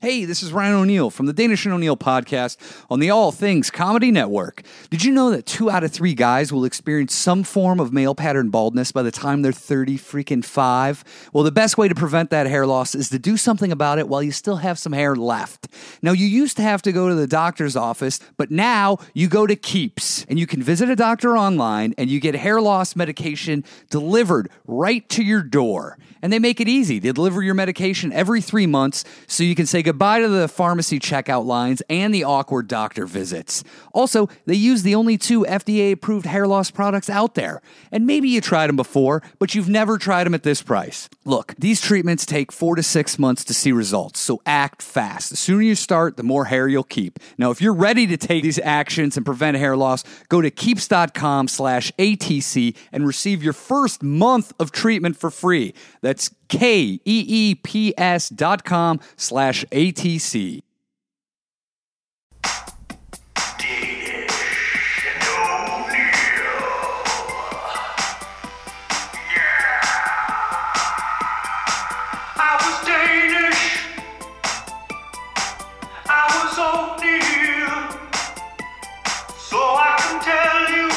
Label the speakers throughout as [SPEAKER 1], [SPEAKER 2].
[SPEAKER 1] Hey, this is Ryan O'Neill from the Danish and O'Neill podcast on the All Things Comedy Network. Did you know that two out of three guys will experience some form of male pattern baldness by the time they're 30 freaking five? Well, the best way to prevent that hair loss is to do something about it while you still have some hair left. Now, you used to have to go to the doctor's office, but now you go to Keeps and you can visit a doctor online and you get hair loss medication delivered right to your door. And they make it easy. They deliver your medication every three months so you can say goodbye to the pharmacy checkout lines and the awkward doctor visits. Also, they use the only two FDA approved hair loss products out there. And maybe you tried them before, but you've never tried them at this price. Look, these treatments take four to six months to see results, so act fast. The sooner you start, the more hair you'll keep. Now, if you're ready to take these actions and prevent hair loss, go to keeps.com slash ATC and receive your first month of treatment for free. That's K E E P S dot com slash ATC.
[SPEAKER 2] I was Danish. I was O'Neill. So I can tell you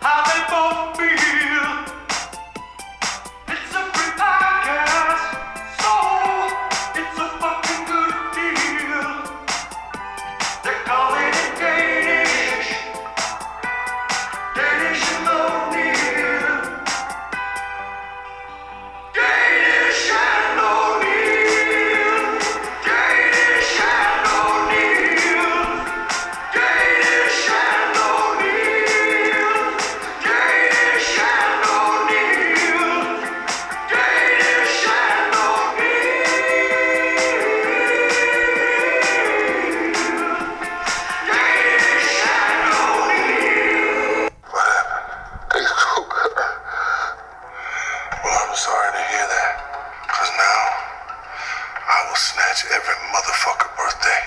[SPEAKER 2] how they both feel. It's a free podcast, so it's a fucking good deal. They call it a Danish. Danish and O'Neill. Danish and O'Neill. Danish and O'Neill. Danish and O'Neill. Danish and O'Neill. Danish and O'Neill. Danish and O'Neill.
[SPEAKER 3] What happened? They took her. Well, I'm sorry to hear that. Because now, I will snatch every motherfucker birthday.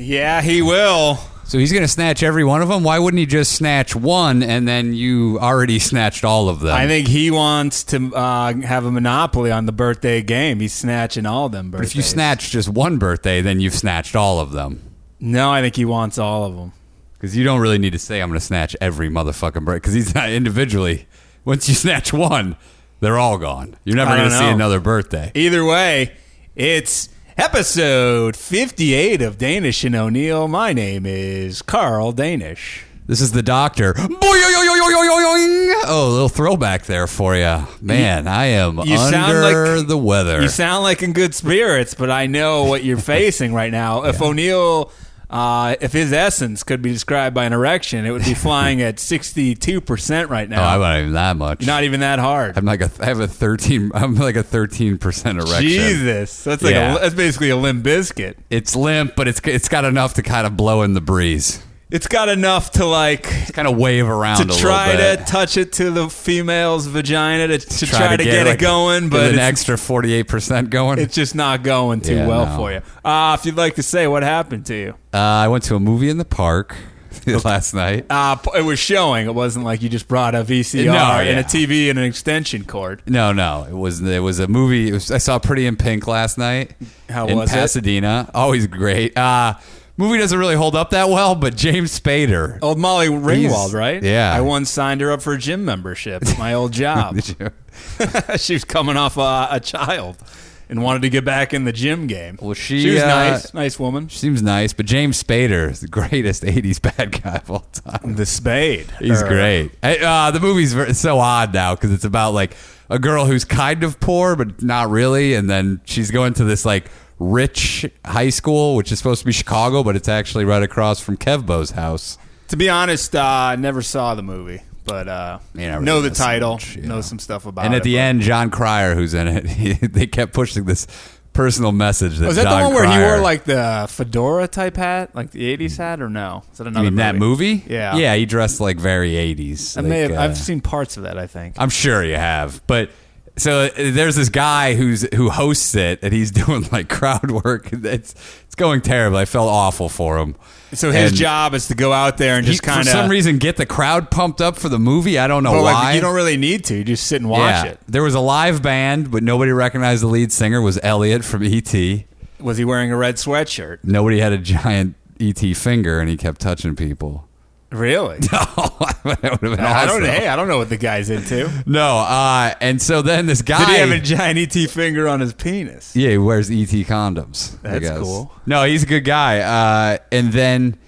[SPEAKER 4] Yeah, he will.
[SPEAKER 5] So he's going to snatch every one of them. Why wouldn't he just snatch one and then you already snatched all of them?
[SPEAKER 4] I think he wants to uh, have a monopoly on the birthday game. He's snatching all them
[SPEAKER 5] But
[SPEAKER 4] birthdays.
[SPEAKER 5] if you snatch just one birthday, then you've snatched all of them.
[SPEAKER 4] no, I think he wants all of them.
[SPEAKER 5] Because you don't really need to say I'm going to snatch every motherfucking birthday. Because he's not individually. Once you snatch one, they're all gone. You're never
[SPEAKER 4] I
[SPEAKER 5] going to
[SPEAKER 4] don't
[SPEAKER 5] see
[SPEAKER 4] know.
[SPEAKER 5] another birthday.
[SPEAKER 4] Either way, it's episode fifty-eight of Danish and O'Neill. My name is Carl Danish.
[SPEAKER 5] This is the doctor. Boing-oing-oing-oing-oing-oing. Oh, a little throwback there for you, man. I am
[SPEAKER 4] you
[SPEAKER 5] under
[SPEAKER 4] sound like-
[SPEAKER 5] the weather.
[SPEAKER 4] You sound like in good spirits, but I know what you're facing right now. If O'Neill. Uh, if his essence could be described by an erection, it would be flying at 62% right
[SPEAKER 5] oh,
[SPEAKER 4] now.
[SPEAKER 5] I'm not even that much.
[SPEAKER 4] Not even that hard.
[SPEAKER 5] I'm like a, I have a 13. I'm like a 13 percent erection.
[SPEAKER 4] Jesus, that's like
[SPEAKER 5] Yeah.
[SPEAKER 4] a, that's basically a limb biscuit.
[SPEAKER 5] It's limp, but it's it's got enough to kind of blow in the breeze.
[SPEAKER 4] It's got enough to like
[SPEAKER 5] Kind of wave around
[SPEAKER 4] to
[SPEAKER 5] a
[SPEAKER 4] try
[SPEAKER 5] little
[SPEAKER 4] to
[SPEAKER 5] bit.
[SPEAKER 4] touch it to the female's vagina to, to try, to get, it
[SPEAKER 5] like,
[SPEAKER 4] going,
[SPEAKER 5] give
[SPEAKER 4] but
[SPEAKER 5] an
[SPEAKER 4] it's,
[SPEAKER 5] extra 48 percent going.
[SPEAKER 4] it's just not going too
[SPEAKER 5] Yeah,
[SPEAKER 4] well
[SPEAKER 5] no.
[SPEAKER 4] for you. Uh, if you'd like to say what happened to you,
[SPEAKER 5] uh, I went to a movie in the park last night.
[SPEAKER 4] uh, p- it was showing. It wasn't like you just brought a VCR
[SPEAKER 5] No,
[SPEAKER 4] and
[SPEAKER 5] yeah.
[SPEAKER 4] a TV and an extension cord.
[SPEAKER 5] No, no, it was it was a movie. It was, I saw Pretty in Pink last night.
[SPEAKER 4] How
[SPEAKER 5] in
[SPEAKER 4] was it?
[SPEAKER 5] Pasadena? Always great. Uh, movie doesn't really hold up that well, but James Spader.
[SPEAKER 4] Old Molly Ringwald, right?
[SPEAKER 5] yeah.
[SPEAKER 4] I once signed her up for a gym membership. at My old job.
[SPEAKER 5] Did you-
[SPEAKER 4] she was coming off uh, a, a child and wanted to get back in the gym game.
[SPEAKER 5] Well, she,
[SPEAKER 4] was
[SPEAKER 5] uh,
[SPEAKER 4] nice, nice woman.
[SPEAKER 5] Seems nice, but James Spader is the greatest 80s bad guy of all time.
[SPEAKER 4] The spade.
[SPEAKER 5] He's
[SPEAKER 4] Or-
[SPEAKER 5] great. I- uh, the movie's ver- it's so odd now because it's about like a girl who's kind of poor but not really, and then she's going to this like rich high school, which is supposed to be Chicago, but it's actually right across from Kevbo's house.
[SPEAKER 4] To be honest, uh, I never saw the movie, but uh,
[SPEAKER 5] You never
[SPEAKER 4] know
[SPEAKER 5] really
[SPEAKER 4] the
[SPEAKER 5] know so
[SPEAKER 4] title,
[SPEAKER 5] much, you
[SPEAKER 4] know
[SPEAKER 5] know.
[SPEAKER 4] some stuff about
[SPEAKER 5] And
[SPEAKER 4] it.
[SPEAKER 5] at the
[SPEAKER 4] but-
[SPEAKER 5] end, John Cryer, who's in it, he, they kept pushing this personal message that
[SPEAKER 4] was that
[SPEAKER 5] John
[SPEAKER 4] the one where he
[SPEAKER 5] Cryer-
[SPEAKER 4] wore like the fedora type hat, like the '80s hat, or no? Is Mm. that
[SPEAKER 5] You
[SPEAKER 4] another
[SPEAKER 5] mean that movie?
[SPEAKER 4] Yeah,
[SPEAKER 5] yeah, he dressed like very eighties.
[SPEAKER 4] I may have,
[SPEAKER 5] like, uh,
[SPEAKER 4] I've seen parts of that. I think.
[SPEAKER 5] I'm sure you have, but so uh, there's this guy who's who hosts it, and he's doing like crowd work. It's it's going terrible. I felt awful for him.
[SPEAKER 4] So his
[SPEAKER 5] And
[SPEAKER 4] job is to go out there and
[SPEAKER 5] he-
[SPEAKER 4] just kind
[SPEAKER 5] for
[SPEAKER 4] of
[SPEAKER 5] some reason get the crowd pumped up for the movie. I don't know
[SPEAKER 4] But
[SPEAKER 5] why.
[SPEAKER 4] like, you don't really need to. You just sit and watch
[SPEAKER 5] Yeah.
[SPEAKER 4] it.
[SPEAKER 5] There was a live band, but nobody recognized the lead singer was Elliot from ET.
[SPEAKER 4] Was he wearing a red sweatshirt?
[SPEAKER 5] Nobody had a giant ET finger, and he kept touching people.
[SPEAKER 4] Really?
[SPEAKER 5] Oh, that would have been
[SPEAKER 4] I don't.
[SPEAKER 5] awesome.
[SPEAKER 4] Hey, I don't know what the guy's into.
[SPEAKER 5] No, uh, and so then this guy.
[SPEAKER 4] Did he have a giant E ET finger on his penis?
[SPEAKER 5] Yeah, he wears ET condoms. I
[SPEAKER 4] That's
[SPEAKER 5] guess.
[SPEAKER 4] cool.
[SPEAKER 5] No, he's a good guy. Uh, and then,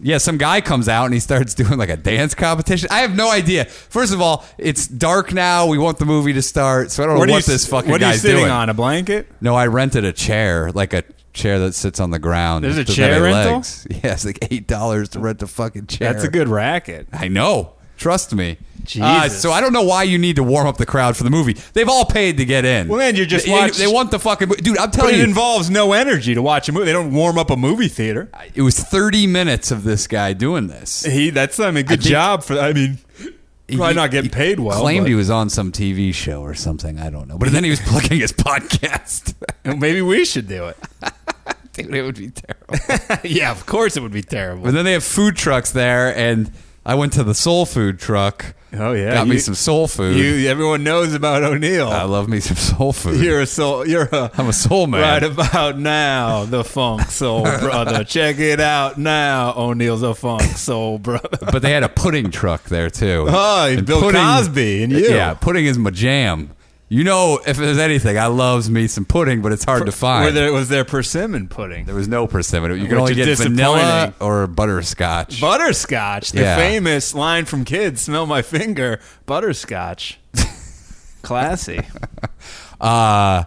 [SPEAKER 5] yeah, some guy comes out and he starts doing like a dance competition. I have no idea. First of all, it's dark now. We want the movie to start, so I don't
[SPEAKER 4] What are
[SPEAKER 5] know
[SPEAKER 4] you
[SPEAKER 5] what this
[SPEAKER 4] s-
[SPEAKER 5] fucking
[SPEAKER 4] What are you
[SPEAKER 5] guy's
[SPEAKER 4] sitting
[SPEAKER 5] doing.
[SPEAKER 4] on? A blanket?
[SPEAKER 5] No, I rented a chair, like a chair that sits on the ground.
[SPEAKER 4] There's
[SPEAKER 5] It
[SPEAKER 4] a
[SPEAKER 5] doesn't have
[SPEAKER 4] chair
[SPEAKER 5] any
[SPEAKER 4] rental?
[SPEAKER 5] legs. Yeah, it's like eight dollars to rent a fucking chair.
[SPEAKER 4] That's a good racket.
[SPEAKER 5] I know. Trust me. Uh,
[SPEAKER 4] Jesus.
[SPEAKER 5] so I don't know why you need to warm up the crowd for the movie. They've all paid to get in.
[SPEAKER 4] Well, man, you just
[SPEAKER 5] they,
[SPEAKER 4] watch-
[SPEAKER 5] They want the fucking mo- dude. I'm
[SPEAKER 4] But
[SPEAKER 5] telling
[SPEAKER 4] it
[SPEAKER 5] you,
[SPEAKER 4] involves no energy to watch a movie. They don't warm up a movie theater.
[SPEAKER 5] it was 30 minutes of this guy doing this.
[SPEAKER 4] He. That's I mean, good
[SPEAKER 5] think-
[SPEAKER 4] job for. I mean, probably
[SPEAKER 5] He-
[SPEAKER 4] not getting paid well.
[SPEAKER 5] Claimed
[SPEAKER 4] but-
[SPEAKER 5] he was on some TV show or something. I don't know. But then he was plugging his podcast.
[SPEAKER 4] Maybe we should do it.
[SPEAKER 5] dude, it would be terrible.
[SPEAKER 4] yeah, of course it would be terrible.
[SPEAKER 5] But then they have food trucks there, and I went to the soul food truck.
[SPEAKER 4] Oh, yeah,
[SPEAKER 5] got me
[SPEAKER 4] you-
[SPEAKER 5] some soul food.
[SPEAKER 4] You, everyone knows about O'Neill.
[SPEAKER 5] I love me some soul food.
[SPEAKER 4] You're a soul. You're a.
[SPEAKER 5] I'm a soul man.
[SPEAKER 4] Right about now, the funk soul brother. Check it out now. O'Neill's a funk soul brother.
[SPEAKER 5] but they had a pudding truck there too.
[SPEAKER 4] Oh,
[SPEAKER 5] And
[SPEAKER 4] Bill Cosby and you.
[SPEAKER 5] Yeah, pudding is my jam. You know, if there's anything, I loves me some pudding, but it's hard to
[SPEAKER 4] Where
[SPEAKER 5] find. There,
[SPEAKER 4] there was there persimmon pudding,
[SPEAKER 5] was no persimmon. You
[SPEAKER 4] Which
[SPEAKER 5] can only
[SPEAKER 4] is
[SPEAKER 5] get vanilla
[SPEAKER 4] disappointing.
[SPEAKER 5] or butterscotch.
[SPEAKER 4] butterscotch. The
[SPEAKER 5] Yeah.
[SPEAKER 4] famous line from Kids: "Smell my finger, butterscotch." Classy.
[SPEAKER 5] uh,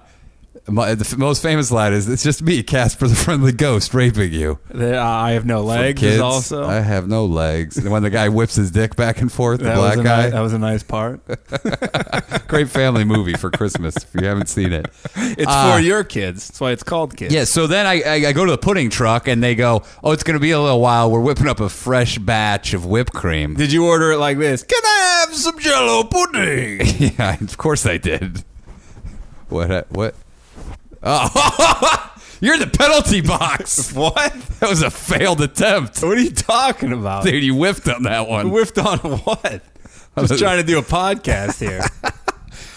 [SPEAKER 5] my, the f- most famous line is "It's just me, Casper the Friendly Ghost, raping you."
[SPEAKER 4] There, uh, I have no
[SPEAKER 5] From
[SPEAKER 4] legs.
[SPEAKER 5] kids,
[SPEAKER 4] also,
[SPEAKER 5] I have no legs. And when the guy whips his dick back and forth, the
[SPEAKER 4] that
[SPEAKER 5] black
[SPEAKER 4] was a
[SPEAKER 5] guy.
[SPEAKER 4] Ni- that was a nice part.
[SPEAKER 5] Great family movie for Christmas if you haven't seen it.
[SPEAKER 4] It's
[SPEAKER 5] Uh,
[SPEAKER 4] for your kids. That's why it's called kids.
[SPEAKER 5] Yeah, so then I, I, I go to the pudding truck and they go, oh, it's going to be a little while. We're whipping up a fresh batch of whipped cream.
[SPEAKER 4] Did you order it like this? Can I have some Jello pudding?
[SPEAKER 5] yeah, of course I did. What? What? Oh, you're in the penalty box.
[SPEAKER 4] What?
[SPEAKER 5] that was a failed attempt.
[SPEAKER 4] What are you talking about?
[SPEAKER 5] Dude, you whiffed on that one.
[SPEAKER 4] Whiffed on what? I was trying to do a podcast here.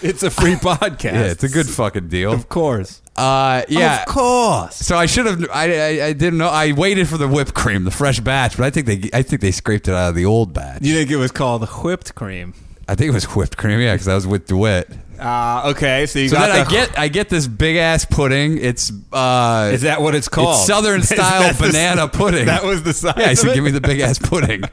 [SPEAKER 4] it's a free podcast.
[SPEAKER 5] yeah, it's a good fucking deal.
[SPEAKER 4] Of course.
[SPEAKER 5] Uh, yeah.
[SPEAKER 4] Of course.
[SPEAKER 5] So I should have. I, I I didn't know. I waited for the whipped cream, the fresh batch, but I think they I think they scraped it out of the old batch.
[SPEAKER 4] You think it was called whipped cream?
[SPEAKER 5] I think it was whipped cream, yeah, because I was with Dewitt.
[SPEAKER 4] Uh, okay, so you
[SPEAKER 5] So
[SPEAKER 4] got
[SPEAKER 5] then I
[SPEAKER 4] the-
[SPEAKER 5] get I get this big ass pudding. It's uh,
[SPEAKER 4] Is that what it's called?
[SPEAKER 5] it's southern style
[SPEAKER 4] Is that the-
[SPEAKER 5] banana pudding.
[SPEAKER 4] That was the size.
[SPEAKER 5] yeah. I
[SPEAKER 4] of
[SPEAKER 5] said,
[SPEAKER 4] it?
[SPEAKER 5] give me the big ass pudding.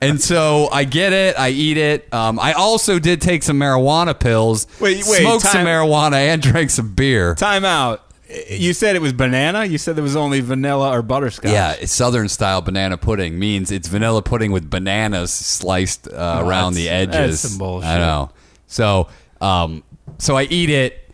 [SPEAKER 5] and so I get it. I eat it. Um, I also did take some marijuana pills.
[SPEAKER 4] Wait, wait,
[SPEAKER 5] smoked some
[SPEAKER 4] time-
[SPEAKER 5] marijuana and drank some beer.
[SPEAKER 4] Time out. You said it was banana. You said there was only vanilla or butterscotch.
[SPEAKER 5] Yeah, it's southern style banana pudding means it's vanilla pudding with bananas sliced uh, around the
[SPEAKER 4] that's-
[SPEAKER 5] edges.
[SPEAKER 4] that's some bullshit.
[SPEAKER 5] I know. So, um, so I eat it,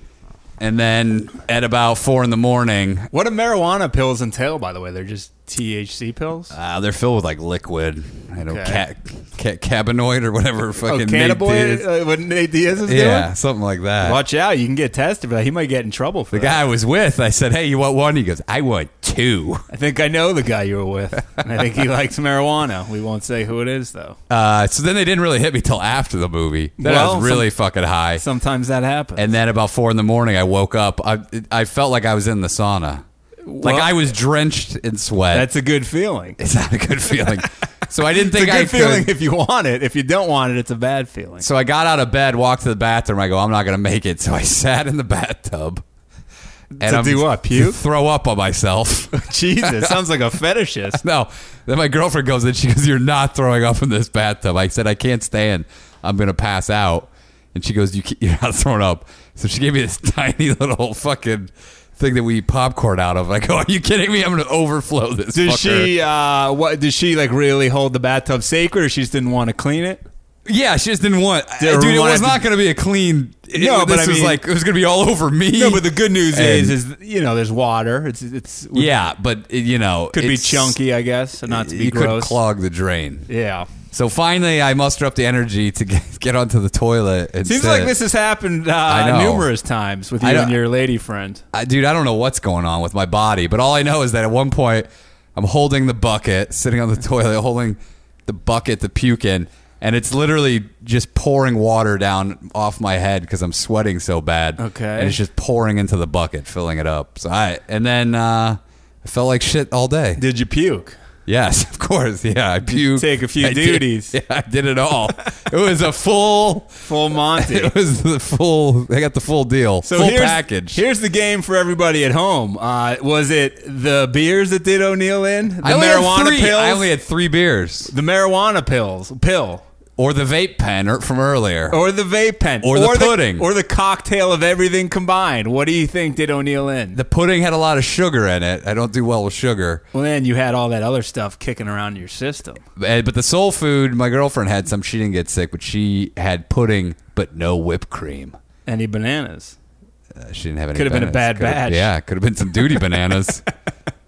[SPEAKER 5] and then at about four in the morning,
[SPEAKER 4] What do marijuana pills entail, by the way? They're just THC pills?
[SPEAKER 5] uh, they're filled with like liquid, I don't know,
[SPEAKER 4] Okay.
[SPEAKER 5] cat, cat cannabinoid or whatever
[SPEAKER 4] oh,
[SPEAKER 5] fucking Nate
[SPEAKER 4] cannaboid?
[SPEAKER 5] did.
[SPEAKER 4] Uh, what Nate Diaz is
[SPEAKER 5] yeah,
[SPEAKER 4] doing?
[SPEAKER 5] something like that.
[SPEAKER 4] Watch out. You can get tested for that. He might get in trouble for
[SPEAKER 5] the
[SPEAKER 4] that.
[SPEAKER 5] guy I was with, I said, "Hey, you want one?" He goes, "I want two.
[SPEAKER 4] I think I know the guy you were with. And I think he likes marijuana. We won't say who it is, though.
[SPEAKER 5] Uh, so then they didn't really hit me till after the movie. Then I
[SPEAKER 4] Well,
[SPEAKER 5] was
[SPEAKER 4] some-
[SPEAKER 5] really fucking high.
[SPEAKER 4] Sometimes that happens.
[SPEAKER 5] And then about four in the morning, I woke up. I I felt like I was in the sauna, like
[SPEAKER 4] Well-
[SPEAKER 5] I was drenched in sweat.
[SPEAKER 4] That's a good feeling.
[SPEAKER 5] uh, it's not a good feeling. so I didn't
[SPEAKER 4] It's a
[SPEAKER 5] think I
[SPEAKER 4] good feeling
[SPEAKER 5] could.
[SPEAKER 4] if you want it. If you don't want it, it's a bad feeling.
[SPEAKER 5] So I got out of bed, walked to the bathroom. I go, I'm not gonna make it. So I sat in the bathtub. And
[SPEAKER 4] To do what, puke?
[SPEAKER 5] Throw up on myself.
[SPEAKER 4] Jesus, sounds like a fetishist.
[SPEAKER 5] no. Then my girlfriend goes in. She goes, "You're not throwing up in this bathtub." I said, "I can't stand. I'm gonna pass out." And she goes, you, ca- "You're not throwing up." So she gave me this tiny little fucking thing that we eat popcorn out of. I go, "Are you kidding me? I'm gonna overflow this."
[SPEAKER 4] Did
[SPEAKER 5] fucker."
[SPEAKER 4] she? Uh, what? Did she like really hold the bathtub sacred, or she just didn't want to clean it?
[SPEAKER 5] Yeah, she just didn't want.
[SPEAKER 4] Didn't
[SPEAKER 5] dude, it
[SPEAKER 4] want
[SPEAKER 5] was
[SPEAKER 4] it
[SPEAKER 5] not
[SPEAKER 4] to-
[SPEAKER 5] gonna be a clean. It,
[SPEAKER 4] No, but
[SPEAKER 5] this
[SPEAKER 4] I
[SPEAKER 5] was
[SPEAKER 4] mean-
[SPEAKER 5] like it was gonna be all over me.
[SPEAKER 4] No, but the good news is,
[SPEAKER 5] And-
[SPEAKER 4] is you know, there's water. It's it's
[SPEAKER 5] yeah, but it, you know,
[SPEAKER 4] could be
[SPEAKER 5] it's-
[SPEAKER 4] chunky, I guess, and not to be
[SPEAKER 5] you could
[SPEAKER 4] gross.
[SPEAKER 5] clog the drain.
[SPEAKER 4] yeah,
[SPEAKER 5] So finally, I muster up the energy to get, get onto the toilet. Instead.
[SPEAKER 4] Seems like this has happened uh,
[SPEAKER 5] I know.
[SPEAKER 4] numerous times with you
[SPEAKER 5] I know.
[SPEAKER 4] and your lady friend.
[SPEAKER 5] I, dude, I don't know what's going on with my body, but all I know is that at one point I'm holding the bucket, sitting on the toilet, holding the bucket to puke in, and it's literally just pouring water down off my head because I'm sweating so bad.
[SPEAKER 4] Okay.
[SPEAKER 5] and it's just pouring into the bucket, filling it up. So I and then uh, I felt like shit all day.
[SPEAKER 4] Did you puke?
[SPEAKER 5] Yes, of course. Yeah, I puked.
[SPEAKER 4] take a few
[SPEAKER 5] I did-
[SPEAKER 4] duties.
[SPEAKER 5] yeah, I did it all. it was a full.
[SPEAKER 4] Full Monty.
[SPEAKER 5] It was the full. I got the full deal.
[SPEAKER 4] So
[SPEAKER 5] full
[SPEAKER 4] here's,
[SPEAKER 5] package.
[SPEAKER 4] Here's the game for everybody at home. Uh, was it the beers that did O'Neill in? The
[SPEAKER 5] I only had
[SPEAKER 4] marijuana
[SPEAKER 5] three.
[SPEAKER 4] pills.
[SPEAKER 5] I only had three beers,
[SPEAKER 4] the marijuana pills, pill,
[SPEAKER 5] or the vape pen or- from earlier.
[SPEAKER 4] or the vape pen,
[SPEAKER 5] Or the pudding.
[SPEAKER 4] or the cocktail of everything combined. What do you think did O'Neill in?
[SPEAKER 5] the pudding had a lot of sugar in it. I don't do well with sugar.
[SPEAKER 4] well, then you had all that other stuff kicking around in your system.
[SPEAKER 5] And- Eh, But the soul food, my girlfriend had some. She didn't get sick, but she had pudding, but no whipped cream.
[SPEAKER 4] Any bananas?
[SPEAKER 5] Uh, She didn't have any.
[SPEAKER 4] Could've been a
[SPEAKER 5] bananas.
[SPEAKER 4] bad
[SPEAKER 5] Could've-
[SPEAKER 4] batch.
[SPEAKER 5] Yeah, could have been some duty bananas.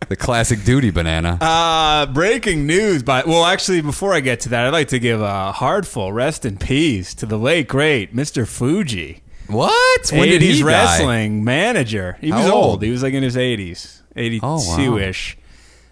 [SPEAKER 5] the classic duty banana.
[SPEAKER 4] Uh, breaking news. By well, actually, before I get to that, I'd like to give a heartful rest in peace to the late great Mr. Fuji.
[SPEAKER 5] What? When did
[SPEAKER 4] 80s
[SPEAKER 5] he wrestling?
[SPEAKER 4] wrestling manager. He
[SPEAKER 5] How
[SPEAKER 4] was old?
[SPEAKER 5] old? Oh,
[SPEAKER 4] He was like in his 80s, 82
[SPEAKER 5] wow.
[SPEAKER 4] ish.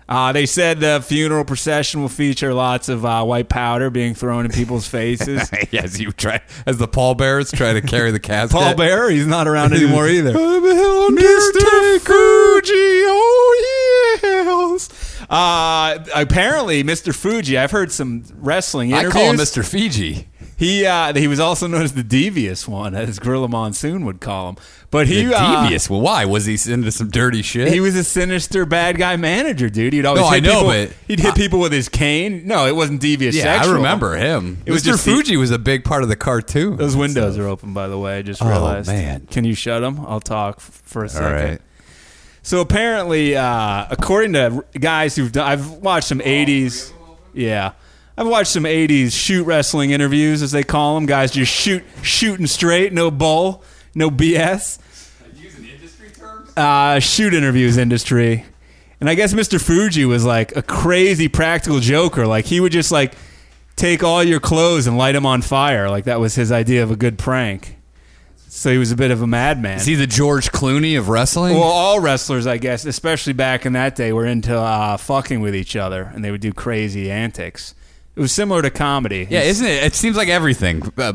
[SPEAKER 4] Uh, they said the funeral procession will feature lots of uh, white powder being thrown in people's faces.
[SPEAKER 5] as you try, as the pallbearers try to carry the casket.
[SPEAKER 4] Paul Bear, he's not around anymore either.
[SPEAKER 5] Mr. Fuji, oh yes.
[SPEAKER 4] Uh, apparently, Mr. Fuji, I've heard some wrestling
[SPEAKER 5] I
[SPEAKER 4] interviews.
[SPEAKER 5] call him Mr. Fiji.
[SPEAKER 4] He uh, he was also known as the devious one, as Gorilla Monsoon would call him. But he
[SPEAKER 5] The
[SPEAKER 4] uh,
[SPEAKER 5] devious. Well, why was he into some dirty shit?
[SPEAKER 4] He was a sinister bad guy manager, dude. He'd always
[SPEAKER 5] No,
[SPEAKER 4] hit
[SPEAKER 5] I know,
[SPEAKER 4] people,
[SPEAKER 5] but-
[SPEAKER 4] he'd hit people with his cane. No, it wasn't devious.
[SPEAKER 5] yeah,
[SPEAKER 4] sexual.
[SPEAKER 5] I remember him.
[SPEAKER 4] It was
[SPEAKER 5] Mr.
[SPEAKER 4] just the-
[SPEAKER 5] Fuji was a big part of the cartoon.
[SPEAKER 4] Those windows are open, by the way. I just
[SPEAKER 5] Oh,
[SPEAKER 4] realized.
[SPEAKER 5] man.
[SPEAKER 4] can you shut them? I'll talk f- for a
[SPEAKER 5] All
[SPEAKER 4] second.
[SPEAKER 5] right.
[SPEAKER 4] So apparently, uh, according to r- guys who've done, I've watched some '80s. Yeah, I've watched some '80s shoot wrestling interviews, as they call them. Guys just shoot, shooting straight, no bull, no BS. uh, shoot interviews industry. And I guess Mr. Fuji was like a crazy practical joker. Like he would just like take all your clothes and light them on fire. Like that was his idea of a good prank. So he was a bit of a madman.
[SPEAKER 5] Is he the George Clooney of wrestling?
[SPEAKER 4] well, all wrestlers, I guess, especially back in that day, were into uh, fucking with each other, and they would do crazy antics. It was similar to comedy.
[SPEAKER 5] yeah, isn't it? It seems like everything: uh,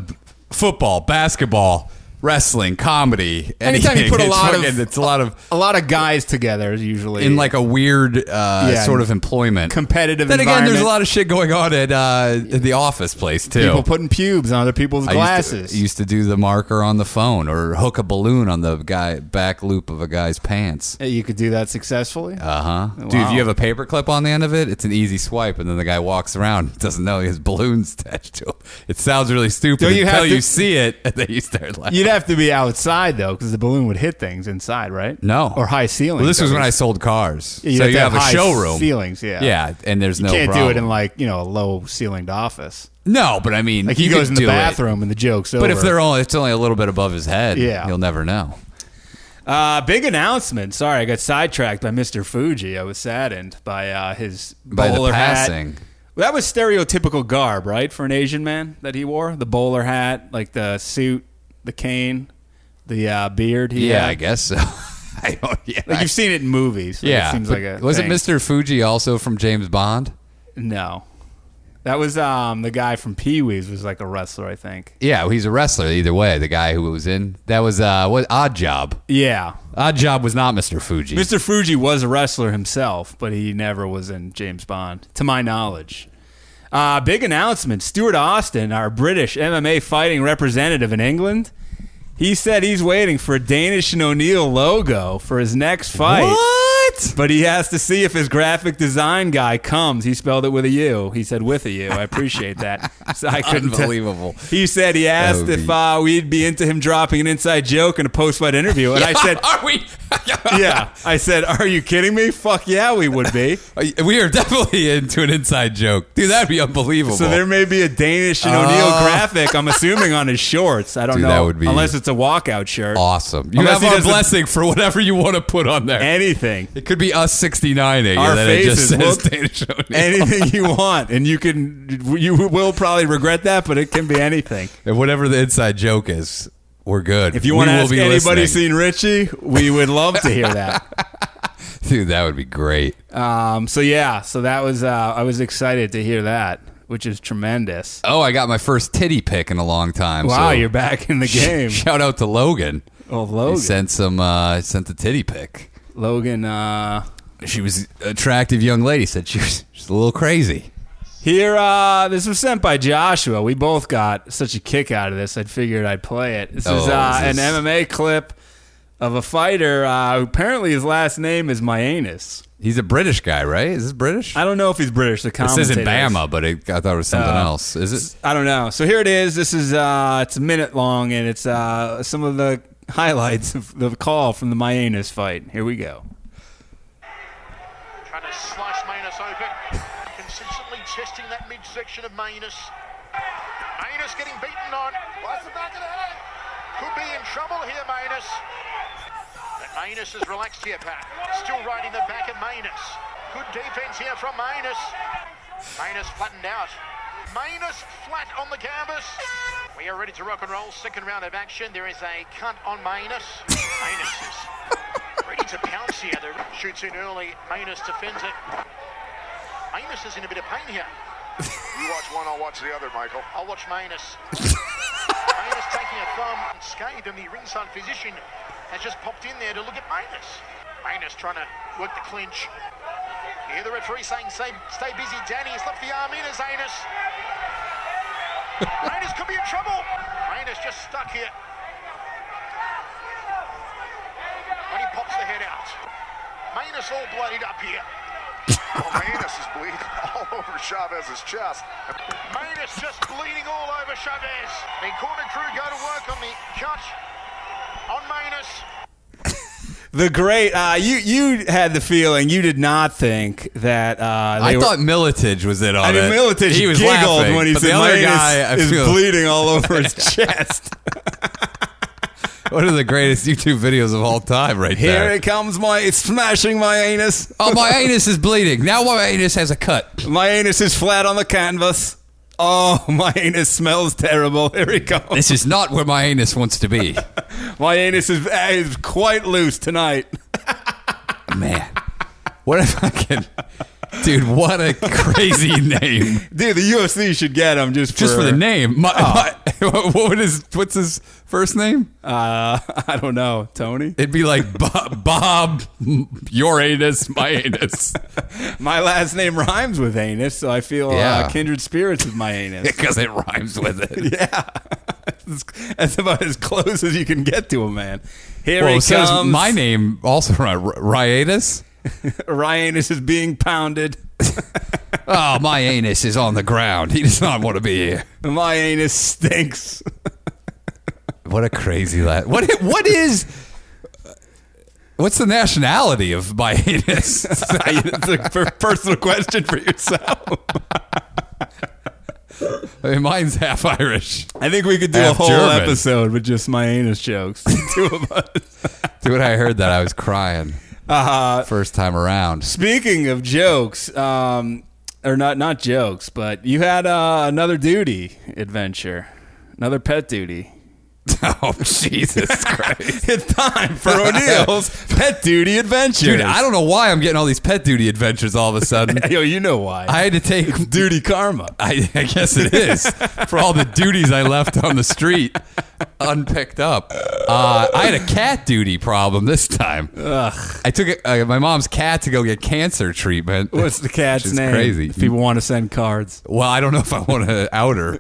[SPEAKER 5] football, basketball, wrestling, comedy.
[SPEAKER 4] Anytime
[SPEAKER 5] anything.
[SPEAKER 4] you put a
[SPEAKER 5] It's
[SPEAKER 4] lot of-
[SPEAKER 5] fucking- it's a lot of
[SPEAKER 4] a lot of guys together usually
[SPEAKER 5] in like a weird uh,
[SPEAKER 4] Yeah.
[SPEAKER 5] sort of employment.
[SPEAKER 4] competitive.
[SPEAKER 5] then again, there's a
[SPEAKER 4] environment.
[SPEAKER 5] lot of shit going on at uh, the office place too.
[SPEAKER 4] people putting pubes on other people's
[SPEAKER 5] I used to-
[SPEAKER 4] glasses.
[SPEAKER 5] used to, do the marker on the phone or hook a balloon on the guy back loop of a guy's pants.
[SPEAKER 4] Hey, You could do that successfully.
[SPEAKER 5] Uh huh. Dude, if
[SPEAKER 4] Wow.
[SPEAKER 5] you have a paper clip on the end of it, it's an easy swipe, and then the guy walks around, doesn't know his balloon's attached to him. It sounds really stupid
[SPEAKER 4] Don't you
[SPEAKER 5] until
[SPEAKER 4] have to-
[SPEAKER 5] you see it, and then you start laughing.
[SPEAKER 4] You'd have to be outside though, because the balloon would hit things inside, right?
[SPEAKER 5] no,
[SPEAKER 4] Or high ceilings.
[SPEAKER 5] Well, this was
[SPEAKER 4] at
[SPEAKER 5] when I
[SPEAKER 4] least.
[SPEAKER 5] sold cars,
[SPEAKER 4] you'd
[SPEAKER 5] so
[SPEAKER 4] have
[SPEAKER 5] you
[SPEAKER 4] to
[SPEAKER 5] have,
[SPEAKER 4] high
[SPEAKER 5] a showroom.
[SPEAKER 4] ceilings. Yeah.
[SPEAKER 5] Yeah, and there's
[SPEAKER 4] You
[SPEAKER 5] no
[SPEAKER 4] can't
[SPEAKER 5] problem.
[SPEAKER 4] do it in like you know a low ceilinged office.
[SPEAKER 5] no, but I mean,
[SPEAKER 4] Like he
[SPEAKER 5] you
[SPEAKER 4] goes
[SPEAKER 5] could
[SPEAKER 4] in the
[SPEAKER 5] do it.
[SPEAKER 4] bathroom and the joke's over.
[SPEAKER 5] But if they're only it's only a little bit above his head,
[SPEAKER 4] Yeah.
[SPEAKER 5] you'll never know.
[SPEAKER 4] uh, big announcement. Sorry, I got sidetracked by Mr. Fuji. I was saddened by uh, his
[SPEAKER 5] By the
[SPEAKER 4] bowler hat.
[SPEAKER 5] passing.
[SPEAKER 4] Well, that was stereotypical garb, right, for an Asian man that he wore the bowler hat, like the suit, the cane, the uh, beard. He
[SPEAKER 5] Yeah,
[SPEAKER 4] had.
[SPEAKER 5] I guess so. I don't. Oh, Yeah,
[SPEAKER 4] Like you've seen it in movies. Like,
[SPEAKER 5] yeah.
[SPEAKER 4] it seems
[SPEAKER 5] but
[SPEAKER 4] like a
[SPEAKER 5] was
[SPEAKER 4] thing.
[SPEAKER 5] it Mr. Fuji also from James Bond?
[SPEAKER 4] No, that was um the guy from Pee Wee's was like a wrestler, I think.
[SPEAKER 5] Yeah, he's a wrestler. Either way, the guy who was in that was uh, what Odd Job.
[SPEAKER 4] Yeah,
[SPEAKER 5] Odd Job was not Mr. Fuji.
[SPEAKER 4] Mr. Fuji was a wrestler himself, but he never was in James Bond, to my knowledge. Uh, big announcement: Stuart Austin, our British MMA fighting representative in England, he said he's waiting for a Danish and O'Neill logo for his next fight.
[SPEAKER 5] What?
[SPEAKER 4] But he has to see if his graphic design guy comes. He spelled it with a U. He said with a U. I appreciate that. So I couldn't tell-
[SPEAKER 5] Unbelievable.
[SPEAKER 4] He said he asked
[SPEAKER 5] That would
[SPEAKER 4] if uh, we'd be into him dropping an inside joke in a post-fight interview, and I said,
[SPEAKER 5] Are we?
[SPEAKER 4] yeah. I said, Are you kidding me? Fuck yeah, we would be.
[SPEAKER 5] We are definitely into an inside joke, dude. That'd be unbelievable. Ah.
[SPEAKER 4] So there may be a Danish and O'Neill graphic, I'm assuming, on his shorts. I don't
[SPEAKER 5] Dude,
[SPEAKER 4] know.
[SPEAKER 5] that would be-
[SPEAKER 4] unless it's a walkout shirt.
[SPEAKER 5] awesome. You
[SPEAKER 4] Unless
[SPEAKER 5] have
[SPEAKER 4] he
[SPEAKER 5] our
[SPEAKER 4] doesn't-
[SPEAKER 5] blessing for whatever you want to put on there.
[SPEAKER 4] Anything.
[SPEAKER 5] it could be us 69ing,
[SPEAKER 4] Our
[SPEAKER 5] and then it
[SPEAKER 4] faces
[SPEAKER 5] just says
[SPEAKER 4] look-
[SPEAKER 5] Danish O'Neill.
[SPEAKER 4] Anything you want. And you can you will probably regret that, but it can be anything.
[SPEAKER 5] and whatever the inside joke is, we're good.
[SPEAKER 4] If you
[SPEAKER 5] We
[SPEAKER 4] want to
[SPEAKER 5] will
[SPEAKER 4] ask
[SPEAKER 5] be
[SPEAKER 4] anybody
[SPEAKER 5] listening.
[SPEAKER 4] seen Richie, we would love to hear that.
[SPEAKER 5] dude, that would be great.
[SPEAKER 4] Um, so yeah, so that was uh, I was excited to hear that, which is tremendous.
[SPEAKER 5] Oh, I got my first titty pick in a long time.
[SPEAKER 4] Wow,
[SPEAKER 5] so
[SPEAKER 4] you're back in the game.
[SPEAKER 5] Shout out to Logan.
[SPEAKER 4] oh,
[SPEAKER 5] He
[SPEAKER 4] Logan.
[SPEAKER 5] sent some. Uh, sent the titty pic.
[SPEAKER 4] Logan. Uh,
[SPEAKER 5] She was attractive young lady. Said she was just a little crazy.
[SPEAKER 4] Here, uh, this was sent by Joshua. We both got such a kick out of this. I figured I'd play it. This is
[SPEAKER 5] Oh,
[SPEAKER 4] uh,
[SPEAKER 5] this
[SPEAKER 4] an
[SPEAKER 5] is-
[SPEAKER 4] MMA clip of a fighter uh, who apparently his last name is Myanus.
[SPEAKER 5] He's a British guy, right? Is this British?
[SPEAKER 4] I don't know if he's British. The
[SPEAKER 5] This
[SPEAKER 4] commentator
[SPEAKER 5] isn't
[SPEAKER 4] is.
[SPEAKER 5] Bama, but it, I thought it was something
[SPEAKER 4] Uh,
[SPEAKER 5] else. Is it?
[SPEAKER 4] I don't know. So here it is. This is uh, it's a minute long, and it's uh, some of the highlights of the call from the Myanus fight. Here we go.
[SPEAKER 6] Trying to slice Manus open. Consistently testing that midsection of Manus. Manus getting beaten on. What's the back of the head? Could be in trouble here, Manus. But Manus is relaxed here, Pat. Still riding the back of Manus. Good defense here from Manus. Manus flattened out. Manus flat on the canvas. We are ready to rock and roll. Second round of action. There is a cunt on Manus. Manus is ready to pounce here. The shoots in early. Manus defends it. Manus is in a bit of pain here.
[SPEAKER 3] You watch one, I'll watch the other, Michael.
[SPEAKER 6] I'll watch Manus. Manus taking a thumb and scathed, and the ringside physician has just popped in there to look at Manus. Manus trying to work the clinch. You hear the referee saying, stay, stay busy, Danny. He's left the arm in as Manus. Manus could be in trouble. Manus just stuck here. When he pops the head out. Manus all bloodied up here.
[SPEAKER 3] Manus is bleeding all over Chavez's chest.
[SPEAKER 6] Manus just bleeding all over Chavez. The corner crew go to work on the cut on Manus.
[SPEAKER 4] The great, uh, you you had the feeling you did not think that uh, they
[SPEAKER 5] I
[SPEAKER 4] were,
[SPEAKER 5] thought Militage was it on
[SPEAKER 4] I mean,
[SPEAKER 5] it.
[SPEAKER 4] Miletic
[SPEAKER 5] he was
[SPEAKER 4] giggled
[SPEAKER 5] laughing,
[SPEAKER 4] when he
[SPEAKER 5] but
[SPEAKER 4] said
[SPEAKER 5] the other
[SPEAKER 4] Myanus
[SPEAKER 5] guy. I
[SPEAKER 4] is
[SPEAKER 5] feel,
[SPEAKER 4] bleeding all over his chest.
[SPEAKER 5] one of the greatest YouTube videos of all time, right
[SPEAKER 4] Here
[SPEAKER 5] there.
[SPEAKER 4] it comes, my it's smashing my anus.
[SPEAKER 5] oh, my anus is bleeding. Now my anus has a cut.
[SPEAKER 4] My anus is flat on the canvas. Oh, my anus smells terrible. Here he comes.
[SPEAKER 5] This is not where my anus wants to be.
[SPEAKER 4] my anus is, uh, is quite loose tonight.
[SPEAKER 5] Man, what if I can, dude? What a crazy name.
[SPEAKER 4] Dude, the UFC should get him just for,
[SPEAKER 5] Just for Oh. the name, my, my, what would his what's his first name?
[SPEAKER 4] Uh, I don't know, Tony.
[SPEAKER 5] It'd be like Bob, Bob your anus, my anus.
[SPEAKER 4] My last name rhymes with anus, so I feel uh,
[SPEAKER 5] Yeah.
[SPEAKER 4] kindred spirits with my anus.
[SPEAKER 5] because it rhymes with it.
[SPEAKER 4] Yeah. That's- That's about as close as you can get to a man. Here
[SPEAKER 5] Well,
[SPEAKER 4] he
[SPEAKER 5] it says
[SPEAKER 4] comes.
[SPEAKER 5] my name also ri- riatus.
[SPEAKER 4] Ryanus is being pounded.
[SPEAKER 5] Oh, my anus is on the ground. He does not want to be here.
[SPEAKER 4] My anus stinks.
[SPEAKER 5] What a crazy lad. What i- what is what's the nationality of my anus?
[SPEAKER 4] It's a per- personal question for yourself.
[SPEAKER 5] I mean, mine's half Irish.
[SPEAKER 4] I think we could do a
[SPEAKER 5] Half
[SPEAKER 4] whole
[SPEAKER 5] German.
[SPEAKER 4] episode with just my anus jokes. Two of us.
[SPEAKER 5] Dude, when I heard that I was crying
[SPEAKER 4] Uh,
[SPEAKER 5] first time around.
[SPEAKER 4] speaking of jokes, um, or not not jokes, but you had uh, another duty adventure, another pet duty.
[SPEAKER 5] Oh Jesus Christ.
[SPEAKER 4] It's time for O'Neill's pet duty adventure.
[SPEAKER 5] Dude, I don't know why I'm getting all these pet duty adventures all of a sudden.
[SPEAKER 4] Yo, you know why?
[SPEAKER 5] I had to take
[SPEAKER 4] duty karma.
[SPEAKER 5] I, I guess it is for all the duties I left on the street unpicked up. Uh, I had a cat duty problem this time. I took uh, my mom's cat to go get cancer treatment.
[SPEAKER 4] What's the cat's
[SPEAKER 5] Which is
[SPEAKER 4] name?
[SPEAKER 5] Crazy.
[SPEAKER 4] If people want to send cards,
[SPEAKER 5] well, I don't know if I want to out her.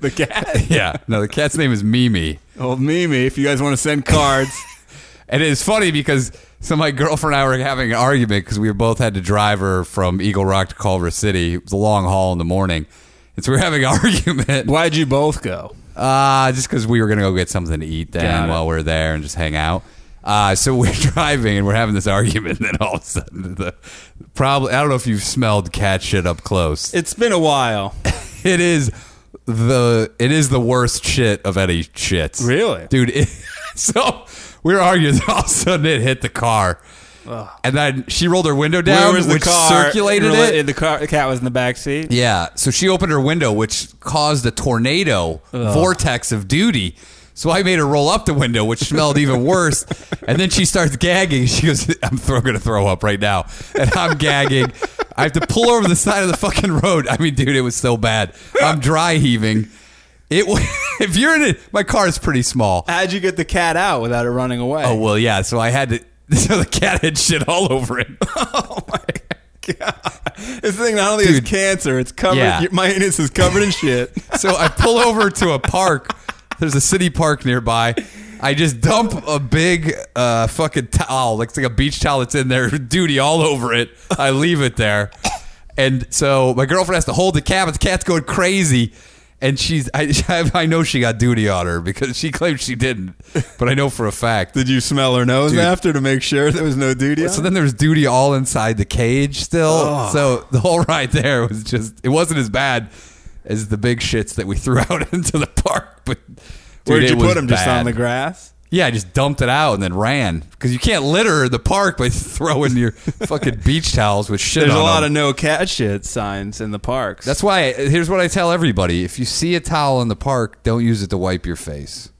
[SPEAKER 4] the cat.
[SPEAKER 5] yeah, no, the cat's name is Mimi,
[SPEAKER 4] Well, Mimi, if you guys want to send cards,
[SPEAKER 5] and it's funny because so my girlfriend and I were having an argument because we both had to drive her from Eagle Rock to Culver City. It was a long haul in the morning. And so we were having an argument.
[SPEAKER 4] why'd you both go?
[SPEAKER 5] Uh, just because we were going to go get something to eat
[SPEAKER 4] Got
[SPEAKER 5] then
[SPEAKER 4] it.
[SPEAKER 5] while we are there and just hang out. Uh, so we're driving and we're having this argument, and then all of a sudden, the probably I don't know if you've smelled cat shit up close.
[SPEAKER 4] It's been a while.
[SPEAKER 5] It is the it is the worst shit of any shits.
[SPEAKER 4] Really?
[SPEAKER 5] dude. It, so we were arguing. All of a sudden, it hit the car, and then she rolled her window down,
[SPEAKER 4] Where was the
[SPEAKER 5] which
[SPEAKER 4] car?
[SPEAKER 5] circulated
[SPEAKER 4] Rel-
[SPEAKER 5] it.
[SPEAKER 4] The, car, the cat was in the back seat.
[SPEAKER 5] Yeah, so she opened her window, which caused a tornado vortex of duty. So I made her roll up the window, which smelled even worse. And then she starts gagging. She goes, "I'm throw, gonna throw up right now," and I'm gagging. I have to pull over to the side of the fucking road. I mean, dude, it was so bad. I'm dry heaving. It. wa- If you're in it, my car is pretty small.
[SPEAKER 4] How'd you get the cat out without it running away?
[SPEAKER 5] Oh well, yeah. So I had to. So the cat had shit all over it.
[SPEAKER 4] Oh my god! This thing not only
[SPEAKER 5] Dude.
[SPEAKER 4] is cancer, it's covered.
[SPEAKER 5] Yeah.
[SPEAKER 4] Your minus is covered in shit.
[SPEAKER 5] So I pull over to a park. There's a city park nearby. I just dump a big uh, fucking towel, like it's like a beach towel that's in there, duty all over it. I leave it there, and so my girlfriend has to hold the cat. But the cat's going crazy, and she's I, I know she got duty on her because she claimed she didn't, but I know for a fact.
[SPEAKER 4] Did you smell her nose after to make sure there was no duty?
[SPEAKER 5] So then there was duty all inside the cage still. So the whole ride there was just it wasn't as bad as the big shits that we threw out into the park. But dude,
[SPEAKER 4] Where'd
[SPEAKER 5] it
[SPEAKER 4] you
[SPEAKER 5] was
[SPEAKER 4] put him? Just
[SPEAKER 5] bad.
[SPEAKER 4] on the grass.
[SPEAKER 5] Yeah, I just dumped it out and then ran because you can't litter the park by throwing your fucking beach towels with shit.
[SPEAKER 4] There's
[SPEAKER 5] on
[SPEAKER 4] a lot
[SPEAKER 5] them.
[SPEAKER 4] of no cat shit signs in the parks.
[SPEAKER 5] That's why. Here's what I tell everybody: if you see a towel in the park, don't use it to wipe your face.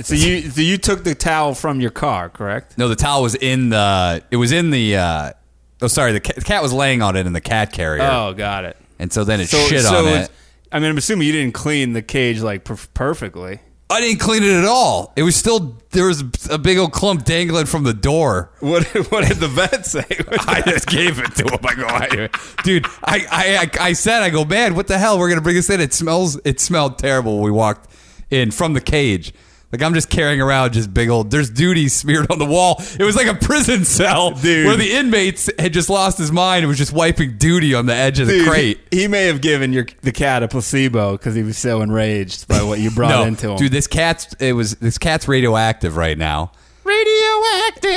[SPEAKER 4] so you so you took the towel from your car, correct?
[SPEAKER 5] No, the towel was in the. It was in the. uh Oh, sorry. The cat, the cat was laying on it in the cat carrier,
[SPEAKER 4] Oh, got it.
[SPEAKER 5] and so then it shit on it.
[SPEAKER 4] it's- I mean, I'm assuming you didn't clean the cage like perf- perfectly.
[SPEAKER 5] I didn't clean it at all. It was still there was a big old clump dangling from the door.
[SPEAKER 4] What what did the vet say?
[SPEAKER 5] I just gave it to him. I go, I, dude. I, I I I said, I go, man. What the hell? We're gonna bring this in. It smells. It smelled terrible. when We walked in from the cage. Like I'm just carrying around just big old. There's duty smeared on the wall. It was like a prison cell
[SPEAKER 4] Dude.
[SPEAKER 5] where the inmates had just lost his mind and was just wiping duty on the edge of the
[SPEAKER 4] Dude,
[SPEAKER 5] crate.
[SPEAKER 4] He, he may have given your the cat a placebo because he was so enraged by what you brought into him.
[SPEAKER 5] dude. This cat's it was this cat's radioactive right now.
[SPEAKER 4] radioactive,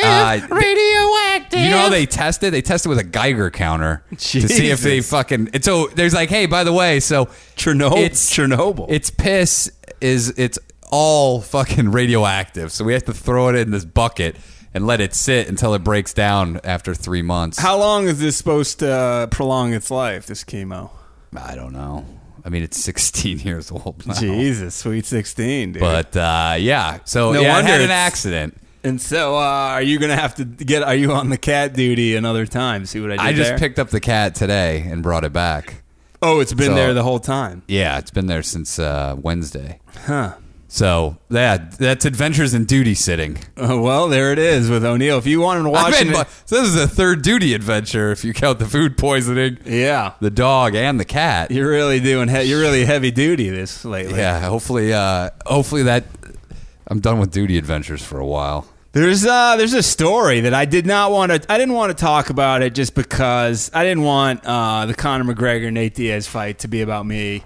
[SPEAKER 5] Uh,
[SPEAKER 4] radioactive.
[SPEAKER 5] You know how they test it? They test it with a Geiger counter to see if they
[SPEAKER 4] Jesus.
[SPEAKER 5] fucking. And so there's like, hey, by the way, so
[SPEAKER 4] Chernobyl.
[SPEAKER 5] it's
[SPEAKER 4] Chernobyl.
[SPEAKER 5] It's piss is it's all fucking radioactive. So we have to throw it in this bucket and let it sit until it breaks down after three months.
[SPEAKER 4] how long is this supposed to uh, prolong its life? This chemo.
[SPEAKER 5] I don't know. I mean, it's 16 years old now.
[SPEAKER 4] Jesus, sweet sixteen, dude.
[SPEAKER 5] But uh, yeah, so
[SPEAKER 4] No
[SPEAKER 5] yeah,
[SPEAKER 4] wonder
[SPEAKER 5] I had an
[SPEAKER 4] it's-
[SPEAKER 5] accident.
[SPEAKER 4] and so, uh, are you gonna have to get? Are you on the cat duty another time? See what I did
[SPEAKER 5] I just
[SPEAKER 4] there?
[SPEAKER 5] picked up the cat today and brought it back.
[SPEAKER 4] Oh, it's been
[SPEAKER 5] so-
[SPEAKER 4] there the whole time.
[SPEAKER 5] Yeah, it's been there since uh, Wednesday.
[SPEAKER 4] Huh.
[SPEAKER 5] So that that's adventures in duty sitting.
[SPEAKER 4] Uh, well, there it is with O'Neill. If you wanted to
[SPEAKER 5] I've
[SPEAKER 4] watch
[SPEAKER 5] been-
[SPEAKER 4] it,
[SPEAKER 5] so this is a third duty adventure if you count the food poisoning,
[SPEAKER 4] yeah,
[SPEAKER 5] the dog, and the cat.
[SPEAKER 4] you're really doing. He- you're really heavy duty this lately.
[SPEAKER 5] yeah, hopefully, uh, hopefully that I'm done with duty adventures for a while.
[SPEAKER 4] There's uh there's a story that I did not want to I didn't want to talk about it just because I didn't want uh, the Conor McGregor Nate Diaz fight to be about me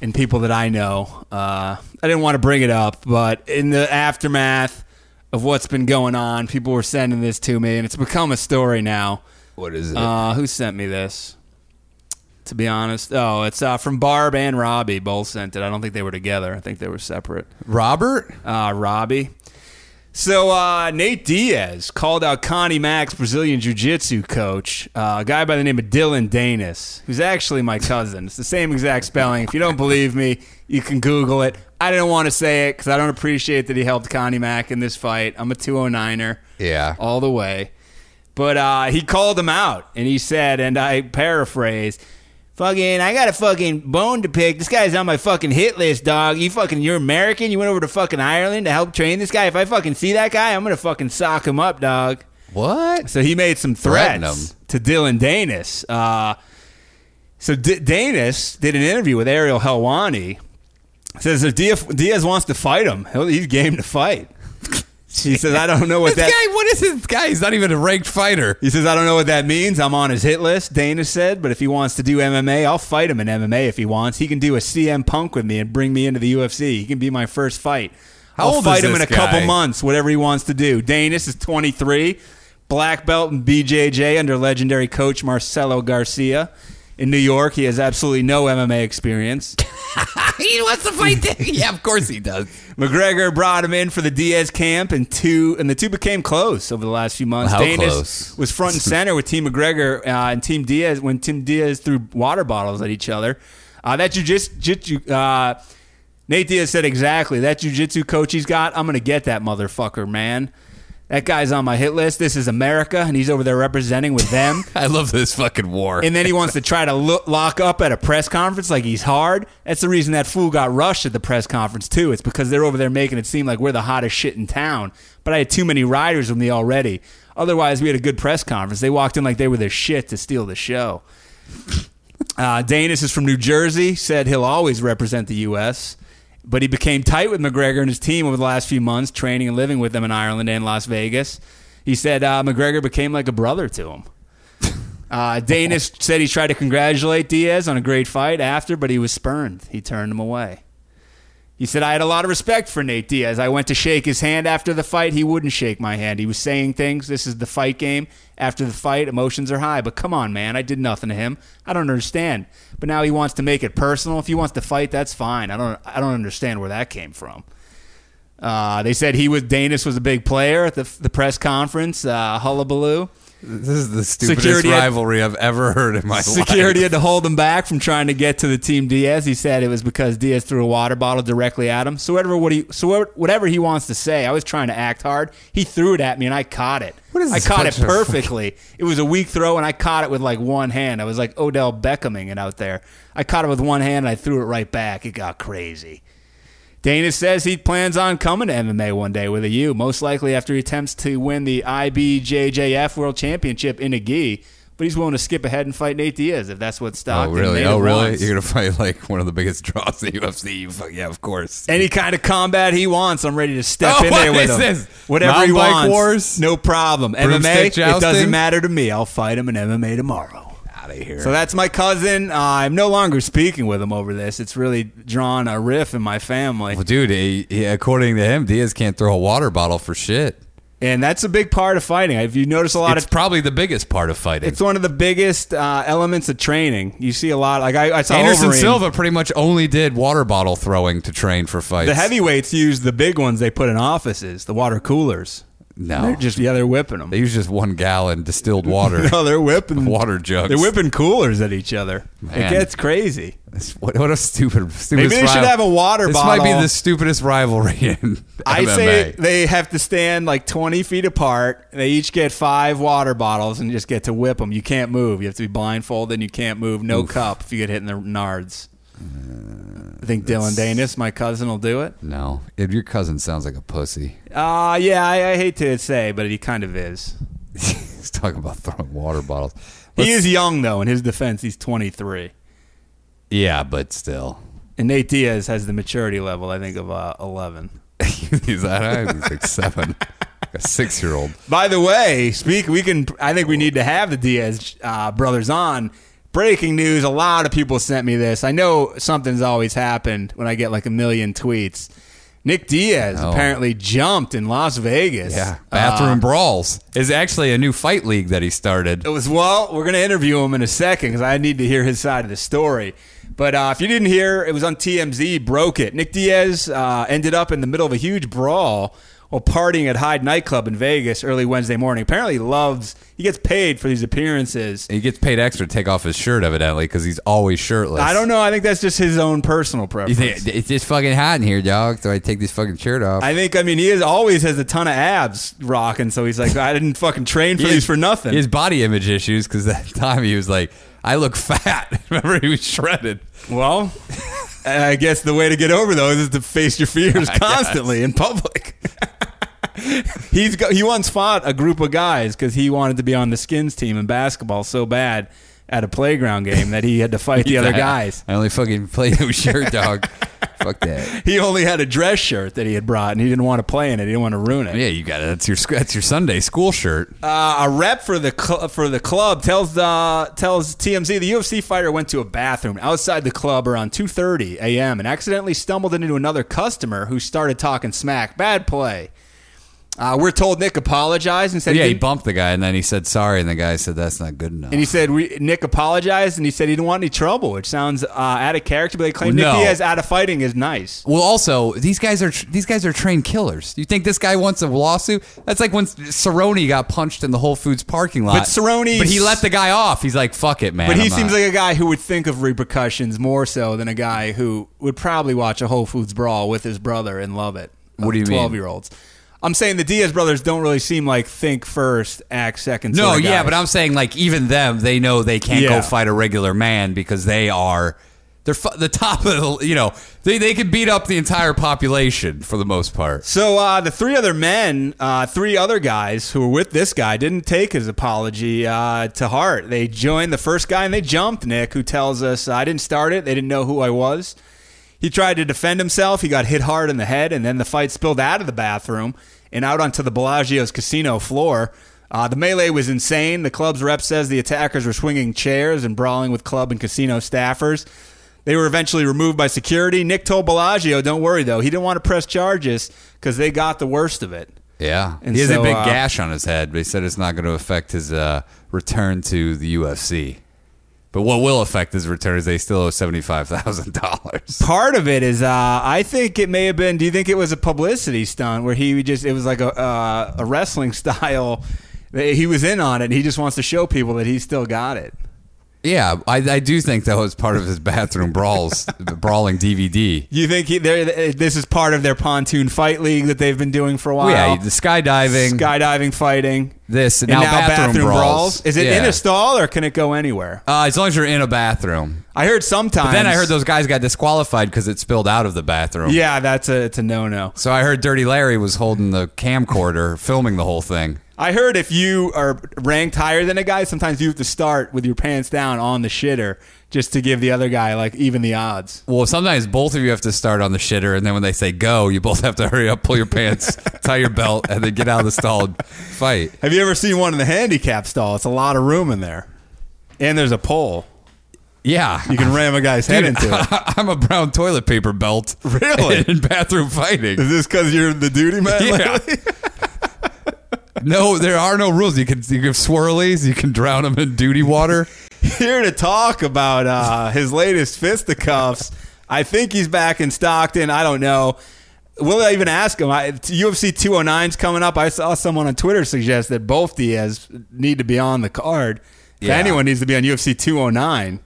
[SPEAKER 4] and people that I know. Uh, I didn't want to bring it up, but in the aftermath of what's been going on, people were sending this to me and it's become a story now.
[SPEAKER 5] What is it?
[SPEAKER 4] Uh, who sent me this? To be honest, oh, it's uh, from Barb and Robbie. Both sent it. I don't think they were together. I think they were separate
[SPEAKER 5] Robert?
[SPEAKER 4] uh, Robbie. So uh, Nate Diaz called out Connie Mack's Brazilian Jiu-Jitsu coach, uh, a guy by the name of Dylan Danis, who's actually my cousin. It's the same exact spelling. If you don't believe me, you can Google it. I didn't want to say it because I don't appreciate that he helped Connie Mack in this fight. I'm a 209er
[SPEAKER 5] Yeah.
[SPEAKER 4] all the way. But uh, he called him out and he said, and I paraphrase, fucking, I got a fucking bone to pick. This guy's on my fucking hit list, dog. You fucking, you're American. You went over to fucking Ireland to help train this guy. If I fucking see that guy, I'm going to fucking sock him up, dog.
[SPEAKER 5] What?
[SPEAKER 4] So he made some
[SPEAKER 5] Threatened
[SPEAKER 4] threats to Dylan Danis. Uh, so D- Danis did an interview with Ariel Helwani. Says if Diaz, Diaz wants to fight him, he'll, he's game to fight. She says, I don't know what
[SPEAKER 5] This
[SPEAKER 4] that.
[SPEAKER 5] guy, what is this guy? He's not even a ranked fighter.
[SPEAKER 4] He says, I don't know what that means. I'm on his hit list, Dana said, but if he wants to do MMA, I'll fight him in MMA if he wants. He can do a CM Punk with me and bring me into the UFC. He can be my first fight.
[SPEAKER 5] How
[SPEAKER 4] I'll
[SPEAKER 5] old
[SPEAKER 4] fight
[SPEAKER 5] is
[SPEAKER 4] him in
[SPEAKER 5] this
[SPEAKER 4] a couple
[SPEAKER 5] guy?
[SPEAKER 4] months, whatever he wants to do. Danis is 23, black belt in BJJ under legendary coach Marcelo Garcia. In New York, he has absolutely no MMA experience.
[SPEAKER 5] he wants to fight. Dick. yeah, of course he does.
[SPEAKER 4] McGregor brought him in for the Diaz camp, and two and the two became close over the last few months.
[SPEAKER 5] How
[SPEAKER 4] Danis
[SPEAKER 5] close?
[SPEAKER 4] was front and center with Team McGregor uh, and Team Diaz when Team Diaz threw water bottles at each other. Uh, that jujitsu, jitsu- uh, Nate Diaz said exactly that jujitsu coach he's got. I'm gonna get that motherfucker, man. That guy's on my hit list. This is America, and he's over there representing with them.
[SPEAKER 5] I love this fucking war.
[SPEAKER 4] and then he wants to try to lo- lock up at a press conference like he's hard. That's the reason that fool got rushed at the press conference too. It's because they're over there making it seem like we're the hottest shit in town. But I had too many riders with me already. Otherwise, we had a good press conference. They walked in like they were the shit to steal the show. Uh, Danis is from New Jersey. Said he'll always represent the U.S. But he became tight with McGregor and his team over the last few months, training and living with them in Ireland and Las Vegas. He said uh, McGregor became like a brother to him. Uh, Danis said he tried to congratulate Diaz on a great fight after, but he was spurned. He turned him away. He said, I had a lot of respect for Nate Diaz. I went to shake his hand after the fight. He wouldn't shake my hand. He was saying things. This is the fight game. After the fight, emotions are high. But come on, man. I did nothing to him. I don't understand. But now he wants to make it personal. If he wants to fight, that's fine. I don't, I don't understand where that came from. Uh, they said he was Danis was a big player at the, the press conference. Uh, hullabaloo.
[SPEAKER 5] this is the stupidest
[SPEAKER 4] Security had-
[SPEAKER 5] rivalry I've ever heard in my
[SPEAKER 4] Security
[SPEAKER 5] life.
[SPEAKER 4] had to hold him back from trying to get to the team Diaz. He said it was because Diaz threw a water bottle directly at him. So whatever what he so what- whatever he wants to say, I was trying to act hard. He threw it at me and I caught it.
[SPEAKER 5] What is
[SPEAKER 4] I
[SPEAKER 5] this
[SPEAKER 4] caught it
[SPEAKER 5] bunch of-
[SPEAKER 4] perfectly. It was a weak throw and I caught it with like one hand. I was like Odell Beckhaming it out there. I caught it with one hand and I threw it right back. It got crazy. Dana says he plans on coming to MMA one day with a U, most likely after he attempts to win the IBJJF World Championship in a gi. But he's willing to skip ahead and fight Nate Diaz if that's what
[SPEAKER 5] Oh
[SPEAKER 4] Stockton
[SPEAKER 5] really?
[SPEAKER 4] Native
[SPEAKER 5] Oh really?
[SPEAKER 4] wants.
[SPEAKER 5] You're gonna fight like one of the biggest draws in the UFC? You fuck- yeah, of course.
[SPEAKER 4] Any kind of combat he wants, I'm ready to step
[SPEAKER 5] Oh,
[SPEAKER 4] in there
[SPEAKER 5] what
[SPEAKER 4] with
[SPEAKER 5] is
[SPEAKER 4] him.
[SPEAKER 5] this?
[SPEAKER 4] Whatever he
[SPEAKER 5] Mountain bike
[SPEAKER 4] wants,
[SPEAKER 5] wars?
[SPEAKER 4] no problem. MMA,
[SPEAKER 5] Broomstick
[SPEAKER 4] it doesn't
[SPEAKER 5] jousting?
[SPEAKER 4] matter to me. I'll fight him in MMA tomorrow.
[SPEAKER 5] Out of here.
[SPEAKER 4] So that's my cousin. Uh, I'm no longer speaking with him over this. It's really drawn a riff in my family.
[SPEAKER 5] well, dude, he, he- according to him, Diaz can't throw a water bottle for shit.
[SPEAKER 4] And that's a big part of fighting. If you notice a lot
[SPEAKER 5] It's
[SPEAKER 4] of
[SPEAKER 5] probably the biggest part of fighting.
[SPEAKER 4] It's one of the biggest uh, elements of training. You see a lot. Like I, I saw
[SPEAKER 5] Anderson
[SPEAKER 4] Overeem.
[SPEAKER 5] Silva pretty much only did water bottle throwing to train for fights.
[SPEAKER 4] The heavyweights use the big ones they put in offices, the water coolers.
[SPEAKER 5] No.
[SPEAKER 4] they're just yeah, they're whipping them.
[SPEAKER 5] They use just one gallon distilled water.
[SPEAKER 4] no, they're whipping
[SPEAKER 5] Water jugs.
[SPEAKER 4] They're whipping coolers at each other. It
[SPEAKER 5] Man.
[SPEAKER 4] gets crazy.
[SPEAKER 5] It's- What, what a stupid, stupidest
[SPEAKER 4] Maybe they should
[SPEAKER 5] rival-
[SPEAKER 4] have a water
[SPEAKER 5] this might
[SPEAKER 4] bottle.
[SPEAKER 5] be the stupidest rivalry in
[SPEAKER 4] I
[SPEAKER 5] MMA.
[SPEAKER 4] say they have to stand like 20 feet apart. They each get five water bottles and just get to whip them. You can't move. You have to be blindfolded and you can't move. No cup if you get hit in the nards. I think Dylan Danis, my cousin, will do it.
[SPEAKER 5] no. If your cousin sounds like a pussy.
[SPEAKER 4] Uh, yeah, I, I hate to say, but he kind of is.
[SPEAKER 5] He's talking about throwing water bottles.
[SPEAKER 4] He
[SPEAKER 5] Let's-
[SPEAKER 4] is young, though. In his defense, he's 23.
[SPEAKER 5] Yeah, but still.
[SPEAKER 4] And Nate Diaz has the maturity level, I think, of uh, 11.
[SPEAKER 5] he's, I don't know, he's like seven, a six-year-old.
[SPEAKER 4] By the way, speak. We can. I think we need to have the Diaz uh, brothers on. Breaking news: A lot of people sent me this. I know something's always happened when I get like a million tweets. Nick Diaz
[SPEAKER 5] Oh.
[SPEAKER 4] apparently jumped in Las Vegas.
[SPEAKER 5] Bathroom
[SPEAKER 4] Uh,
[SPEAKER 5] Brawls is actually a new fight league that he started.
[SPEAKER 4] It was well. We're going to interview him in a second because I need to hear his side of the story. But uh, if you didn't hear, it was on TMZ. Broke it. Nick Diaz uh, ended up in the middle of a huge brawl while partying at Hyde nightclub in Vegas early Wednesday morning. Apparently, he loves. He gets paid for these appearances.
[SPEAKER 5] He gets paid extra to take off his shirt, evidently, because he's always shirtless.
[SPEAKER 4] I don't know. I think that's just his own personal preference.
[SPEAKER 5] You think, it's just fucking hot in here, dog. So I take this fucking shirt off.
[SPEAKER 4] I think. I mean, he is always has a ton of abs rocking. So he's like, I didn't fucking train for
[SPEAKER 5] He
[SPEAKER 4] these
[SPEAKER 5] has-
[SPEAKER 4] for nothing.
[SPEAKER 5] He has body image issues because that time he was like, I look fat. Remember, he was shredded.
[SPEAKER 4] Well, I guess the way to get over those is to face your fears
[SPEAKER 5] I guess.
[SPEAKER 4] constantly in public. He's go, he once fought a group of guys because he wanted to be on the skins team in basketball so bad at a playground game that he had to fight the other guys.
[SPEAKER 5] I only fucking play no shirt, dog. Fuck that.
[SPEAKER 4] He only had a dress shirt that he had brought, and he didn't want to play in it. He didn't want to ruin it.
[SPEAKER 5] Oh, Yeah, you got it. That's your sc- that's your Sunday school shirt.
[SPEAKER 4] Uh, a rep for the cl- for the club tells the tells TMZ the UFC fighter went to a bathroom outside the club around 2:30 a.m. and accidentally stumbled into another customer who started talking smack. Bad play. Uh, we're told Nick apologized and said
[SPEAKER 5] yeah, he
[SPEAKER 4] didn't-
[SPEAKER 5] bumped the guy, and then he said sorry, and the guy said that's not good enough.
[SPEAKER 4] and he said we, Nick apologized and he said he didn't want any trouble, which sounds uh, out of character. But they claim
[SPEAKER 5] No.
[SPEAKER 4] Nick Diaz out of fighting is nice.
[SPEAKER 5] Well, also these guys are these guys are trained killers. You think this guy wants a lawsuit? That's like when Cerrone got punched in the Whole Foods parking lot.
[SPEAKER 4] But Cerrone's-
[SPEAKER 5] but he let the guy off. He's like, "Fuck it, man."
[SPEAKER 4] But he
[SPEAKER 5] I'm
[SPEAKER 4] seems
[SPEAKER 5] not-
[SPEAKER 4] like a guy who would think of repercussions more so than a guy who would probably watch a Whole Foods brawl with his brother and love it.
[SPEAKER 5] What do you mean?
[SPEAKER 4] Twelve year olds. I'm saying the Diaz brothers don't really seem like think first, act second.
[SPEAKER 5] no,
[SPEAKER 4] sorta
[SPEAKER 5] yeah.
[SPEAKER 4] guys.
[SPEAKER 5] But I'm saying like even them, they know they can't
[SPEAKER 4] Yeah.
[SPEAKER 5] go fight a regular man because they are they're fu- the top of the you know they they could beat up the entire population for the most part.
[SPEAKER 4] So uh, the three other men, uh, three other guys who were with this guy, didn't take his apology uh, to heart. They joined the first guy and they jumped Nick, who tells us I didn't start it. They didn't know who I was. He tried to defend himself. He got hit hard in the head, and then the fight spilled out of the bathroom and out onto the Bellagio's casino floor. Uh, the melee was insane. The club's rep says the attackers were swinging chairs and brawling with club and casino staffers. They were eventually removed by security. Nick told Bellagio, "Don't worry though, he didn't want to press charges because they got the worst of it."
[SPEAKER 5] Yeah,
[SPEAKER 4] And
[SPEAKER 5] he has
[SPEAKER 4] so,
[SPEAKER 5] a big
[SPEAKER 4] uh,
[SPEAKER 5] gash on his head, but he said it's not going to affect his uh, return to the UFC. But what will affect his return is they still owe seventy five thousand dollars.
[SPEAKER 4] Part of it is, uh, I think it may have been. Do you think it was a publicity stunt where he just it was like a uh, a wrestling style? He was in on it. And he just wants to show people that he still got it.
[SPEAKER 5] Yeah, I, I do think that was part of his bathroom brawls, the brawling DVD.
[SPEAKER 4] You think he, they're- uh, this is part of their pontoon fight league that they've been doing for a while?
[SPEAKER 5] Oh, yeah, the skydiving,
[SPEAKER 4] skydiving, fighting,
[SPEAKER 5] this, and
[SPEAKER 4] and
[SPEAKER 5] now,
[SPEAKER 4] now,
[SPEAKER 5] bathroom, brawls.
[SPEAKER 4] Is it
[SPEAKER 5] Yeah.
[SPEAKER 4] in a stall or can it go anywhere?
[SPEAKER 5] Uh, as long as you're in a bathroom.
[SPEAKER 4] I heard sometimes.
[SPEAKER 5] Then I heard those guys got disqualified because it spilled out of the bathroom.
[SPEAKER 4] Yeah, that's a it's a no no.
[SPEAKER 5] So I heard Dirty Larry was holding the camcorder, filming the whole thing.
[SPEAKER 4] I heard if you are ranked higher than a guy, sometimes you have to start with your pants down on the shitter just to give the other guy like even the odds.
[SPEAKER 5] Well, sometimes both of you have to start on the shitter, and then when they say go, you both have to hurry up, pull your pants, tie your belt, and then get out of the stall and fight.
[SPEAKER 4] Have you ever seen one in the handicap stall? It's a lot of room in there, and there's a pole.
[SPEAKER 5] Yeah.
[SPEAKER 4] You can ram a guy's head
[SPEAKER 5] Dude,
[SPEAKER 4] into it.
[SPEAKER 5] I'm a brown toilet paper belt.
[SPEAKER 4] Really?
[SPEAKER 5] In bathroom fighting.
[SPEAKER 4] Is this because you're the duty man?
[SPEAKER 5] Yeah. No, there are no rules. You can you give swirlies, you can drown them in duty water.
[SPEAKER 4] here to talk about uh, his latest fisticuffs. I think he's back in Stockton. I don't know. Will I even ask him? I, UFC 209's coming up. I saw someone on Twitter suggest that both Diaz need to be on the card. If
[SPEAKER 5] Yeah.
[SPEAKER 4] anyone needs to be on UFC 209,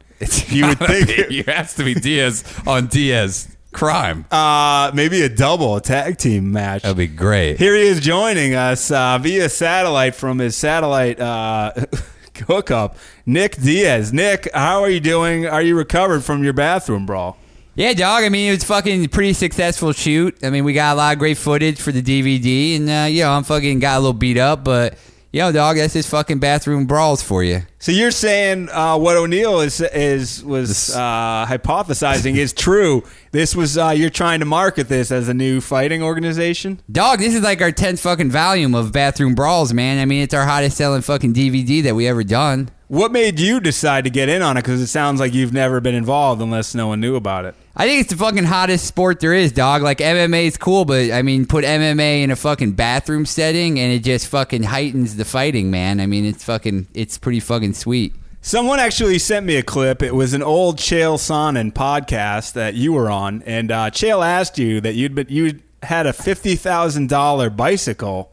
[SPEAKER 4] you would
[SPEAKER 5] you
[SPEAKER 4] think
[SPEAKER 5] has to be Diaz on Diaz crime.
[SPEAKER 4] uh, maybe a double tag team match.
[SPEAKER 5] That'd be great.
[SPEAKER 4] Here he is joining us uh, via satellite from his satellite uh, hookup, Nick Diaz. Nick, how are you doing? Are you recovered from your bathroom brawl?
[SPEAKER 5] Yeah, dog. I mean, it was fucking pretty successful shoot. I mean, we got a lot of great footage for the DVD, and uh, you know, I'm fucking got a little beat up, but you know, dog, that's just fucking bathroom brawls for you.
[SPEAKER 4] So you're saying uh, what O'Neill is is was uh, hypothesizing is true. This was uh, you're trying to market this as a new fighting organization.
[SPEAKER 5] Dog, this is like our tenth fucking volume of bathroom brawls, man. I mean, it's our hottest selling fucking DVD that we ever done.
[SPEAKER 4] What made you decide to get in on it? Because it sounds like you've never been involved unless no one knew about it.
[SPEAKER 5] I think it's the fucking hottest sport there is, dog. Like MMA is cool, but I mean, put MMA in a fucking bathroom setting, and it just fucking heightens the fighting, man. I mean, it's fucking, it's pretty fucking sweet.
[SPEAKER 4] Someone actually sent me a clip. It was an old Chael Sonnen podcast that you were on, and uh, Chael asked you that you'd but you had a fifty thousand dollar bicycle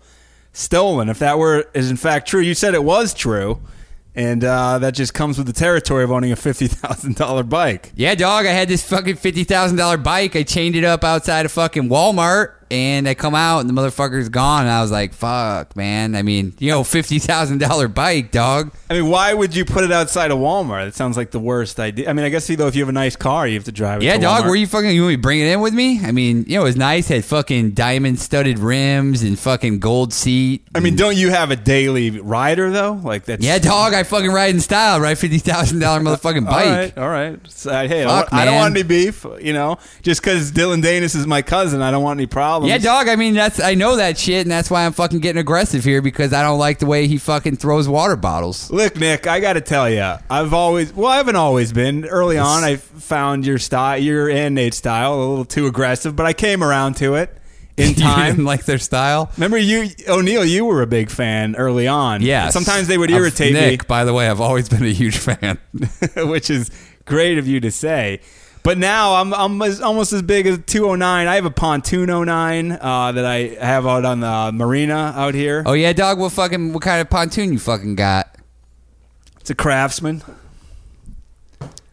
[SPEAKER 4] stolen. If that were is in fact true, you said it was true, and uh, that just comes with the territory of owning a fifty thousand dollar bike.
[SPEAKER 5] Yeah, dog. I had this fucking fifty thousand dollar bike. I chained it up outside of fucking Walmart, And I come out and the motherfucker's gone. And I was like, fuck, man. I mean, you know, fifty thousand dollar bike, dog.
[SPEAKER 4] I mean, why would you put it outside of Walmart? It sounds like the worst idea. I mean, I guess though, if you have a nice car, you have to drive it.
[SPEAKER 5] Yeah,
[SPEAKER 4] to
[SPEAKER 5] dog.
[SPEAKER 4] Walmart.
[SPEAKER 5] Were you fucking? You want me to bring it in with me? I mean, you know, it was nice. Had fucking diamond studded rims and fucking gold seat.
[SPEAKER 4] I mean, don't you have a daily rider though? Like that's
[SPEAKER 5] Yeah, dog. I fucking ride in style. Ride fifty thousand dollar motherfucking
[SPEAKER 4] All
[SPEAKER 5] bike.
[SPEAKER 4] right, all right. So, hey, I don't-
[SPEAKER 5] Fuck,
[SPEAKER 4] I don't
[SPEAKER 5] man.
[SPEAKER 4] want any beef. You know, just because Dylan Danis is my cousin, I don't want any problems.
[SPEAKER 5] Yeah, dog. I mean, that's I know that shit, and that's why I'm fucking getting aggressive here because I don't like the way he fucking throws water bottles.
[SPEAKER 4] Look, Nick, I got to tell you, I've always, well, I haven't always been. Early on, I found your style, your and Nate's style, a little too aggressive, but I came around to it in
[SPEAKER 5] You didn't
[SPEAKER 4] time.
[SPEAKER 5] like their style.
[SPEAKER 4] Remember you, O'Neill, you were a big fan early on.
[SPEAKER 5] Yeah.
[SPEAKER 4] And Sometimes they would irritate
[SPEAKER 5] Nick, by the way, I've always been a huge fan.
[SPEAKER 4] me, which is great of you to say. But now I'm, I'm as, almost as big as 209. I have a pontoon 09 uh, that I have out on the marina out here.
[SPEAKER 5] oh yeah, dog. What fucking what kind of pontoon you fucking got?
[SPEAKER 4] It's a craftsman.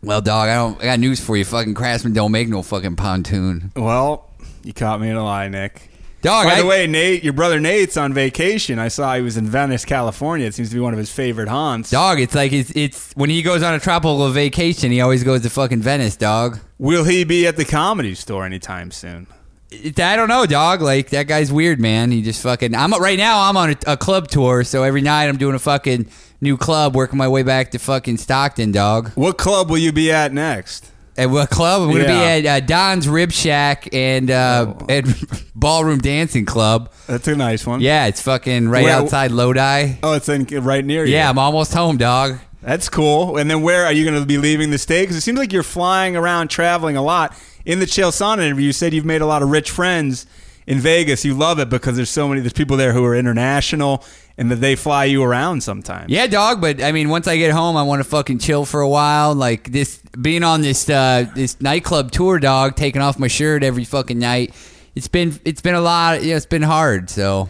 [SPEAKER 5] Well, dog. I don't. I got news for you. Fucking craftsmen don't make no fucking pontoon.
[SPEAKER 4] Well, you caught me in a lie, Nick.
[SPEAKER 5] Dog.
[SPEAKER 4] By
[SPEAKER 5] I,
[SPEAKER 4] the way, Nate, your brother Nate's on vacation. I saw he was in Venice, California. It seems to be one of his favorite haunts.
[SPEAKER 5] dog. It's like it's it's when he goes on a tropical vacation, he always goes to fucking Venice, dog.
[SPEAKER 4] Will he be at the comedy store anytime soon?
[SPEAKER 5] It- I don't know, dog. Like that guy's weird, man. He just fucking. I'm right now. I'm on a, a club tour, so every night I'm doing a fucking new club, working my way back to fucking Stockton, dog.
[SPEAKER 4] What club will you be at next?
[SPEAKER 5] At what club? I'm gonna
[SPEAKER 4] Yeah. Oh.
[SPEAKER 5] be at uh, Don's Rib Shack and uh, at Ballroom Dancing Club.
[SPEAKER 4] That's a nice one.
[SPEAKER 5] Yeah, it's fucking right
[SPEAKER 4] Where-
[SPEAKER 5] outside Lodi.
[SPEAKER 4] Oh, it's in, right near you.
[SPEAKER 5] Yeah, I'm almost home, dog.
[SPEAKER 4] That's cool. And then where are you going to be leaving the state? Because it seems like you're flying around, traveling a lot. In the Chael Sonnen interview, you said you've made a lot of rich friends in Vegas. You love it because there's so many, there's people there who are international and that they fly you around sometimes.
[SPEAKER 5] Yeah, dog. But I mean, once I get home, I want to fucking chill for a while. Like this, being on this uh, this nightclub tour, dog, taking off my shirt every fucking night. It's been it's been a lot. You know, it's been hard. So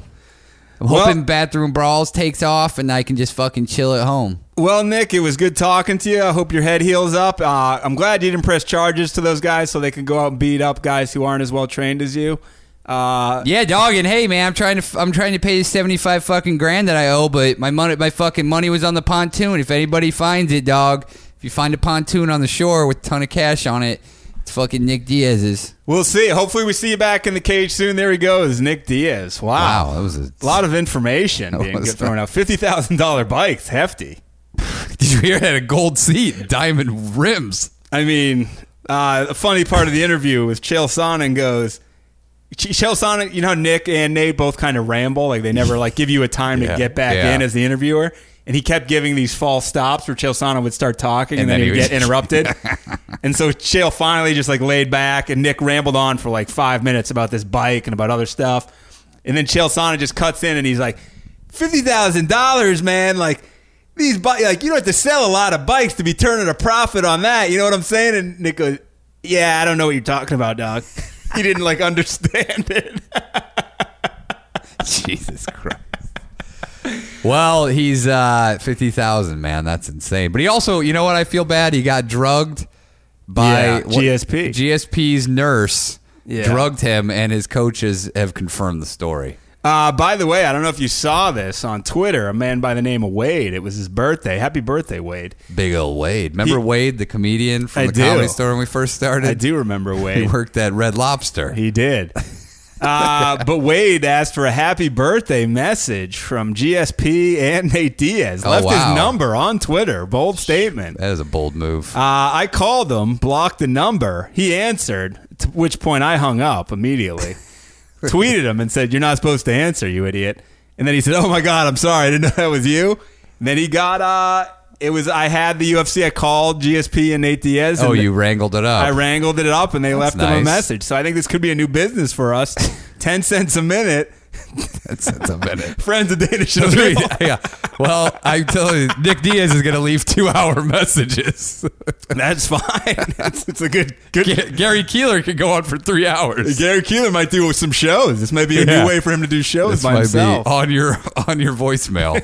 [SPEAKER 5] I'm
[SPEAKER 4] Well-
[SPEAKER 5] hoping bathroom brawls takes off, and I can just fucking chill at home.
[SPEAKER 4] Well, Nick, it was good talking to you. I hope your head heals up. Uh, I'm glad you didn't press charges to those guys so they can go out and beat up guys who aren't as well trained as you. Uh,
[SPEAKER 5] Yeah, dog. And hey, man, I'm trying to f- I'm trying to pay the 75 fucking grand that I owe, but my money my fucking money was on the pontoon. If anybody finds it, dog, if you find a pontoon on the shore with a ton of cash on it, it's fucking Nick Diaz's.
[SPEAKER 4] we'll see. Hopefully, we see you back in the cage soon. There he goes, Nick Diaz. Wow,
[SPEAKER 5] Wow, that was a-
[SPEAKER 4] a lot of information
[SPEAKER 5] That
[SPEAKER 4] being
[SPEAKER 5] was-
[SPEAKER 4] thrown out. Fifty thousand dollar bikes, hefty.
[SPEAKER 5] Did you hear that? A gold seat, diamond rims.
[SPEAKER 4] I mean, uh, a funny part of the interview was Chael Sonnen goes, Ch- Chael Sonnen, you know, how Nick and Nate both kind of ramble, like they never like give you a time to
[SPEAKER 5] Yeah.
[SPEAKER 4] get back
[SPEAKER 5] Yeah.
[SPEAKER 4] in as the interviewer. And he kept giving these false stops where Chael Sonnen would start talking and,
[SPEAKER 5] And
[SPEAKER 4] then,
[SPEAKER 5] then
[SPEAKER 4] he'd
[SPEAKER 5] he
[SPEAKER 4] get
[SPEAKER 5] was-
[SPEAKER 4] interrupted. and so Chael finally just like laid back and Nick rambled on for like five minutes about this bike and about other stuff. And then Chael Sonnen just cuts in and he's like, fifty thousand dollars, man, like these bikes, like you don't have to sell a lot of bikes to be turning a profit on that. You know what I'm saying? And Nick goes, "Yeah, I don't know what you're talking about, dog." he didn't like understand it.
[SPEAKER 5] Jesus Christ. Well, he's uh, fifty thousand, man. That's insane. But he also, you know what? I feel bad. He got drugged by
[SPEAKER 4] Yeah,
[SPEAKER 5] what-
[SPEAKER 4] GSP.
[SPEAKER 5] GSP's nurse
[SPEAKER 4] Yeah.
[SPEAKER 5] drugged him, and his coaches have confirmed the story.
[SPEAKER 4] Uh, by the way, I don't know if you saw this on Twitter. A man by the name of Wade. It was his birthday. Happy birthday, Wade.
[SPEAKER 5] Big old Wade. Remember
[SPEAKER 4] He-
[SPEAKER 5] Wade, the comedian from
[SPEAKER 4] I
[SPEAKER 5] the
[SPEAKER 4] do.
[SPEAKER 5] comedy store when we first started?
[SPEAKER 4] I do remember
[SPEAKER 5] He
[SPEAKER 4] Wade.
[SPEAKER 5] worked at Red Lobster.
[SPEAKER 4] He did. Uh, but Wade asked for a happy birthday message from GSP and Nate Diaz.
[SPEAKER 5] Oh,
[SPEAKER 4] Left
[SPEAKER 5] wow.
[SPEAKER 4] his number on Twitter. Bold statement.
[SPEAKER 5] that is a bold move.
[SPEAKER 4] Uh, I called him, blocked the number. He answered, to which point I hung up immediately. Tweeted him and said, You're not supposed to answer, you idiot. And then he said, Oh my God, I'm sorry. I didn't know that was you. And then he got, uh, it was, I had the UFC. I called GSP and Nate Diaz.
[SPEAKER 5] oh,
[SPEAKER 4] and
[SPEAKER 5] you wrangled it up.
[SPEAKER 4] I wrangled it up and they left him a
[SPEAKER 5] nice.
[SPEAKER 4] message. So I think this could be a new business for us 10 cents a minute.
[SPEAKER 5] That's, that's a minute.
[SPEAKER 4] Friends of Dana
[SPEAKER 5] Those are-
[SPEAKER 4] Show.
[SPEAKER 5] yeah. Well, I'm telling you, Nick Diaz is going to leave two hour messages.
[SPEAKER 4] That's fine. it's, it's a good, good,
[SPEAKER 5] Ga- Gary Keeler could go on for three hours.
[SPEAKER 4] Gary Keeler might do some shows. This might be a
[SPEAKER 5] Yeah.
[SPEAKER 4] new way for him to do shows
[SPEAKER 5] This
[SPEAKER 4] by
[SPEAKER 5] might be
[SPEAKER 4] himself.
[SPEAKER 5] on your on your voicemail.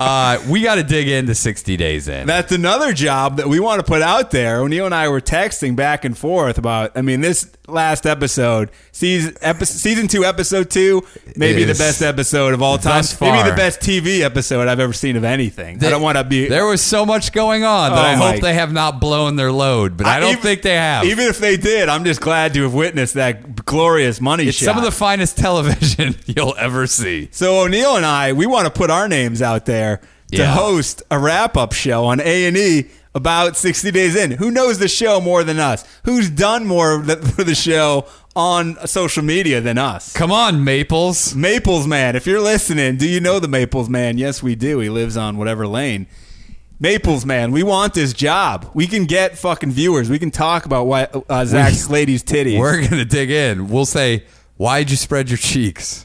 [SPEAKER 5] uh, we got to dig into 60 days in.
[SPEAKER 4] That's another job that we want to put out there. O'Neill and I were texting back and forth about. I mean, this last episode. Season, epi- season two, episode two, maybe
[SPEAKER 5] Is-
[SPEAKER 4] the best episode of all time.
[SPEAKER 5] Thus
[SPEAKER 4] Maybe
[SPEAKER 5] far.
[SPEAKER 4] the best TV episode I've ever seen of anything. I don't want to be.
[SPEAKER 5] There was so much going on that
[SPEAKER 4] Oh
[SPEAKER 5] I
[SPEAKER 4] my-
[SPEAKER 5] hope they have not blown their load, but I, don't
[SPEAKER 4] even-
[SPEAKER 5] think they have.
[SPEAKER 4] Even if they did, I'm just glad to have witnessed that glorious money
[SPEAKER 5] it's
[SPEAKER 4] shot.
[SPEAKER 5] some of the finest television you'll ever see.
[SPEAKER 4] So O'Neill and I, we want to put our names out there to
[SPEAKER 5] Yeah.
[SPEAKER 4] host a wrap-up show on A and E about 60 days in. Who knows the show more than us? Who's done more th- for the show on social media than us?
[SPEAKER 5] Come on, Maples.
[SPEAKER 4] Maples man, if you're listening, do you know the Maples man? Yes, we do. He lives on whatever lane. Maples man, we want this job. We can get fucking viewers. We can talk about why uh, Zach's lady's titties.
[SPEAKER 5] We're going to dig in. We'll say, why'd you spread your cheeks?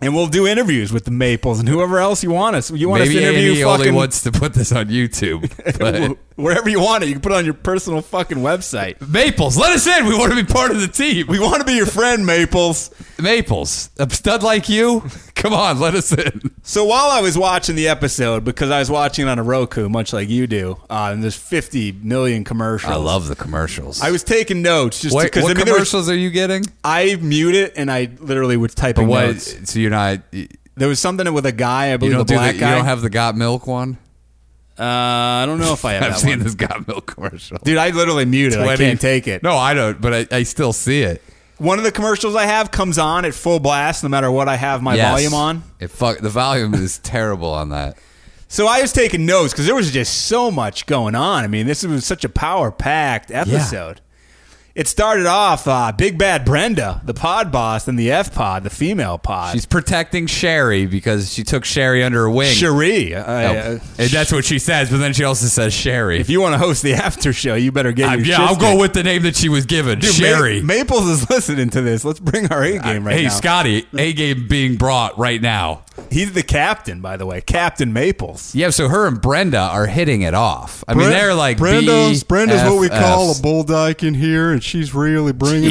[SPEAKER 4] and we'll do interviews with the Maples and whoever else you want us. You want
[SPEAKER 5] Maybe
[SPEAKER 4] us to interview
[SPEAKER 5] A&E only
[SPEAKER 4] fucking
[SPEAKER 5] wants to put this on YouTube. but-
[SPEAKER 4] Wh- wherever you want it, you can put it on your personal fucking website.
[SPEAKER 5] Maples, let us in. We want to be part of the team.
[SPEAKER 4] We want to be your friend, Maples.
[SPEAKER 5] Maples, a stud like you? Come on, let us in.
[SPEAKER 4] So while I was watching the episode, because I was watching it on a Roku, much like you do, uh, and there's 50 million commercials.
[SPEAKER 5] the commercials.
[SPEAKER 4] I was taking notes just
[SPEAKER 5] Wait,
[SPEAKER 4] because
[SPEAKER 5] what
[SPEAKER 4] I mean, there was-
[SPEAKER 5] commercials are you getting?
[SPEAKER 4] I mute it and I literally was typing
[SPEAKER 5] What?
[SPEAKER 4] notes.
[SPEAKER 5] So you're not. You
[SPEAKER 4] There was something with a guy, I believe,
[SPEAKER 5] don't
[SPEAKER 4] a
[SPEAKER 5] do the,
[SPEAKER 4] black
[SPEAKER 5] You
[SPEAKER 4] guy.
[SPEAKER 5] don't have the Got Milk one.
[SPEAKER 4] uh, I don't know if I have
[SPEAKER 5] I've
[SPEAKER 4] that
[SPEAKER 5] seen
[SPEAKER 4] one.
[SPEAKER 5] this Got Milk commercial.
[SPEAKER 4] Dude, I literally muted. I
[SPEAKER 5] 20
[SPEAKER 4] can't take it.
[SPEAKER 5] No, I don't. But I, I still see it.
[SPEAKER 4] One of the commercials I have comes on at full blast, no matter what I have my
[SPEAKER 5] Yes.
[SPEAKER 4] volume on.
[SPEAKER 5] It fuck the volume is terrible on that.
[SPEAKER 4] So I was taking notes because there was just so much going on. I mean, this was such a power packed episode. It started off uh, Big Bad Brenda, the pod boss, and the F pod, the female pod.
[SPEAKER 5] She's protecting Sherry because she took Sherry under her wing.
[SPEAKER 4] Cherie. Uh,
[SPEAKER 5] Oh,
[SPEAKER 4] uh,
[SPEAKER 5] and that's what she says. But then she also says Sherry.
[SPEAKER 4] if you want to host the after show, you better get
[SPEAKER 5] I,
[SPEAKER 4] your
[SPEAKER 5] yeah,
[SPEAKER 4] shit
[SPEAKER 5] I'll go
[SPEAKER 4] straight.
[SPEAKER 5] with the name that she was given,
[SPEAKER 4] Dude, Ma-
[SPEAKER 5] Sherry.
[SPEAKER 4] Maples is listening to this. Let's bring our A game right
[SPEAKER 5] Uh, hey,
[SPEAKER 4] now.
[SPEAKER 5] Scotty, A game being brought right now.
[SPEAKER 4] He's the captain, by the way. Captain Maples.
[SPEAKER 5] Yeah, so her and Brenda are hitting it off. I mean, they're like BFFs.
[SPEAKER 4] bull dyke in here, and she's really bringing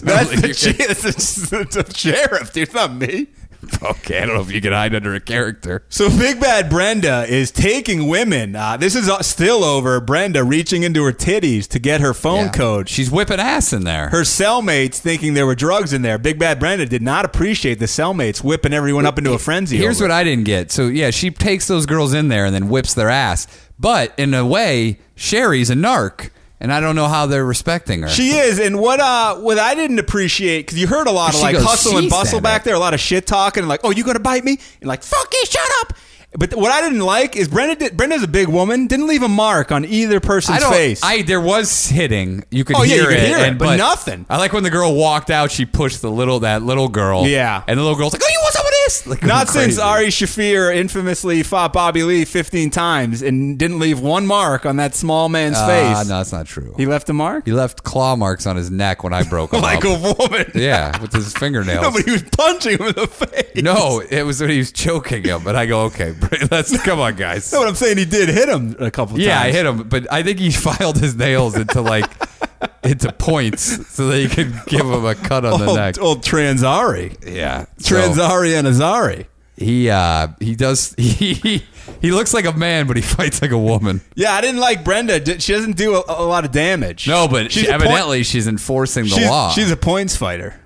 [SPEAKER 4] That's the,
[SPEAKER 5] Nobody-
[SPEAKER 4] that's the, that's the sheriff, dude. It's not me.
[SPEAKER 5] okay, I don't know if you can hide under a character.
[SPEAKER 4] So Big Bad Brenda is taking women. Uh, this is uh, still over. Brenda reaching into her titties to get her phone
[SPEAKER 5] Yeah.
[SPEAKER 4] code. She,
[SPEAKER 5] She's whipping ass in there.
[SPEAKER 4] her cellmates thinking there were drugs in there. Big Bad Brenda did not appreciate the cellmates whipping everyone up into a frenzy.
[SPEAKER 5] Here's what I didn't get. So yeah, she takes those girls in there and then whips their ass. But in a way, Sherry's a narc, and I don't know how they're respecting her.
[SPEAKER 4] she is, and what uh, what I didn't appreciate because you heard a lot of
[SPEAKER 5] She
[SPEAKER 4] like
[SPEAKER 5] goes,
[SPEAKER 4] hustle and
[SPEAKER 5] "She
[SPEAKER 4] bustle
[SPEAKER 5] said
[SPEAKER 4] back
[SPEAKER 5] it."
[SPEAKER 4] there, a lot of shit talking, and like, oh, you gonna bite me? And like, fuck you, shut up. But what I didn't like is Brenda. Did, Brenda's a big woman, didn't leave a mark on either person's
[SPEAKER 5] I don't.
[SPEAKER 4] face.
[SPEAKER 5] I there was hitting. You could
[SPEAKER 4] Oh, yeah,
[SPEAKER 5] hear
[SPEAKER 4] you could
[SPEAKER 5] it,
[SPEAKER 4] hear it,
[SPEAKER 5] and,
[SPEAKER 4] but nothing.
[SPEAKER 5] I like when the girl walked out. She pushed the little that little girl.
[SPEAKER 4] Yeah.
[SPEAKER 5] and the little girl's like, "Oh, you want some of this?" Like,
[SPEAKER 4] Not
[SPEAKER 5] going
[SPEAKER 4] since
[SPEAKER 5] crazy.
[SPEAKER 4] Ari Shafir infamously fought Bobby Lee 15 times and didn't leave one mark on that small man's
[SPEAKER 5] Uh,
[SPEAKER 4] face.
[SPEAKER 5] no, that's not true.
[SPEAKER 4] He
[SPEAKER 5] He,
[SPEAKER 4] left a mark?
[SPEAKER 5] left claw marks on his neck when I broke him
[SPEAKER 4] Like
[SPEAKER 5] up.
[SPEAKER 4] a woman.
[SPEAKER 5] Yeah, with his fingernails.
[SPEAKER 4] Nobody was punching him in the face.
[SPEAKER 5] no, it was when he was choking him. But I go, okay, let's come on, guys.
[SPEAKER 4] No, but I'm saying he did hit him a couple
[SPEAKER 5] Yeah, I
[SPEAKER 4] times.
[SPEAKER 5] hit him, but I think he filed his nails into like into points so that you could give him a cut on the
[SPEAKER 4] Old,
[SPEAKER 5] neck.
[SPEAKER 4] old Transari.
[SPEAKER 5] Yeah, So
[SPEAKER 4] Transari and Azari.
[SPEAKER 5] he uh, he does he he looks like a man, but he fights like a woman.
[SPEAKER 4] Yeah, I didn't like Brenda. D- She doesn't do a, a lot of damage.
[SPEAKER 5] No, but
[SPEAKER 4] She's
[SPEAKER 5] she,
[SPEAKER 4] a point-
[SPEAKER 5] evidently she's enforcing the
[SPEAKER 4] she's,
[SPEAKER 5] law.
[SPEAKER 4] she's a points fighter.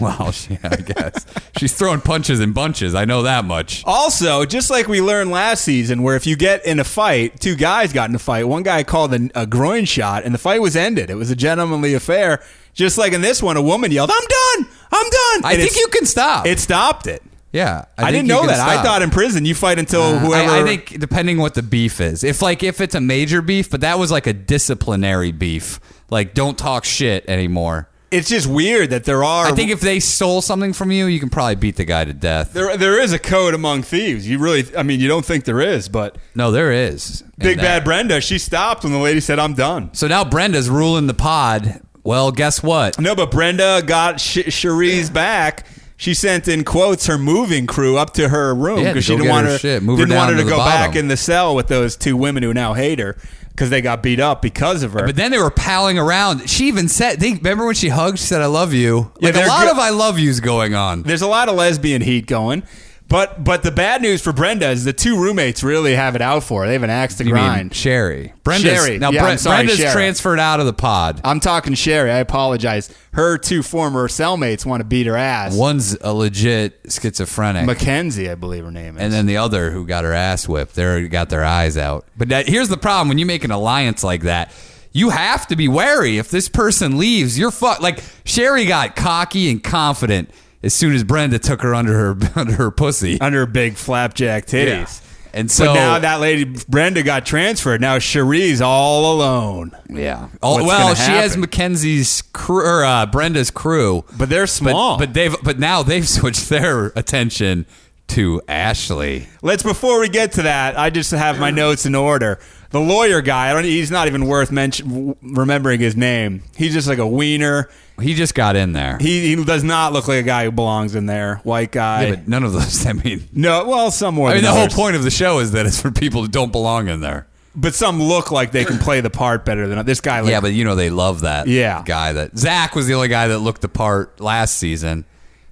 [SPEAKER 5] well, she, I guess she's throwing punches in bunches. I know that much.
[SPEAKER 4] Also, just like we learned last season, where if you get in a fight, two guys got in a fight. One guy called a, a groin shot, and the fight was ended. It was a gentlemanly affair. Just like in this one, a woman yelled, "I'm done! I'm done!"
[SPEAKER 5] I
[SPEAKER 4] And
[SPEAKER 5] think
[SPEAKER 4] it's-
[SPEAKER 5] you can stop.
[SPEAKER 4] It stopped it.
[SPEAKER 5] yeah,
[SPEAKER 4] I,
[SPEAKER 5] think
[SPEAKER 4] didn't
[SPEAKER 5] you
[SPEAKER 4] know
[SPEAKER 5] can
[SPEAKER 4] that. I
[SPEAKER 5] stop. Uh,
[SPEAKER 4] thought in prison you fight until whoever.
[SPEAKER 5] I, I think depending what the beef is, if like if it's a major beef, but that was like a disciplinary beef, like don't talk shit anymore.
[SPEAKER 4] it's just weird that there are.
[SPEAKER 5] I think if they stole something from you, you can probably beat the guy to death.
[SPEAKER 4] there there is a code among thieves. You really, I mean, you don't think there is, but
[SPEAKER 5] No, there is. in
[SPEAKER 4] Big
[SPEAKER 5] that.
[SPEAKER 4] Bad Brenda, she stopped when the lady said, "I'm done."
[SPEAKER 5] So now Brenda's ruling the pod. Well, guess what?
[SPEAKER 4] No, but Brenda got Sh- Cherie's back. She sent in quotes her moving crew up to her room
[SPEAKER 5] Yeah,
[SPEAKER 4] because she
[SPEAKER 5] to go
[SPEAKER 4] didn't
[SPEAKER 5] get
[SPEAKER 4] want
[SPEAKER 5] her
[SPEAKER 4] her,
[SPEAKER 5] shit,
[SPEAKER 4] didn't
[SPEAKER 5] move her
[SPEAKER 4] want
[SPEAKER 5] down
[SPEAKER 4] her to,
[SPEAKER 5] to the
[SPEAKER 4] go back
[SPEAKER 5] bottom.
[SPEAKER 4] in the cell with those two women who now hate her because they got beat up because of her.
[SPEAKER 5] But then they were palling around. She even said, "They remember when she hugged? She said, "I love you."
[SPEAKER 4] Yeah,
[SPEAKER 5] Like
[SPEAKER 4] they're
[SPEAKER 5] a lot
[SPEAKER 4] good-
[SPEAKER 5] of "I love yous" going on.
[SPEAKER 4] There's a lot of lesbian heat going. But but the bad news for Brenda is the two roommates really have it out for her. They have an axe to
[SPEAKER 5] You
[SPEAKER 4] grind.
[SPEAKER 5] mean Sherry? Brenda's
[SPEAKER 4] Sherry.
[SPEAKER 5] now.
[SPEAKER 4] Yeah,
[SPEAKER 5] Bre-
[SPEAKER 4] I'm sorry,
[SPEAKER 5] Brenda's
[SPEAKER 4] Sherry.
[SPEAKER 5] transferred out of the pod.
[SPEAKER 4] I'm talking Sherry. I apologize. Her two former cellmates want to beat her ass.
[SPEAKER 5] One's a legit schizophrenic,
[SPEAKER 4] Mackenzie, I believe her name is.
[SPEAKER 5] and then the other who got her ass whipped. They already got their eyes out. But that, here's the problem: when you make an alliance like that, you have to be wary. If this person leaves, you're fucked. Like Sherry got cocky and confident as soon as Brenda took her under her under her pussy.
[SPEAKER 4] under big flapjack titties.
[SPEAKER 5] And
[SPEAKER 4] So
[SPEAKER 5] so
[SPEAKER 4] Uh, now that lady Brenda got transferred. Now Cherie's all alone.
[SPEAKER 5] yeah. All,
[SPEAKER 4] What's
[SPEAKER 5] well,
[SPEAKER 4] gonna
[SPEAKER 5] she has
[SPEAKER 4] happen?
[SPEAKER 5] Mackenzie's crew or uh, Brenda's crew.
[SPEAKER 4] But they're small.
[SPEAKER 5] But, but they've but now they've switched their attention to Ashley.
[SPEAKER 4] Let's before we get to that, I just have my notes in order. The lawyer guy, I don't, he's not even worth mention, w- remembering his name. He's just like a wiener.
[SPEAKER 5] He just got in there.
[SPEAKER 4] He, he does not look like a guy who belongs in there. White guy.
[SPEAKER 5] yeah, but none of those. I mean,
[SPEAKER 4] no, well, some more.
[SPEAKER 5] I mean,
[SPEAKER 4] than
[SPEAKER 5] the whole
[SPEAKER 4] others.
[SPEAKER 5] point of the show is that it's for people who don't belong in there.
[SPEAKER 4] But some look like they can play the part better than this guy. Like,
[SPEAKER 5] yeah, but you know they love that.
[SPEAKER 4] Yeah.
[SPEAKER 5] guy that Zach was the only guy that looked the part last season.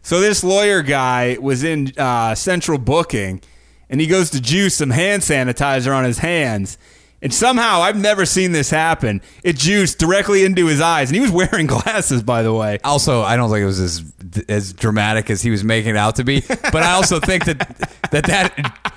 [SPEAKER 4] So this lawyer guy was in uh, central booking, and he goes to juice some hand sanitizer on his hands. And somehow, I've never seen this happen. It juiced directly into his eyes, and he was wearing glasses, by the way.
[SPEAKER 5] Also, I don't think it was as as dramatic as he was making it out to be. But I also think that that that.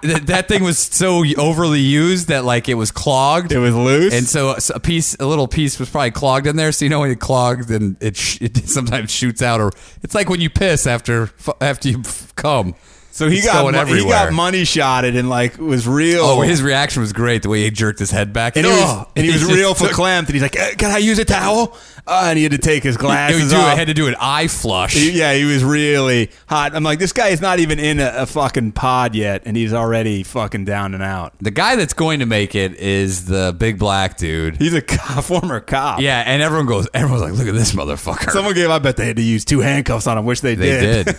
[SPEAKER 5] That, that thing was so overly used that like it was clogged.
[SPEAKER 4] It was loose.
[SPEAKER 5] and so so a piece, a little piece was probably clogged in there. So you know when it clogged and it, sh- it sometimes shoots out, or it's like when you piss after fu- after you f- cum.
[SPEAKER 4] so he
[SPEAKER 5] It's
[SPEAKER 4] got
[SPEAKER 5] going
[SPEAKER 4] mo- he
[SPEAKER 5] everywhere.
[SPEAKER 4] got money shotted and like was real.
[SPEAKER 5] Oh, his reaction was great. The way he jerked his head back,
[SPEAKER 4] and he was,
[SPEAKER 5] Oh!
[SPEAKER 4] and he was
[SPEAKER 5] just
[SPEAKER 4] real for
[SPEAKER 5] took-
[SPEAKER 4] clamped. And he's like, "Eh, "Can I use a towel?" Uh, and he had to take his
[SPEAKER 5] He
[SPEAKER 4] glasses
[SPEAKER 5] would do,
[SPEAKER 4] off.
[SPEAKER 5] it, had to do an eye flush.
[SPEAKER 4] He- yeah, he was really hot. I'm like, this guy is not even in a, a fucking pod yet, and he's already fucking down and out.
[SPEAKER 5] the guy that's going to make it is the big black dude.
[SPEAKER 4] He's a co- former cop.
[SPEAKER 5] Yeah, and everyone goes, everyone's like, look at this motherfucker.
[SPEAKER 4] Someone gave, I bet they had to use two handcuffs on him. Wish they,
[SPEAKER 5] they did.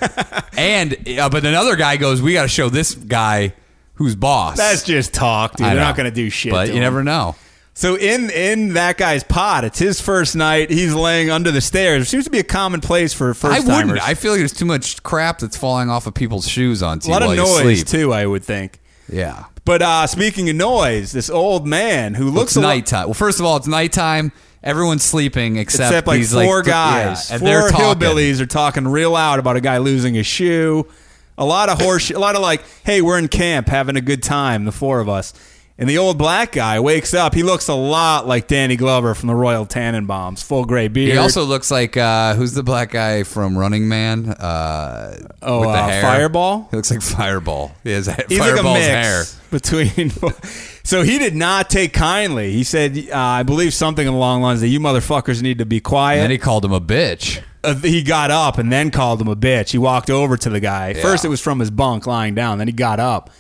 [SPEAKER 5] and uh, but another guy goes, we got to show this guy who's boss.
[SPEAKER 4] That's just talk, dude.
[SPEAKER 5] I
[SPEAKER 4] They're
[SPEAKER 5] know.
[SPEAKER 4] not going to do shit.
[SPEAKER 5] But
[SPEAKER 4] to
[SPEAKER 5] you
[SPEAKER 4] him.
[SPEAKER 5] never know.
[SPEAKER 4] So in in that guy's pod, it's his first night. He's laying under the stairs. It seems to be a common place for
[SPEAKER 5] I
[SPEAKER 4] first
[SPEAKER 5] wouldn't.
[SPEAKER 4] timers.
[SPEAKER 5] I feel like there's too much crap that's falling off of people's shoes onto
[SPEAKER 4] a lot
[SPEAKER 5] you
[SPEAKER 4] of
[SPEAKER 5] while you
[SPEAKER 4] noise
[SPEAKER 5] E sleep.
[SPEAKER 4] too. I would think.
[SPEAKER 5] Yeah.
[SPEAKER 4] But uh, speaking of noise, this old man who looks
[SPEAKER 5] it's
[SPEAKER 4] a lot-
[SPEAKER 5] nighttime. Well, first of all, it's nighttime. Everyone's sleeping except,
[SPEAKER 4] except like
[SPEAKER 5] these
[SPEAKER 4] four
[SPEAKER 5] like, th- yeah,
[SPEAKER 4] guys,
[SPEAKER 5] and
[SPEAKER 4] four
[SPEAKER 5] they're talking.
[SPEAKER 4] hillbillies are talking real loud about a guy losing his shoe. A lot of horse, a lot of like, hey, we're in camp having a good time, the four of us. And the old black guy wakes up. He looks a lot like Danny Glover from the Royal Tannenbaums, full gray beard.
[SPEAKER 5] He also looks like uh, who's the black guy from Running Man? Uh,
[SPEAKER 4] Oh,
[SPEAKER 5] with the
[SPEAKER 4] uh,
[SPEAKER 5] hair?
[SPEAKER 4] Fireball?
[SPEAKER 5] He looks like Fireball. He has
[SPEAKER 4] he's
[SPEAKER 5] Fireball's
[SPEAKER 4] like a mix
[SPEAKER 5] hair.
[SPEAKER 4] between. so he did not take kindly. He said, uh, I believe something along the lines that you motherfuckers need to be quiet.
[SPEAKER 5] And then he called him a bitch.
[SPEAKER 4] uh, he got up and then called him a bitch. He walked over to the guy.
[SPEAKER 5] Yeah.
[SPEAKER 4] First, it was from his bunk lying down. Then he got up.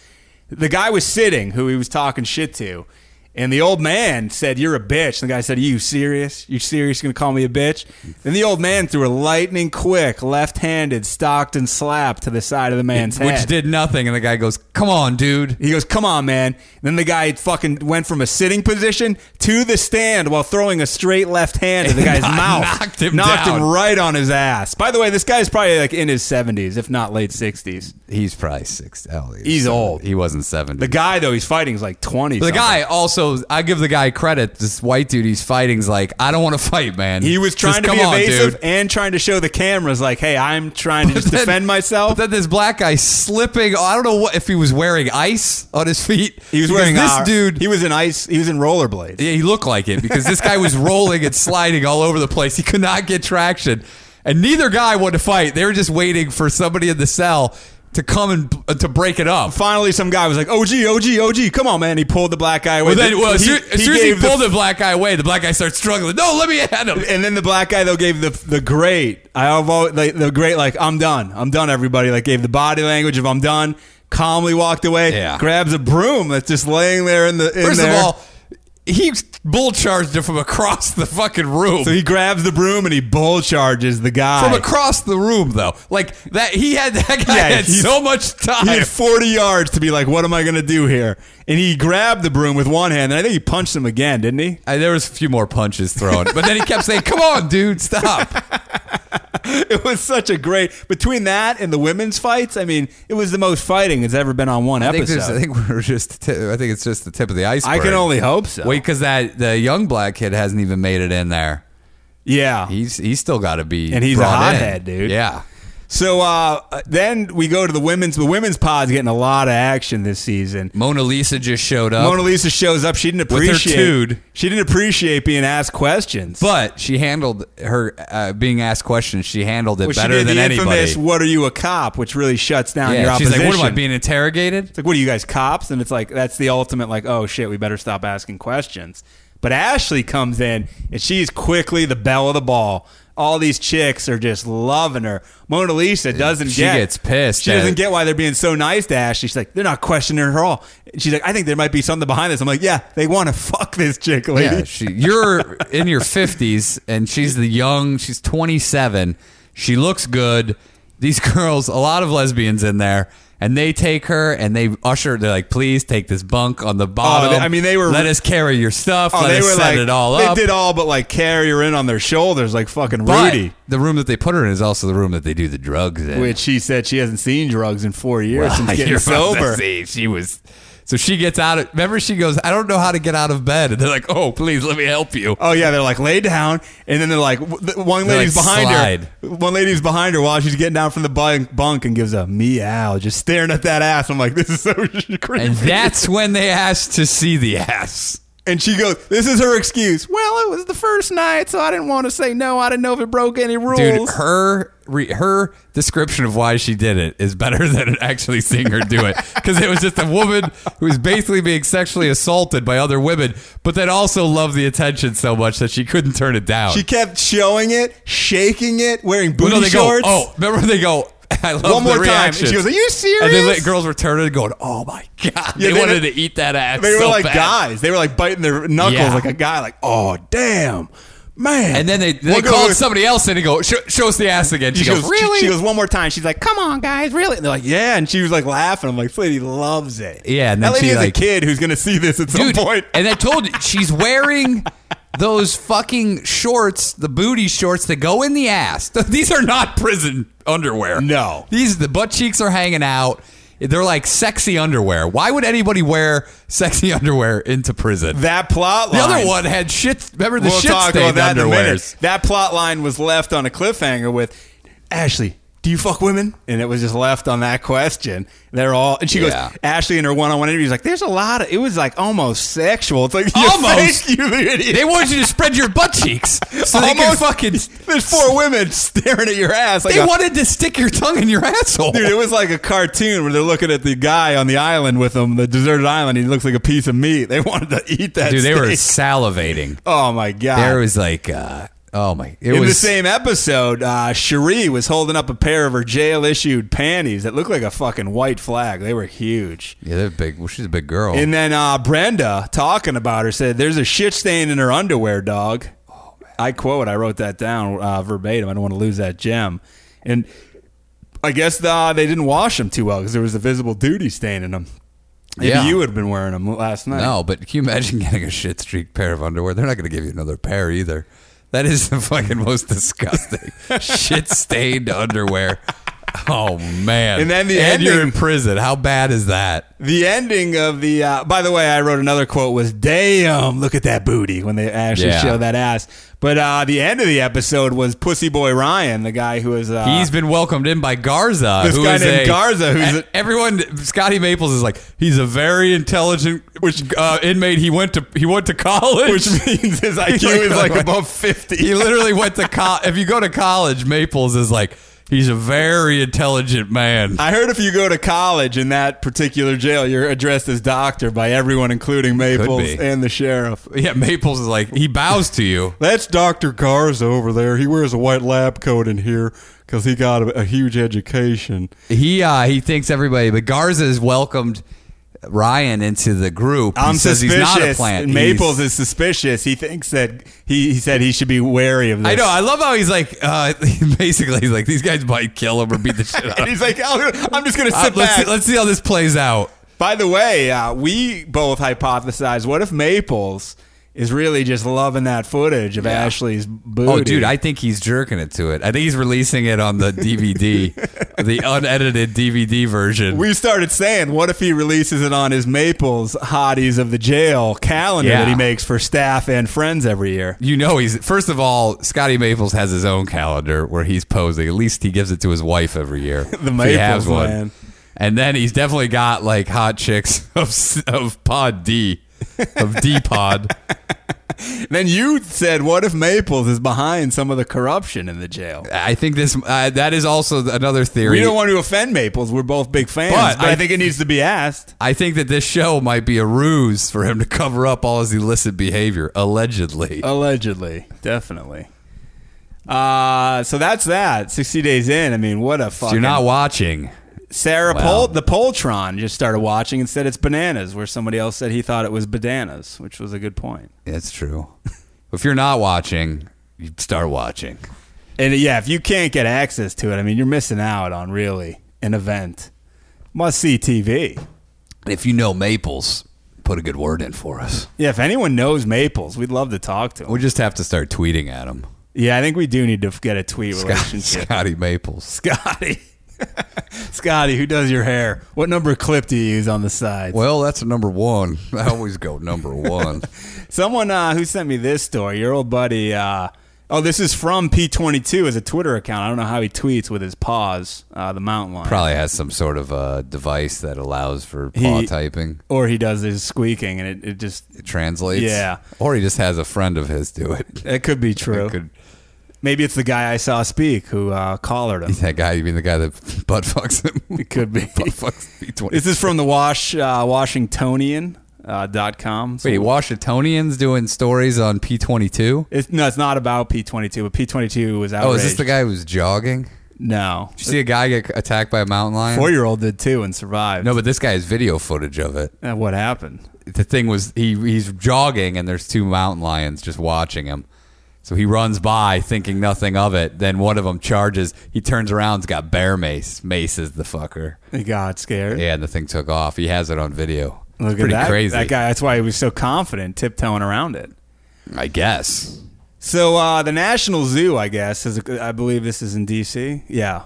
[SPEAKER 4] The guy was sitting, who he was talking shit to, and the old man said, "You're a bitch." And the guy said, "Are you serious? You serious? Going to call me a bitch?" And the old man threw a lightning quick left-handed Stockton slap to the side of the man's head,
[SPEAKER 5] Which did nothing, and the guy goes, "Come on, dude!"
[SPEAKER 4] He goes, "Come on, man!" And then the guy fucking went from a sitting position to the stand while throwing a straight left hand to the guy's
[SPEAKER 5] Knocked
[SPEAKER 4] mouth,
[SPEAKER 5] him
[SPEAKER 4] knocked
[SPEAKER 5] down.
[SPEAKER 4] him right on his ass. By the way, this guy's probably like in his seventies, if not late sixties.
[SPEAKER 5] He's probably six. Oh, he's
[SPEAKER 4] He's
[SPEAKER 5] seven-
[SPEAKER 4] old.
[SPEAKER 5] He wasn't seventy.
[SPEAKER 4] The guy though he's fighting is like twenty.
[SPEAKER 5] The guy also, I give the guy credit. This white dude he's fighting's like, I don't want to fight, man.
[SPEAKER 4] he was
[SPEAKER 5] Just
[SPEAKER 4] trying to
[SPEAKER 5] come
[SPEAKER 4] be
[SPEAKER 5] on,
[SPEAKER 4] evasive
[SPEAKER 5] dude.
[SPEAKER 4] and trying to show the cameras like, "Hey, I'm trying to just
[SPEAKER 5] But then-
[SPEAKER 4] defend myself."
[SPEAKER 5] But then this black guy slipping. I don't know what if he was wearing ice on his feet.
[SPEAKER 4] he was
[SPEAKER 5] Because
[SPEAKER 4] wearing
[SPEAKER 5] this
[SPEAKER 4] uh,
[SPEAKER 5] dude.
[SPEAKER 4] He was in ice. He was in rollerblades.
[SPEAKER 5] Yeah, he looked like it because this guy was rolling and sliding all over the place. He could not get traction, and neither guy wanted to fight. They were just waiting for somebody in the cell to come and uh, to break it up.
[SPEAKER 4] Finally, some guy was like, "OG, OG, OG, come on, man!" He pulled the black guy away.
[SPEAKER 5] But then, well, as soon as soon as he
[SPEAKER 4] gave the
[SPEAKER 5] pulled the, black guy away, the black guy starts struggling. No, let me at him.
[SPEAKER 4] and then the black guy though gave the the great I have al- like, the great like I'm done I'm done everybody like gave the body language of I'm done calmly walked away
[SPEAKER 5] Yeah.
[SPEAKER 4] grabs a broom that's just laying there in the in
[SPEAKER 5] First
[SPEAKER 4] there.
[SPEAKER 5] of all, he bull charged him from across the fucking room.
[SPEAKER 4] so he grabs the broom and he bull charges the guy
[SPEAKER 5] from across the room, though, like that, he had that guy
[SPEAKER 4] Yeah,
[SPEAKER 5] had
[SPEAKER 4] he's-
[SPEAKER 5] so much time.
[SPEAKER 4] he had 40 yards to be like what am I gonna do here and he grabbed the broom with one hand and I think he punched him again didn't he
[SPEAKER 5] Uh, there was a few more punches thrown, but then he kept saying, "Come on, dude, stop."
[SPEAKER 4] it was such a great between that and the women's fights. I mean, it was the most fighting that's ever been on one
[SPEAKER 5] I think,
[SPEAKER 4] episode.
[SPEAKER 5] there's- I think we're just. T- I think it's just the tip of the iceberg.
[SPEAKER 4] I can only hope so.
[SPEAKER 5] wait because that the young black kid hasn't even made it in there.
[SPEAKER 4] yeah.
[SPEAKER 5] He's he's still got to be
[SPEAKER 4] And he's a
[SPEAKER 5] brought in.
[SPEAKER 4] hothead, dude.
[SPEAKER 5] Yeah,
[SPEAKER 4] So uh, then we go to the women's. The women's pod's getting a lot of action this season.
[SPEAKER 5] Mona Lisa just showed up.
[SPEAKER 4] Mona Lisa shows up. She didn't
[SPEAKER 5] her
[SPEAKER 4] appreciate.
[SPEAKER 5] tood.
[SPEAKER 4] She didn't appreciate being asked questions.
[SPEAKER 5] but she handled her uh, being asked questions. She handled it
[SPEAKER 4] Well, she
[SPEAKER 5] better
[SPEAKER 4] did
[SPEAKER 5] than
[SPEAKER 4] the
[SPEAKER 5] anybody.
[SPEAKER 4] infamous "What are you a cop?" which really shuts down your
[SPEAKER 5] yeah, she's
[SPEAKER 4] opposition.
[SPEAKER 5] like, "What am I being interrogated?"
[SPEAKER 4] It's like, what are you guys cops? And it's like that's the ultimate like, oh shit, we better stop asking questions. But Ashley comes in and she's quickly the belle of the ball. All these chicks are just loving her. Mona Lisa doesn't
[SPEAKER 5] She
[SPEAKER 4] get
[SPEAKER 5] gets pissed
[SPEAKER 4] She
[SPEAKER 5] at-
[SPEAKER 4] doesn't get why they're being so nice to Ashley. She's like, they're not questioning her at all. She's like, I think there might be something behind this. I'm like, yeah, they want to fuck this chick, lady.
[SPEAKER 5] Yeah, she, you're in your 50s, and she's the young. She's 27. She looks good. These girls, a lot of lesbians in there, and they take her and they usher. They're like, "Please take this bunk on the bottom."
[SPEAKER 4] Oh, they- I mean, they were- Oh,
[SPEAKER 5] let us carry your stuff. let us set it all
[SPEAKER 4] they
[SPEAKER 5] up.
[SPEAKER 4] did all but like carry her in on their shoulders like fucking
[SPEAKER 5] But
[SPEAKER 4] Rudy.
[SPEAKER 5] the room that they put her in is also the room that they do the drugs in.
[SPEAKER 4] Which she said she hasn't seen drugs in four years
[SPEAKER 5] Well,
[SPEAKER 4] since
[SPEAKER 5] you're
[SPEAKER 4] getting
[SPEAKER 5] about to
[SPEAKER 4] sober.
[SPEAKER 5] see, she was. So she gets out of. Remember, she goes, "I don't know how to get out of bed," and they're like, "Oh, please, let me help you."
[SPEAKER 4] Oh yeah, they're like lay down, and then they're like w- the- one
[SPEAKER 5] They're
[SPEAKER 4] lady's
[SPEAKER 5] like,
[SPEAKER 4] behind her. One lady's behind her while she's getting down from the bunk, bunk and gives a meow, just staring at that ass. I'm like, this is so creepy.
[SPEAKER 5] And that's when they asked to see the ass.
[SPEAKER 4] And she goes, "This is her excuse." Well, it was the first night, so I didn't want to say no. I didn't know if it broke any rules.
[SPEAKER 5] Dude, her re, her description of why she did it is better than actually seeing her do it because it was just a woman who was basically being sexually assaulted by other women, but then also loved the attention so much that she couldn't turn it down.
[SPEAKER 4] she kept showing it, shaking it, wearing
[SPEAKER 5] Well,
[SPEAKER 4] booty
[SPEAKER 5] no, they
[SPEAKER 4] shorts.
[SPEAKER 5] go, oh, remember when they go. I love
[SPEAKER 4] One more
[SPEAKER 5] the
[SPEAKER 4] time. And
[SPEAKER 5] reaction.
[SPEAKER 4] she goes, "Are you serious?"
[SPEAKER 5] And then the girls were turning and going, "Oh my god!"
[SPEAKER 4] Yeah,
[SPEAKER 5] they,
[SPEAKER 4] they
[SPEAKER 5] wanted
[SPEAKER 4] did-
[SPEAKER 5] to eat that ass.
[SPEAKER 4] they were
[SPEAKER 5] so
[SPEAKER 4] like
[SPEAKER 5] bad.
[SPEAKER 4] guys. They were like biting their knuckles
[SPEAKER 5] Yeah.
[SPEAKER 4] like a guy. Like, oh damn, man.
[SPEAKER 5] And then they, they
[SPEAKER 4] One girl
[SPEAKER 5] called
[SPEAKER 4] was-
[SPEAKER 5] somebody else in and go, "Show- "Show us the ass again." She,
[SPEAKER 4] She
[SPEAKER 5] goes,
[SPEAKER 4] goes,
[SPEAKER 5] "Really?"
[SPEAKER 4] She, she goes one more time. She's like, "Come on, guys, really?" And they're like, "Yeah." And she was like laughing. I'm like, "This lady loves it."
[SPEAKER 5] Yeah, and then
[SPEAKER 4] that lady
[SPEAKER 5] she,
[SPEAKER 4] has
[SPEAKER 5] like-
[SPEAKER 4] a kid who's gonna see this at some
[SPEAKER 5] Dude,
[SPEAKER 4] point.
[SPEAKER 5] And I told you, she's wearing those fucking shorts, the booty shorts that go in the ass. These are not prison underwear.
[SPEAKER 4] No.
[SPEAKER 5] These, the butt cheeks are hanging out. They're like sexy underwear. Why would anybody wear sexy underwear into prison?
[SPEAKER 4] that plot
[SPEAKER 5] the
[SPEAKER 4] line.
[SPEAKER 5] other one had shit. Remember the
[SPEAKER 4] we'll
[SPEAKER 5] shit
[SPEAKER 4] talk about
[SPEAKER 5] stained
[SPEAKER 4] that in a minute.
[SPEAKER 5] underwears.
[SPEAKER 4] That plot line was left on a cliffhanger with Ashley. Do you fuck women? And it was just left on that question. They're all, and she
[SPEAKER 5] Yeah.
[SPEAKER 4] goes, Ashley in her one-on-one interview is like, "There's a lot of." It was like almost sexual. It's like you
[SPEAKER 5] Almost.
[SPEAKER 4] fake, you idiot.
[SPEAKER 5] They wanted you to spread your butt cheeks so they could
[SPEAKER 4] Almost.
[SPEAKER 5] fucking.
[SPEAKER 4] There's four women staring at your ass. Like
[SPEAKER 5] They
[SPEAKER 4] a-
[SPEAKER 5] wanted to stick your tongue in your asshole.
[SPEAKER 4] Dude, it was like a cartoon where they're looking at the guy on the island with him, the deserted island. He looks like a piece of meat. They wanted to eat that.
[SPEAKER 5] Dude, they were
[SPEAKER 4] steak.
[SPEAKER 5] salivating.
[SPEAKER 4] Oh my god!
[SPEAKER 5] There was like, uh, oh my! It
[SPEAKER 4] In
[SPEAKER 5] was
[SPEAKER 4] the same episode, uh, Cherie was holding up a pair of her jail-issued panties that looked like a fucking white flag. They were huge.
[SPEAKER 5] Yeah, they're big. Well, she's a big girl.
[SPEAKER 4] And then uh, Brenda, talking about her, said, "There's a shit stain in her underwear, dog." I quote. I wrote that down uh, verbatim. I don't want to lose that gem. And I guess uh, they didn't wash them too well because there was a visible duty stain in them. Maybe
[SPEAKER 5] Yeah.
[SPEAKER 4] you would have been wearing them last night.
[SPEAKER 5] no, but can you imagine getting a shit streaked pair of underwear? They're not going to give you another pair either. That is the fucking most disgusting shit stained underwear. Oh man!
[SPEAKER 4] And then the
[SPEAKER 5] and you're in
[SPEAKER 4] ending-
[SPEAKER 5] prison. How bad is that?
[SPEAKER 4] The ending of the. Uh, by the way, I wrote another quote was "Damn, look at that booty" when they actually
[SPEAKER 5] Yeah.
[SPEAKER 4] show that ass. But uh, the end of the episode was Pussy Boy Ryan, the guy who was. Uh,
[SPEAKER 5] He's been welcomed in by Garza.
[SPEAKER 4] This
[SPEAKER 5] who
[SPEAKER 4] guy
[SPEAKER 5] is
[SPEAKER 4] named
[SPEAKER 5] a-
[SPEAKER 4] Garza, who's a-
[SPEAKER 5] everyone. Scotty Maples is like he's a very intelligent which uh, inmate. He went to he went to college,
[SPEAKER 4] which means his IQ is like above fifty.
[SPEAKER 5] he literally went to college. If you go to college, Maples is like he's a very intelligent man.
[SPEAKER 4] I heard if you go to college in that particular jail, you're addressed as doctor by everyone, including Maples
[SPEAKER 5] be.
[SPEAKER 4] and the sheriff.
[SPEAKER 5] Yeah, Maples is like he bows to you.
[SPEAKER 4] That's Dr. Garza over there. He wears a white lab coat in here because he got a, a huge education.
[SPEAKER 5] He uh, he thinks everybody, but Garza has welcomed Ryan into the group.
[SPEAKER 4] I'm
[SPEAKER 5] he says
[SPEAKER 4] suspicious.
[SPEAKER 5] he's not a plant.
[SPEAKER 4] Maples
[SPEAKER 5] He's-
[SPEAKER 4] is suspicious. He thinks that he, he said he should be wary of this.
[SPEAKER 5] I know. I love how he's like. Uh, basically, he's like these guys might kill him or beat the shit out of
[SPEAKER 4] and
[SPEAKER 5] him.
[SPEAKER 4] he's like, "Oh, I'm just going to
[SPEAKER 5] Uh,
[SPEAKER 4] sit
[SPEAKER 5] let's,
[SPEAKER 4] back.
[SPEAKER 5] see, let's see how this plays out.
[SPEAKER 4] By the way, uh, we both hypothesized what if Maples is really just loving that footage of Ashley's booty.
[SPEAKER 5] Oh, dude, I think he's jerking it to it. I think he's releasing it on the DVD, the unedited DVD version.
[SPEAKER 4] we started saying, what if he releases it on his Maples Hotties of the Jail calendar
[SPEAKER 5] Yeah.
[SPEAKER 4] that he makes for staff and friends every year?
[SPEAKER 5] you know he's first of all Scotty Maples has his own calendar where he's posing. At least he gives it to his wife every year. the
[SPEAKER 4] Maples, man.
[SPEAKER 5] And then he's definitely got like hot chicks of of Pod D, of D Pod.
[SPEAKER 4] Then you said, what if Maples is behind some of the corruption in the jail?
[SPEAKER 5] I think this uh, that is also another theory.
[SPEAKER 4] We don't want to offend Maples. We're both big fans,
[SPEAKER 5] But
[SPEAKER 4] but, I,
[SPEAKER 5] I-
[SPEAKER 4] think it needs to be asked.
[SPEAKER 5] I think that this show might be a ruse for him to cover up all his illicit behavior, allegedly.
[SPEAKER 4] Allegedly, definitely. Uh, so that's that. Sixty days in. I mean, what a
[SPEAKER 5] So
[SPEAKER 4] fucking.
[SPEAKER 5] you're not watching.
[SPEAKER 4] Sarah
[SPEAKER 5] Wow.
[SPEAKER 4] Pol- the Poltron just started watching and said it's bananas, where somebody else said he thought it was bananas, which was a good point.
[SPEAKER 5] That's true. if you're not watching, you start watching.
[SPEAKER 4] And yeah, if you can't get access to it, I mean, you're missing out on really an event. Must see TV.
[SPEAKER 5] If you know Maples, put a good word in for us.
[SPEAKER 4] Yeah, if anyone knows Maples, we'd love to talk to him.
[SPEAKER 5] We just have to start tweeting at him.
[SPEAKER 4] Yeah, I think we do need to get a tweet relationship.
[SPEAKER 5] Scotty Maples.
[SPEAKER 4] Scotty. Scotty, who does your hair? What number clip do you use on the side?
[SPEAKER 5] Well, that's a number one. I always go number one.
[SPEAKER 4] Someone uh, who sent me this story, your old buddy. Uh, oh, this is from P22 as a Twitter account. I don't know how he tweets with his paws, uh, the mountain lion.
[SPEAKER 5] Probably has some sort of uh, device that allows for paw
[SPEAKER 4] He-
[SPEAKER 5] typing.
[SPEAKER 4] Or he does his squeaking, and it, it just,
[SPEAKER 5] It translates.
[SPEAKER 4] Yeah.
[SPEAKER 5] Or he just has a friend of his do it.
[SPEAKER 4] that could be true.
[SPEAKER 5] It could-
[SPEAKER 4] Maybe it's the guy I saw speak who uh, collared him.
[SPEAKER 5] that guy, you mean the guy that butt fucks him?
[SPEAKER 4] It could be.
[SPEAKER 5] butt fucks B20.
[SPEAKER 4] this is from the Wash uh, Washingtonian. Uh, dot com. So
[SPEAKER 5] Wait, Washingtonians doing stories on P22?
[SPEAKER 4] It's, no, it's not about P22, but P22 was outraged.
[SPEAKER 5] Oh, is this the guy who was jogging?
[SPEAKER 4] No.
[SPEAKER 5] Did you see a guy get attacked by a mountain lion?
[SPEAKER 4] Four year old did too and survived.
[SPEAKER 5] No, but this guy has video footage of it.
[SPEAKER 4] Uh, what happened?
[SPEAKER 5] The thing was, he he's jogging and there's two mountain lions just watching him. So he runs by thinking nothing of it. Then one of them charges. He turns around, has got bear mace. Mace is the fucker.
[SPEAKER 4] He got scared.
[SPEAKER 5] Yeah, and the thing took off. He has it on video.
[SPEAKER 4] Look
[SPEAKER 5] it's
[SPEAKER 4] at
[SPEAKER 5] pretty
[SPEAKER 4] that.
[SPEAKER 5] crazy.
[SPEAKER 4] That guy. That's why he was so confident, tiptoeing around it.
[SPEAKER 5] I guess.
[SPEAKER 4] So uh, the National Zoo, I guess, is I believe this is in D.C. Yeah,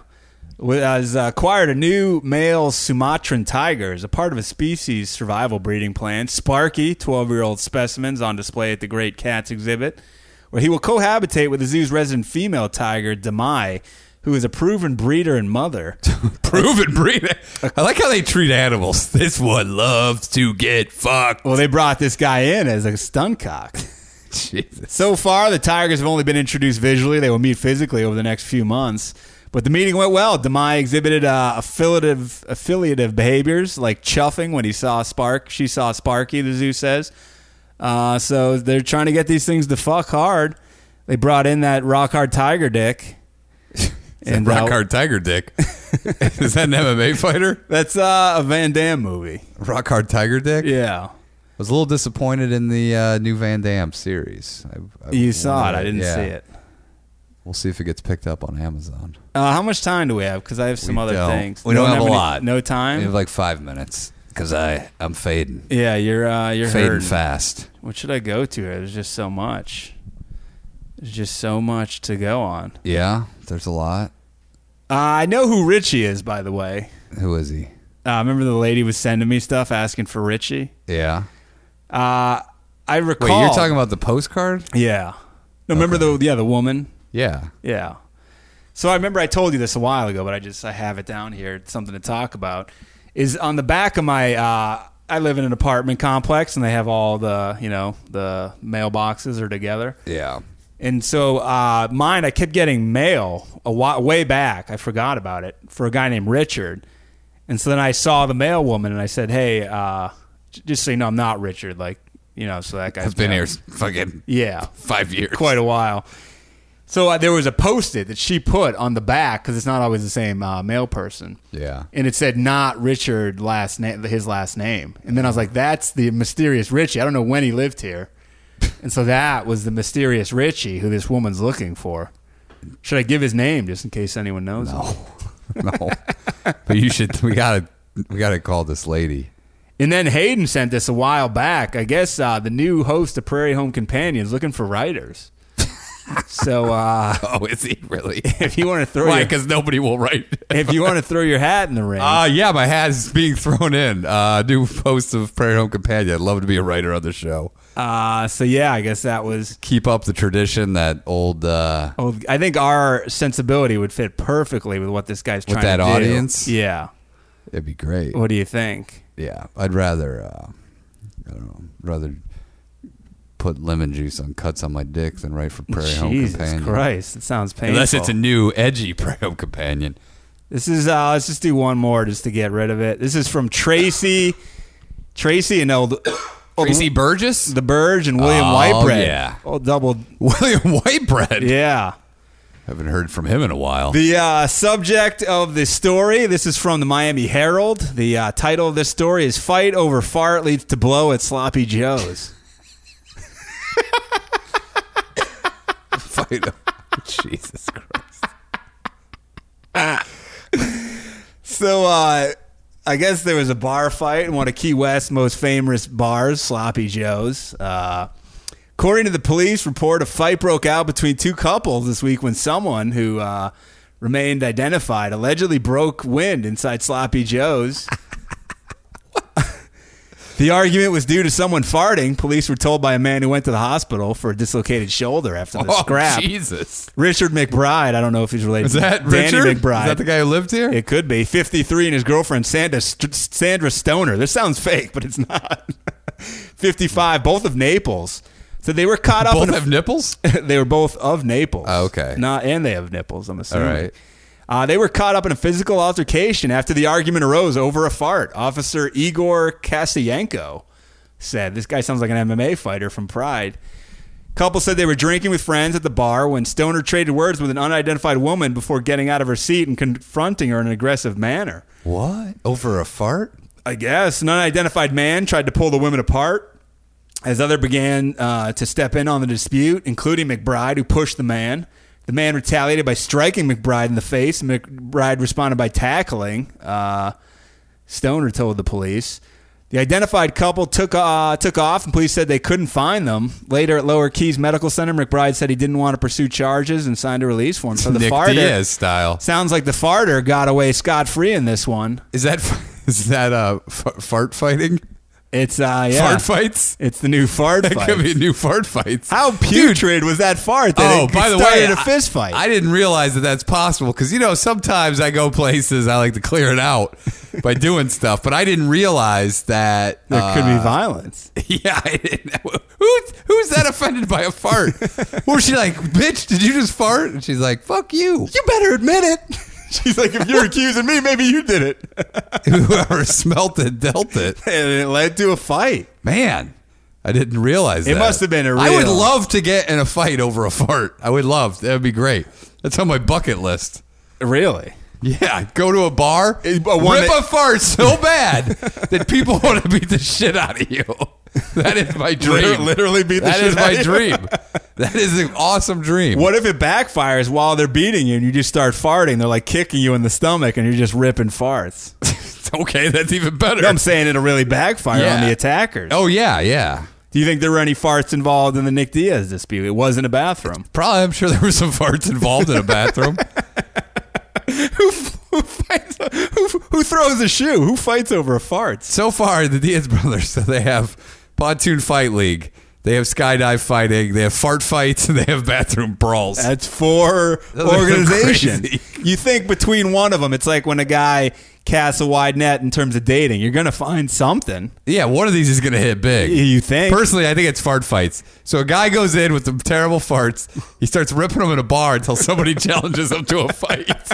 [SPEAKER 4] wa- has uh, acquired a new male Sumatran tiger as a part of a species survival breeding plan. Sparky, twelve-year-old specimens on display at the Great Cats exhibit, where he will cohabitate with the zoo's resident female tiger, Demai, who is a proven breeder and mother.
[SPEAKER 5] Proven breed. I like how they treat animals. This one loves to get fucked.
[SPEAKER 4] Well, they brought this guy in as a stunt cock.
[SPEAKER 5] Jesus.
[SPEAKER 4] So far, the Tigers have only been introduced visually. They will meet physically over the next few months. But the meeting went well. Demai exhibited uh, affiliative, affiliative behaviors like chuffing when he saw Spark. She saw Sparky, the zoo says. Uh, so they're trying to get these things to fuck hard. They brought in that rock hard tiger dick.
[SPEAKER 5] And
[SPEAKER 4] uh,
[SPEAKER 5] Rock Hard Tiger Dick. is that an MMA fighter?
[SPEAKER 4] That's uh, a Van Damme movie.
[SPEAKER 5] Rock Hard Tiger Dick?
[SPEAKER 4] Yeah.
[SPEAKER 5] I was a little disappointed in the uh, new Van Damme series. I, I
[SPEAKER 4] You saw it.
[SPEAKER 5] wondered-
[SPEAKER 4] I didn't
[SPEAKER 5] yeah.
[SPEAKER 4] see it.
[SPEAKER 5] We'll see if it gets picked up on Amazon.
[SPEAKER 4] Uh, how much time do we have? Because I have some
[SPEAKER 5] We
[SPEAKER 4] other
[SPEAKER 5] don't-
[SPEAKER 4] things.
[SPEAKER 5] We don't, have,
[SPEAKER 4] any-
[SPEAKER 5] a lot.
[SPEAKER 4] No time.
[SPEAKER 5] We have like five minutes because I I'm fading,
[SPEAKER 4] yeah, you're uh, you're
[SPEAKER 5] fading
[SPEAKER 4] hurting.
[SPEAKER 5] fast.
[SPEAKER 4] What should I go to? There's just so much. There's just so much to go on.
[SPEAKER 5] Yeah, there's a lot.
[SPEAKER 4] Uh, I know who Richie is, by the way.
[SPEAKER 5] Who is he?
[SPEAKER 4] Uh, remember the lady was sending me stuff asking for Richie.
[SPEAKER 5] Yeah.
[SPEAKER 4] Uh, I recall.
[SPEAKER 5] Wait, you're talking about the postcard?
[SPEAKER 4] Yeah. No, remember the yeah the woman.
[SPEAKER 5] Yeah.
[SPEAKER 4] Yeah. So I remember I told you this a while ago, but I just I have it down here. It's something to talk about. Is on the back of my uh, I live in an apartment complex, and they have all the you know the mailboxes are together.
[SPEAKER 5] Yeah.
[SPEAKER 4] And so uh, mine, I kept getting mail a wa- way back. I forgot about it for a guy named Richard. And so then I saw the mail woman and I said, "Hey, uh, j- just so you know, I'm not Richard." Like, you know, so that guy's
[SPEAKER 5] I've been
[SPEAKER 4] mail-
[SPEAKER 5] here s- fucking
[SPEAKER 4] Yeah,
[SPEAKER 5] five years.
[SPEAKER 4] quite a while. So uh, there was a post-it that she put on the back because it's not always the same uh, mail person.
[SPEAKER 5] Yeah.
[SPEAKER 4] and it said not Richard last name, his last name. And then I was like, that's the mysterious Richie. I don't know when he lived here. And so that was the mysterious Richie who this woman's looking for. Should I give his name just in case anyone knows? him?
[SPEAKER 5] No. no. But you should. We gotta. We gotta call this lady.
[SPEAKER 4] And then Hayden sent this a while back. I guess uh, the new host of Prairie Home Companions looking for writers. so uh,
[SPEAKER 5] Oh, is he really?
[SPEAKER 4] if you want to throw
[SPEAKER 5] Why?
[SPEAKER 4] your,
[SPEAKER 5] Because nobody will write.
[SPEAKER 4] if you want to throw your hat in the ring,
[SPEAKER 5] Uh, yeah, my hat is being thrown in. Uh, new host of Prairie Home Companion. I'd love to be a writer on the show.
[SPEAKER 4] uh, so yeah, I guess that was.
[SPEAKER 5] Keep up the tradition that old uh,
[SPEAKER 4] Oh, I think our sensibility would fit perfectly with what this guy's
[SPEAKER 5] With
[SPEAKER 4] trying to
[SPEAKER 5] that
[SPEAKER 4] do.
[SPEAKER 5] audience?
[SPEAKER 4] Yeah.
[SPEAKER 5] It'd be great.
[SPEAKER 4] What do you think?
[SPEAKER 5] Yeah, I'd rather, uh, I don't know, rather put lemon juice on cuts on my dick than write for Prairie Home
[SPEAKER 4] Jesus
[SPEAKER 5] Companion.
[SPEAKER 4] Christ, it sounds painful.
[SPEAKER 5] Unless it's a new edgy Prairie Home Companion.
[SPEAKER 4] This is uh let's just do one more just to get rid of it. This is from Tracy Tracy and old, old
[SPEAKER 5] Tracy Burgess,
[SPEAKER 4] the Burge and William
[SPEAKER 5] Oh,
[SPEAKER 4] Whitebread.
[SPEAKER 5] yeah.
[SPEAKER 4] Oh double
[SPEAKER 5] William Whitebread.
[SPEAKER 4] Yeah.
[SPEAKER 5] Haven't heard from him in a while.
[SPEAKER 4] The uh, subject of the story, this is from the Miami Herald. The uh, title of this story is Fight Over Fart Leads to Blow at Sloppy Joe's.
[SPEAKER 5] fight. Jesus Christ.
[SPEAKER 4] So uh, I guess there was a bar fight in one of Key West's most famous bars, Sloppy Joe's. Uh, according to the police report, a fight broke out between two couples this week when someone who uh, remained identified allegedly broke wind inside Sloppy Joe's. The argument was due to someone farting. Police were told by a man who went to the hospital for a dislocated shoulder after the scrap.
[SPEAKER 5] Oh, Jesus.
[SPEAKER 4] Richard McBride, I don't know if he's related
[SPEAKER 5] Is that
[SPEAKER 4] to Danny
[SPEAKER 5] Richard?
[SPEAKER 4] McBride.
[SPEAKER 5] Is that the guy who lived here?
[SPEAKER 4] It could be 53 and his girlfriend Sandra St- Sandra Stoner. This sounds fake, but it's not. 55, both of Naples. So they were caught up.
[SPEAKER 5] Both
[SPEAKER 4] in
[SPEAKER 5] have nipples?
[SPEAKER 4] a, they were both of Naples.
[SPEAKER 5] Oh, okay.
[SPEAKER 4] Not and they have nipples. I'm assuming.
[SPEAKER 5] All right.
[SPEAKER 4] Uh, they were caught up in a physical altercation after the argument arose over a fart. Officer Igor Kasienko said, "This guy sounds like an MMA fighter from Pride." Couple said they were drinking with friends at the bar when Stoner traded words with an unidentified woman before getting out of her seat and confronting her in an aggressive manner.
[SPEAKER 5] What? Over a fart?
[SPEAKER 4] I guess an unidentified man tried to pull the women apart as other began uh, to step in on the dispute, including McBride, who pushed the man. The man retaliated by striking McBride in the face. McBride responded by tackling. Uh, Stoner told the police. The identified couple took uh, took off, and police said they couldn't find them. Later at Lower Keys Medical Center, McBride said he didn't want to pursue charges and signed a release form. So Oh, the
[SPEAKER 5] Nick
[SPEAKER 4] farter
[SPEAKER 5] Diaz style.
[SPEAKER 4] sounds like the farter got away scot free in this one.
[SPEAKER 5] Is that is that uh, f- fart fighting?
[SPEAKER 4] It's uh, yeah.
[SPEAKER 5] Fart fights?
[SPEAKER 4] It's the new fart
[SPEAKER 5] That
[SPEAKER 4] fight.
[SPEAKER 5] could be new fart fights.
[SPEAKER 4] How putrid was that fart? That
[SPEAKER 5] oh,
[SPEAKER 4] it
[SPEAKER 5] by the way,
[SPEAKER 4] started a
[SPEAKER 5] I-
[SPEAKER 4] fist fight.
[SPEAKER 5] I didn't realize that that's possible because you know sometimes I go places I like to clear it out by doing stuff, but I didn't realize that
[SPEAKER 4] there could be
[SPEAKER 5] uh,
[SPEAKER 4] violence.
[SPEAKER 5] Yeah, I didn't. Who, who's that offended by a fart? Or she like, bitch, did you just fart? And she's like, fuck you.
[SPEAKER 4] You better admit it. She's like, if you're accusing me, maybe you did it.
[SPEAKER 5] Whoever smelt it dealt it.
[SPEAKER 4] and it led to a fight.
[SPEAKER 5] Man, I didn't realize
[SPEAKER 4] It
[SPEAKER 5] that.
[SPEAKER 4] must have been a
[SPEAKER 5] I would
[SPEAKER 4] real-
[SPEAKER 5] love to get in a fight over a fart. I would love. That would be great. That's on my bucket list.
[SPEAKER 4] Really?
[SPEAKER 5] Yeah, go to a bar,
[SPEAKER 4] It-
[SPEAKER 5] rip
[SPEAKER 4] but one that-
[SPEAKER 5] a fart so bad that people want to beat the shit out of you. That is my dream.
[SPEAKER 4] Liter- literally beat the
[SPEAKER 5] That
[SPEAKER 4] shit
[SPEAKER 5] is
[SPEAKER 4] out
[SPEAKER 5] my
[SPEAKER 4] of you.
[SPEAKER 5] dream. That is an awesome dream.
[SPEAKER 4] What if it backfires while they're beating you and you just start farting? They're like kicking you in the stomach and you're just ripping farts.
[SPEAKER 5] Okay, that's even better.
[SPEAKER 4] I'm saying it'll really backfire on
[SPEAKER 5] Yeah.
[SPEAKER 4] the attackers.
[SPEAKER 5] oh yeah, yeah.
[SPEAKER 4] Do you think there were any farts involved in the Nick Diaz dispute? It was in a bathroom.
[SPEAKER 5] Probably, I'm sure there were some farts involved in a bathroom.
[SPEAKER 4] who, fights, who, who throws a shoe? Who fights over a fart?
[SPEAKER 5] so far, the Diaz brothers. So they have pontoon fight league. They have skydive fighting. They have fart fights. And they have bathroom brawls.
[SPEAKER 4] That's for
[SPEAKER 5] Those are
[SPEAKER 4] organization.
[SPEAKER 5] crazy.
[SPEAKER 4] You think between one of them, it's like when a guy casts a wide net in terms of dating. You're gonna find something.
[SPEAKER 5] Yeah, one of these is going to hit big.
[SPEAKER 4] You think?
[SPEAKER 5] Personally, I think it's fart fights. So a guy goes in with some terrible farts. He starts ripping them in a bar until somebody challenges him to a fight. Of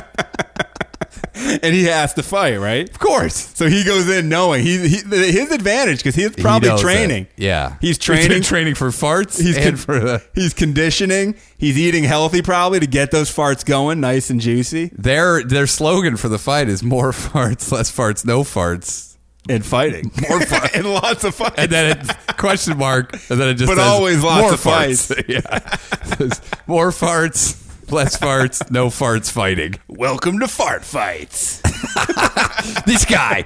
[SPEAKER 4] And he has to fight, right?
[SPEAKER 5] course.
[SPEAKER 4] So he goes in knowing he, he his advantage because he's probably
[SPEAKER 5] He knows
[SPEAKER 4] training.
[SPEAKER 5] it. Yeah.
[SPEAKER 4] he's
[SPEAKER 5] He's been
[SPEAKER 4] training.
[SPEAKER 5] training for farts
[SPEAKER 4] He's
[SPEAKER 5] and
[SPEAKER 4] con-
[SPEAKER 5] for the.
[SPEAKER 4] he's conditioning. He's eating healthy probably to get those farts going, nice and juicy,
[SPEAKER 5] Their, their slogan for the fight is more farts, less farts, no farts.
[SPEAKER 4] and fighting
[SPEAKER 5] More farts.
[SPEAKER 4] and lots of fights.
[SPEAKER 5] and then it, question mark, and then it just
[SPEAKER 4] But
[SPEAKER 5] says,
[SPEAKER 4] always lots
[SPEAKER 5] more
[SPEAKER 4] of
[SPEAKER 5] farts. yeah, There's more farts, less farts, no farts fighting.
[SPEAKER 4] Welcome to fart fights.
[SPEAKER 5] this guy,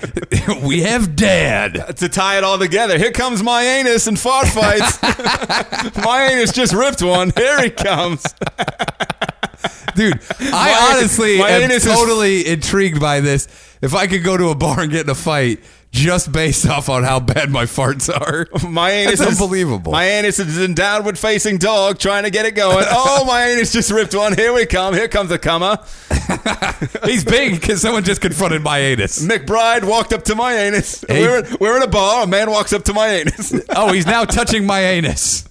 [SPEAKER 5] we have dad.
[SPEAKER 4] to tie it all together, here comes my anus and fart fights. my anus just ripped one. Here he comes.
[SPEAKER 5] Dude, I
[SPEAKER 4] My-
[SPEAKER 5] honestly
[SPEAKER 4] my
[SPEAKER 5] am
[SPEAKER 4] anus is-
[SPEAKER 5] totally intrigued by this. If I could go to a bar and get in a fight just based off on how bad my farts are,
[SPEAKER 4] My anus
[SPEAKER 5] That's
[SPEAKER 4] is,
[SPEAKER 5] unbelievable.
[SPEAKER 4] My anus is in downward facing dog, trying to get it going. Oh, my anus just ripped one. Here we come. Here comes a comer.
[SPEAKER 5] he's big because someone just confronted my anus.
[SPEAKER 4] McBride walked up to my anus.
[SPEAKER 5] Hey.
[SPEAKER 4] We're, in, we're in a bar. A man walks up to my anus.
[SPEAKER 5] Oh, he's now touching my anus.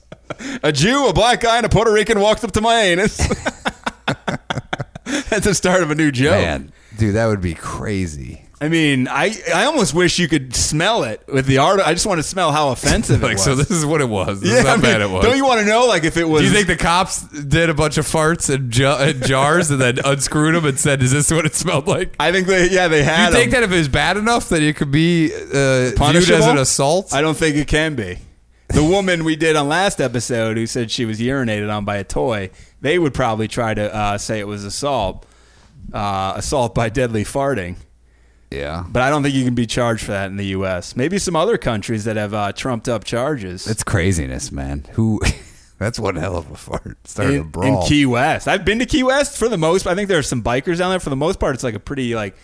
[SPEAKER 4] A Jew, a black guy, and a Puerto Rican walked up to my anus. That's the start of a new joke.
[SPEAKER 5] Man, dude, that would be crazy.
[SPEAKER 4] I mean, I, I almost wish you could smell it with the art. I just want to smell how offensive it
[SPEAKER 5] Like,
[SPEAKER 4] was.
[SPEAKER 5] so this is what it was. This is how
[SPEAKER 4] I mean,
[SPEAKER 5] bad it was.
[SPEAKER 4] Don't you want to know, like, if it was?
[SPEAKER 5] Do you think the cops did a bunch of farts in, ju- in jars and then unscrewed them and said, "Is this what it smelled like"?
[SPEAKER 4] I think they, yeah, they
[SPEAKER 5] Do
[SPEAKER 4] had.
[SPEAKER 5] you think
[SPEAKER 4] them.
[SPEAKER 5] that if it was bad enough that it could be uh, viewed
[SPEAKER 4] Punishable?
[SPEAKER 5] as an assault?
[SPEAKER 4] I don't think it can be. The woman we did on last episode who said she was urinated on by a toy, they would probably try to uh, say it was assault, uh, assault by deadly farting.
[SPEAKER 5] yeah,
[SPEAKER 4] But I don't think you can be charged for that in the U.S. Maybe some other countries that have uh, trumped up charges.
[SPEAKER 5] it's craziness, man. Who? that's one hell of a fart. Started a
[SPEAKER 4] in,
[SPEAKER 5] brawl.
[SPEAKER 4] in Key West. I've been to Key West for the most. I think there are some bikers down there. For the most part, it's like a pretty like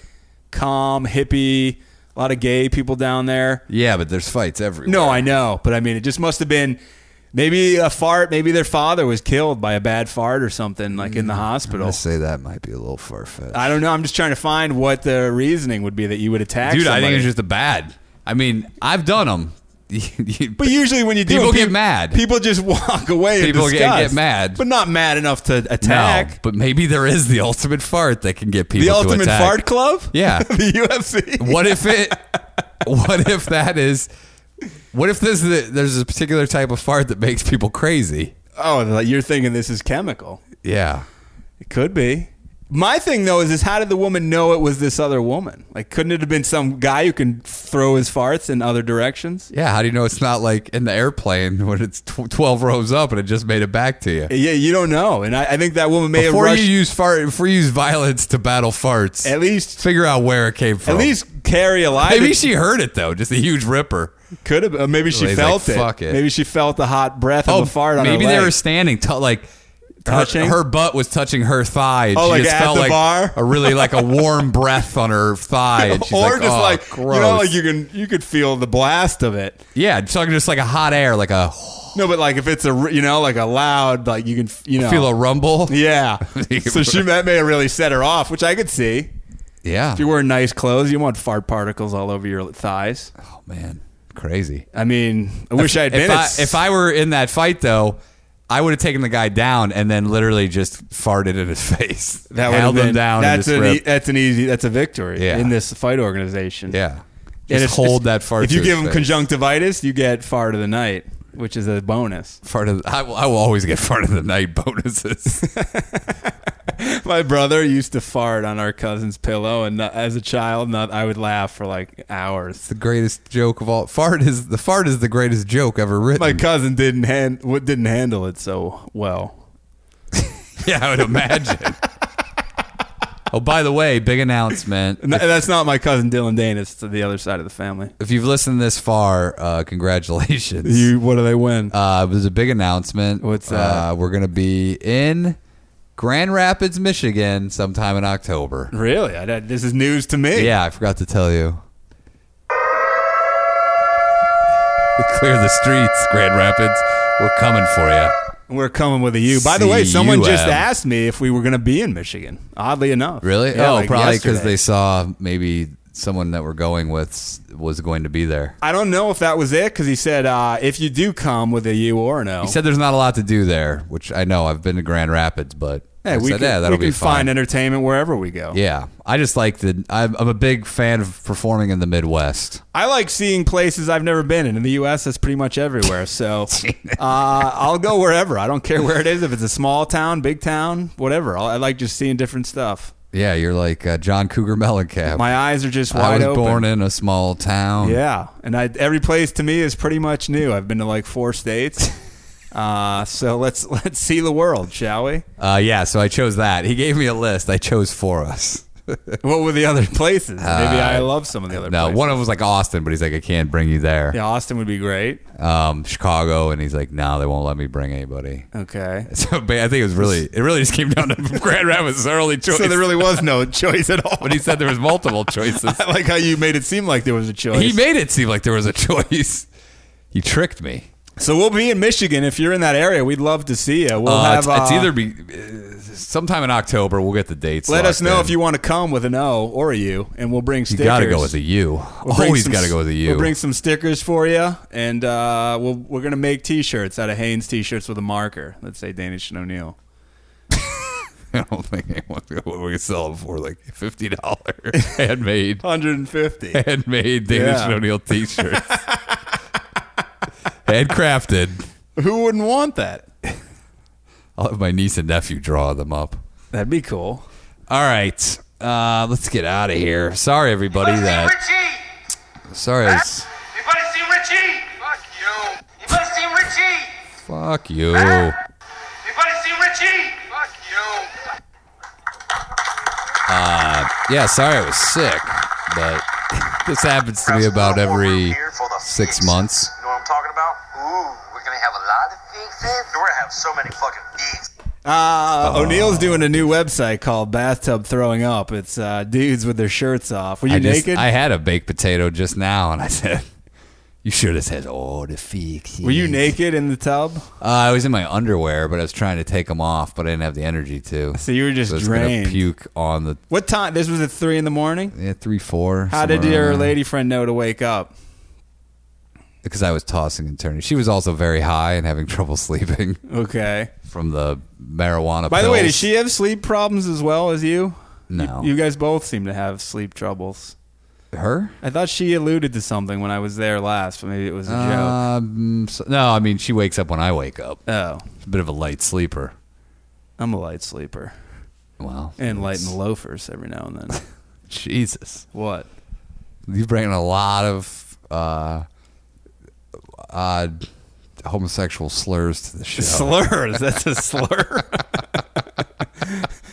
[SPEAKER 4] calm hippie. A lot of gay people down there.
[SPEAKER 5] yeah, but there's fights everywhere.
[SPEAKER 4] No, I know, but I mean, it just must have been maybe a fart. Maybe their father was killed by a bad fart or something, like in the hospital.
[SPEAKER 5] Let's Mm, say that might be a little far fetched.
[SPEAKER 4] I don't know. I'm just trying to find what the reasoning would be that you would attack.
[SPEAKER 5] Dude, I think
[SPEAKER 4] somebody.
[SPEAKER 5] it's just a bad. I mean, I've done them. but
[SPEAKER 4] But usually when you do,
[SPEAKER 5] People
[SPEAKER 4] it,
[SPEAKER 5] get
[SPEAKER 4] peop-
[SPEAKER 5] mad.
[SPEAKER 4] People just walk away. in
[SPEAKER 5] People get-
[SPEAKER 4] disgust,
[SPEAKER 5] get mad.
[SPEAKER 4] but not mad enough to
[SPEAKER 5] no,
[SPEAKER 4] attack.
[SPEAKER 5] but maybe there is the ultimate fart that can get people.
[SPEAKER 4] the
[SPEAKER 5] to
[SPEAKER 4] ultimate
[SPEAKER 5] attack.
[SPEAKER 4] fart club.
[SPEAKER 5] Yeah.
[SPEAKER 4] the UFC.
[SPEAKER 5] What if it? What if that is? What if this is there's a particular type of fart that makes people crazy?
[SPEAKER 4] Oh, like, you're thinking this is chemical.
[SPEAKER 5] Yeah,
[SPEAKER 4] It could be. My thing though is, is how did the woman know it was this other woman? Like, couldn't it have been some guy who can throw his farts in other directions?
[SPEAKER 5] yeah. How do you know it's not like in the airplane when it's tw- twelve rows up and it just made it back to you?
[SPEAKER 4] Yeah, you don't know, and I, I think that woman may
[SPEAKER 5] Before
[SPEAKER 4] have rushed.
[SPEAKER 5] you use fart, before you use violence to battle farts,
[SPEAKER 4] at least,
[SPEAKER 5] figure out where it came from.
[SPEAKER 4] at least carry a lie.
[SPEAKER 5] maybe she heard it though, just a huge ripper.
[SPEAKER 4] could have. uh, Maybe she
[SPEAKER 5] Like,
[SPEAKER 4] felt it.
[SPEAKER 5] fuck it.
[SPEAKER 4] Maybe she felt the hot breath of a fart on
[SPEAKER 5] Oh, maybe
[SPEAKER 4] her
[SPEAKER 5] they
[SPEAKER 4] leg.
[SPEAKER 5] were standing t- like. her-
[SPEAKER 4] Touching?
[SPEAKER 5] Her, butt was touching her thigh. And
[SPEAKER 4] Oh,
[SPEAKER 5] she
[SPEAKER 4] like
[SPEAKER 5] just
[SPEAKER 4] at
[SPEAKER 5] felt
[SPEAKER 4] the
[SPEAKER 5] like
[SPEAKER 4] bar?
[SPEAKER 5] a really like a warm breath on her thigh. And she's
[SPEAKER 4] or
[SPEAKER 5] like,
[SPEAKER 4] just
[SPEAKER 5] "Oh,
[SPEAKER 4] like
[SPEAKER 5] gross.
[SPEAKER 4] you know, like you can you could feel the blast of it.
[SPEAKER 5] yeah, it's like just like a hot air, like a
[SPEAKER 4] No, but like if it's a r- you know like a loud like you can f- you know
[SPEAKER 5] feel a rumble.
[SPEAKER 4] yeah. so she that may have really set her off, which I could see.
[SPEAKER 5] yeah.
[SPEAKER 4] If you're wearing nice clothes, you want fart particles all over your thighs.
[SPEAKER 5] Oh man, crazy.
[SPEAKER 4] I mean, I wish I had been.
[SPEAKER 5] If I,
[SPEAKER 4] at-
[SPEAKER 5] if I were in that fight though, I would have taken the guy down and then literally just farted in his face.
[SPEAKER 4] that would have
[SPEAKER 5] held
[SPEAKER 4] been
[SPEAKER 5] him down.
[SPEAKER 4] That's
[SPEAKER 5] and
[SPEAKER 4] an e-
[SPEAKER 5] just ripped.
[SPEAKER 4] that's an easy that's a victory
[SPEAKER 5] Yeah.
[SPEAKER 4] in this fight organization.
[SPEAKER 5] yeah.
[SPEAKER 4] And
[SPEAKER 5] Just
[SPEAKER 4] it's- it's-
[SPEAKER 5] hold that fart.
[SPEAKER 4] If you
[SPEAKER 5] to his
[SPEAKER 4] give them
[SPEAKER 5] face.
[SPEAKER 4] conjunctivitis, you get fart of the night, which is a bonus.
[SPEAKER 5] fart of the, I, will, I will always get fart of the night bonuses.
[SPEAKER 4] My brother used to fart on our cousin's pillow, and not, as a child, not I would laugh for like hours.
[SPEAKER 5] the greatest joke of all. Fart is the fart is the greatest joke ever written.
[SPEAKER 4] My cousin didn't hand what didn't handle it so well.
[SPEAKER 5] yeah, I would imagine. oh, by the way, big announcement.
[SPEAKER 4] No, that's not my cousin Dylan Dane. It's to the other side of the family.
[SPEAKER 5] If you've listened this far, uh, congratulations.
[SPEAKER 4] You, what do they win?
[SPEAKER 5] uh, it was a big announcement.
[SPEAKER 4] What's that?
[SPEAKER 5] Uh, we're gonna be in Grand Rapids, Michigan, sometime in October.
[SPEAKER 4] really? I, that- this is news to me.
[SPEAKER 5] Yeah, I forgot to tell you. Clear the streets, Grand Rapids. We're coming for you.
[SPEAKER 4] We're coming with a U. By the way, someone just
[SPEAKER 5] C-U-M.
[SPEAKER 4] asked me if we were going to be in Michigan. Oddly enough.
[SPEAKER 5] Really?
[SPEAKER 4] Yeah,
[SPEAKER 5] oh,
[SPEAKER 4] like
[SPEAKER 5] probably because
[SPEAKER 4] yesterday.
[SPEAKER 5] they saw maybe someone that we're going with s- was going to be there.
[SPEAKER 4] I don't know if that was it because he said uh, if you do come with a U or an O.
[SPEAKER 5] He said there's not a lot to do there, which I know. I've been to Grand Rapids, but
[SPEAKER 4] Hey,
[SPEAKER 5] I
[SPEAKER 4] we
[SPEAKER 5] said,
[SPEAKER 4] can,
[SPEAKER 5] yeah, that'll
[SPEAKER 4] we
[SPEAKER 5] be
[SPEAKER 4] can find
[SPEAKER 5] fine.
[SPEAKER 4] entertainment wherever we go.
[SPEAKER 5] Yeah, I just like the. I'm, I'm a big fan of performing in the Midwest.
[SPEAKER 4] I like seeing places I've never been in. In the U.S., that's pretty much everywhere. So uh, I'll go wherever. I don't care where it is. If it's a small town, big town, whatever. I'll, I like just seeing different stuff.
[SPEAKER 5] Yeah, you're like uh, John Cougar Mellencamp.
[SPEAKER 4] My eyes are just
[SPEAKER 5] I
[SPEAKER 4] wide
[SPEAKER 5] was
[SPEAKER 4] open.
[SPEAKER 5] born in a small town.
[SPEAKER 4] Yeah, and I, every place to me is pretty much new. I've been to like four states. Uh, so let's let's see the world, shall we?
[SPEAKER 5] Uh, yeah, so I chose that. He gave me a list. I chose for us.
[SPEAKER 4] What were the other places? Maybe I love some of the other
[SPEAKER 5] Uh, No,
[SPEAKER 4] places.
[SPEAKER 5] one of them was like Austin, but he's like, I can't bring you there.
[SPEAKER 4] yeah, Austin would be great.
[SPEAKER 5] Um, Chicago, and he's like, No, they won't let me bring anybody.
[SPEAKER 4] Okay.
[SPEAKER 5] So but I think it was really, it really just came down to Grand Rapids' early choice.
[SPEAKER 4] So there really was no choice at all.
[SPEAKER 5] but he said there was multiple choices.
[SPEAKER 4] I like how you made it seem like there was a choice.
[SPEAKER 5] He made it seem like there was a choice. He tricked me.
[SPEAKER 4] so we'll be in Michigan if you're in that area. We'd love to see you. We'll
[SPEAKER 5] Uh,
[SPEAKER 4] have.
[SPEAKER 5] it's, it's
[SPEAKER 4] uh,
[SPEAKER 5] either be uh, sometime in October. We'll get the dates.
[SPEAKER 4] Let us
[SPEAKER 5] locked
[SPEAKER 4] know
[SPEAKER 5] in.
[SPEAKER 4] if you want to come with an O or a U, and we'll bring
[SPEAKER 5] You
[SPEAKER 4] stickers.
[SPEAKER 5] got to go with a U.
[SPEAKER 4] We'll bring
[SPEAKER 5] Always
[SPEAKER 4] some-
[SPEAKER 5] got to go with a U.
[SPEAKER 4] We'll bring some stickers for you, and uh, we'll, we're gonna make T-shirts out of Haynes T-shirts with a marker. Let's say Danish and O'Neill.
[SPEAKER 5] I don't think anyone's going to sell them for like fifty dollars handmade.
[SPEAKER 4] 150.
[SPEAKER 5] handmade Danish
[SPEAKER 4] Yeah.
[SPEAKER 5] and O'Neill T-shirts, handcrafted.
[SPEAKER 4] Who wouldn't want that?
[SPEAKER 5] I'll have my niece and nephew draw them up.
[SPEAKER 4] That'd be cool.
[SPEAKER 5] All right, uh, let's get out of here. Sorry, everybody. That
[SPEAKER 2] Richie!
[SPEAKER 5] sorry. I s-
[SPEAKER 2] You better see Richie! Fuck you! You better see Richie!
[SPEAKER 5] Fuck you.
[SPEAKER 2] You better see Richie! Fuck you!
[SPEAKER 5] Yeah, sorry, I was sick, but this happens to me about every six months.
[SPEAKER 3] You know what I'm talking about? Ooh, we're gonna have a lot of fixes. We're gonna have so many fucking fixes.
[SPEAKER 5] Uh-huh.
[SPEAKER 4] Uh, O'Neill's doing a new website called Bathtub Throwing Up. It's uh, dudes with their shirts off. Were you
[SPEAKER 5] I just-
[SPEAKER 4] naked?
[SPEAKER 5] I had a baked potato just now, and I said, "You should have said oh, all the fixes."
[SPEAKER 4] Were you naked in the tub?
[SPEAKER 5] Uh, I was in my underwear, but I was trying to take them off, but I didn't have the energy to.
[SPEAKER 4] So you were just
[SPEAKER 5] I was gonna
[SPEAKER 4] drained.
[SPEAKER 5] puke on the
[SPEAKER 4] What time? This was at three in the morning.
[SPEAKER 5] yeah, three four.
[SPEAKER 4] How did your lady friend know to wake up?
[SPEAKER 5] Because I was tossing and turning. She was also very high and having trouble sleeping
[SPEAKER 4] Okay.
[SPEAKER 5] from the marijuana.
[SPEAKER 4] By the way, does
[SPEAKER 5] pills.
[SPEAKER 4] she have sleep problems as well as you?
[SPEAKER 5] No.
[SPEAKER 4] You guys both seem to have sleep troubles.
[SPEAKER 5] her?
[SPEAKER 4] I thought she alluded to something when I was there last, but maybe it was a
[SPEAKER 5] Um, so- no, I mean she wakes up when I wake up.
[SPEAKER 4] joke. Oh,
[SPEAKER 5] She's a bit of a light sleeper.
[SPEAKER 4] I'm a light sleeper
[SPEAKER 5] Well,
[SPEAKER 4] and light in loafers every now and then.
[SPEAKER 5] Jesus,
[SPEAKER 4] what?
[SPEAKER 5] you bring in a lot of uh, odd homosexual slurs to the show.
[SPEAKER 4] Slurs. That's a slur.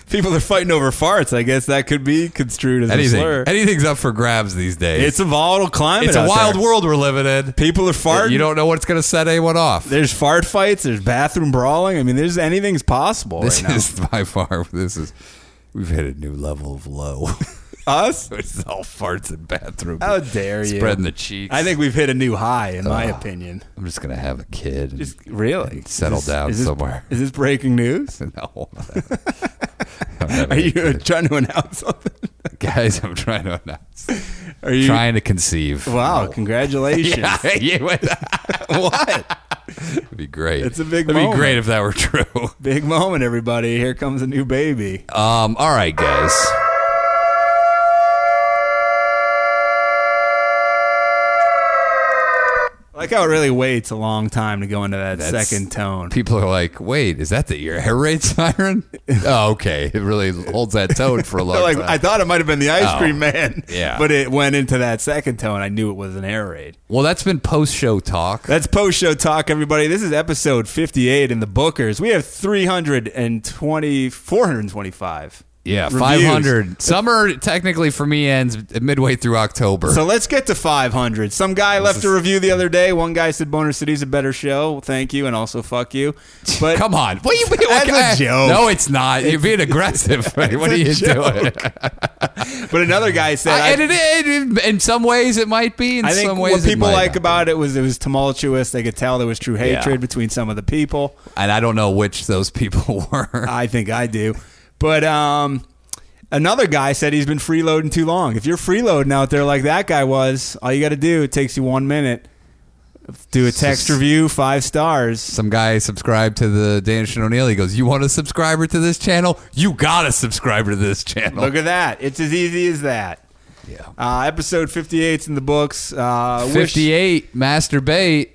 [SPEAKER 4] People are fighting over farts. I guess that could be construed as
[SPEAKER 5] Anything,
[SPEAKER 4] a slur.
[SPEAKER 5] anything's up for grabs these days.
[SPEAKER 4] it's a volatile climate.
[SPEAKER 5] it's a
[SPEAKER 4] out
[SPEAKER 5] wild
[SPEAKER 4] there.
[SPEAKER 5] world we're living in.
[SPEAKER 4] People are farting.
[SPEAKER 5] You don't know what's going to set anyone off.
[SPEAKER 4] There's fart fights. There's bathroom brawling. I mean, there's anything's possible
[SPEAKER 5] This
[SPEAKER 4] right now.
[SPEAKER 5] is by far. This is. We've hit a new level of low.
[SPEAKER 4] Us?
[SPEAKER 5] it's all farts and bathrooms.
[SPEAKER 4] How dare you?
[SPEAKER 5] Spreading the cheeks.
[SPEAKER 4] I think we've hit a new high, in my opinion.
[SPEAKER 5] I'm just gonna have a kid. And
[SPEAKER 4] Just really
[SPEAKER 5] settle
[SPEAKER 4] Is this-
[SPEAKER 5] down
[SPEAKER 4] is this-
[SPEAKER 5] somewhere.
[SPEAKER 4] Is this breaking news?
[SPEAKER 5] no. I don't have
[SPEAKER 4] Are
[SPEAKER 5] any
[SPEAKER 4] you
[SPEAKER 5] kids.
[SPEAKER 4] trying to announce something?
[SPEAKER 5] guys? I'm trying to announce.
[SPEAKER 4] Are you?
[SPEAKER 5] Trying to conceive.
[SPEAKER 4] wow!
[SPEAKER 5] No.
[SPEAKER 4] Congratulations.
[SPEAKER 5] Yeah, you went- what? It'd be great.
[SPEAKER 4] It's a big
[SPEAKER 5] It'd
[SPEAKER 4] moment.
[SPEAKER 5] be great if that were true.
[SPEAKER 4] Big moment, everybody. Here comes a new baby.
[SPEAKER 5] Um. All right, guys.
[SPEAKER 4] I like how it really waits a long time to go into that
[SPEAKER 5] That's-
[SPEAKER 4] second tone.
[SPEAKER 5] People are like, "Wait, is that the your air raid siren?" oh, okay. It really holds that tone for a long
[SPEAKER 4] like
[SPEAKER 5] time.
[SPEAKER 4] I thought it might have been the ice
[SPEAKER 5] Oh.
[SPEAKER 4] cream man.
[SPEAKER 5] Yeah.
[SPEAKER 4] But it went into that second tone. I knew it was an air raid.
[SPEAKER 5] Well, that's been post show talk.
[SPEAKER 4] That's post show talk, everybody. This is episode 58 in the Bookers. We have 320, 425.
[SPEAKER 5] yeah,
[SPEAKER 4] reviews.
[SPEAKER 5] 500. Summer technically for me ends midway through October.
[SPEAKER 4] So let's get to 500. Some guy left a review the other day. One guy said Boner City's a better show. Thank you, and also fuck you. But
[SPEAKER 5] Come on. What are you being
[SPEAKER 4] That's a joke.
[SPEAKER 5] No, it's not. You're being aggressive. what are
[SPEAKER 4] a
[SPEAKER 5] you
[SPEAKER 4] joke.
[SPEAKER 5] doing?
[SPEAKER 4] but another guy said I,
[SPEAKER 5] and it, it, in some ways it might be. In
[SPEAKER 4] I think
[SPEAKER 5] some ways
[SPEAKER 4] what
[SPEAKER 5] it
[SPEAKER 4] people
[SPEAKER 5] might
[SPEAKER 4] like
[SPEAKER 5] not.
[SPEAKER 4] about it was it was tumultuous. They could tell there was true hatred between some of the people.
[SPEAKER 5] And I don't know which those people were.
[SPEAKER 4] I think I do. But um, another guy said he's been freeloading too long. If you're freeloading out there like that guy was, all you got to do, it takes you one minute. Do a text review, five stars.
[SPEAKER 5] some guy subscribed to the Danish and O'Neill. He goes, "You want a subscriber to this channel? You got a subscriber to this channel."
[SPEAKER 4] Look at that. It's as easy as that.
[SPEAKER 5] yeah.
[SPEAKER 4] Uh, episode 58's in the books. Uh, wish-
[SPEAKER 5] 58 masturbate.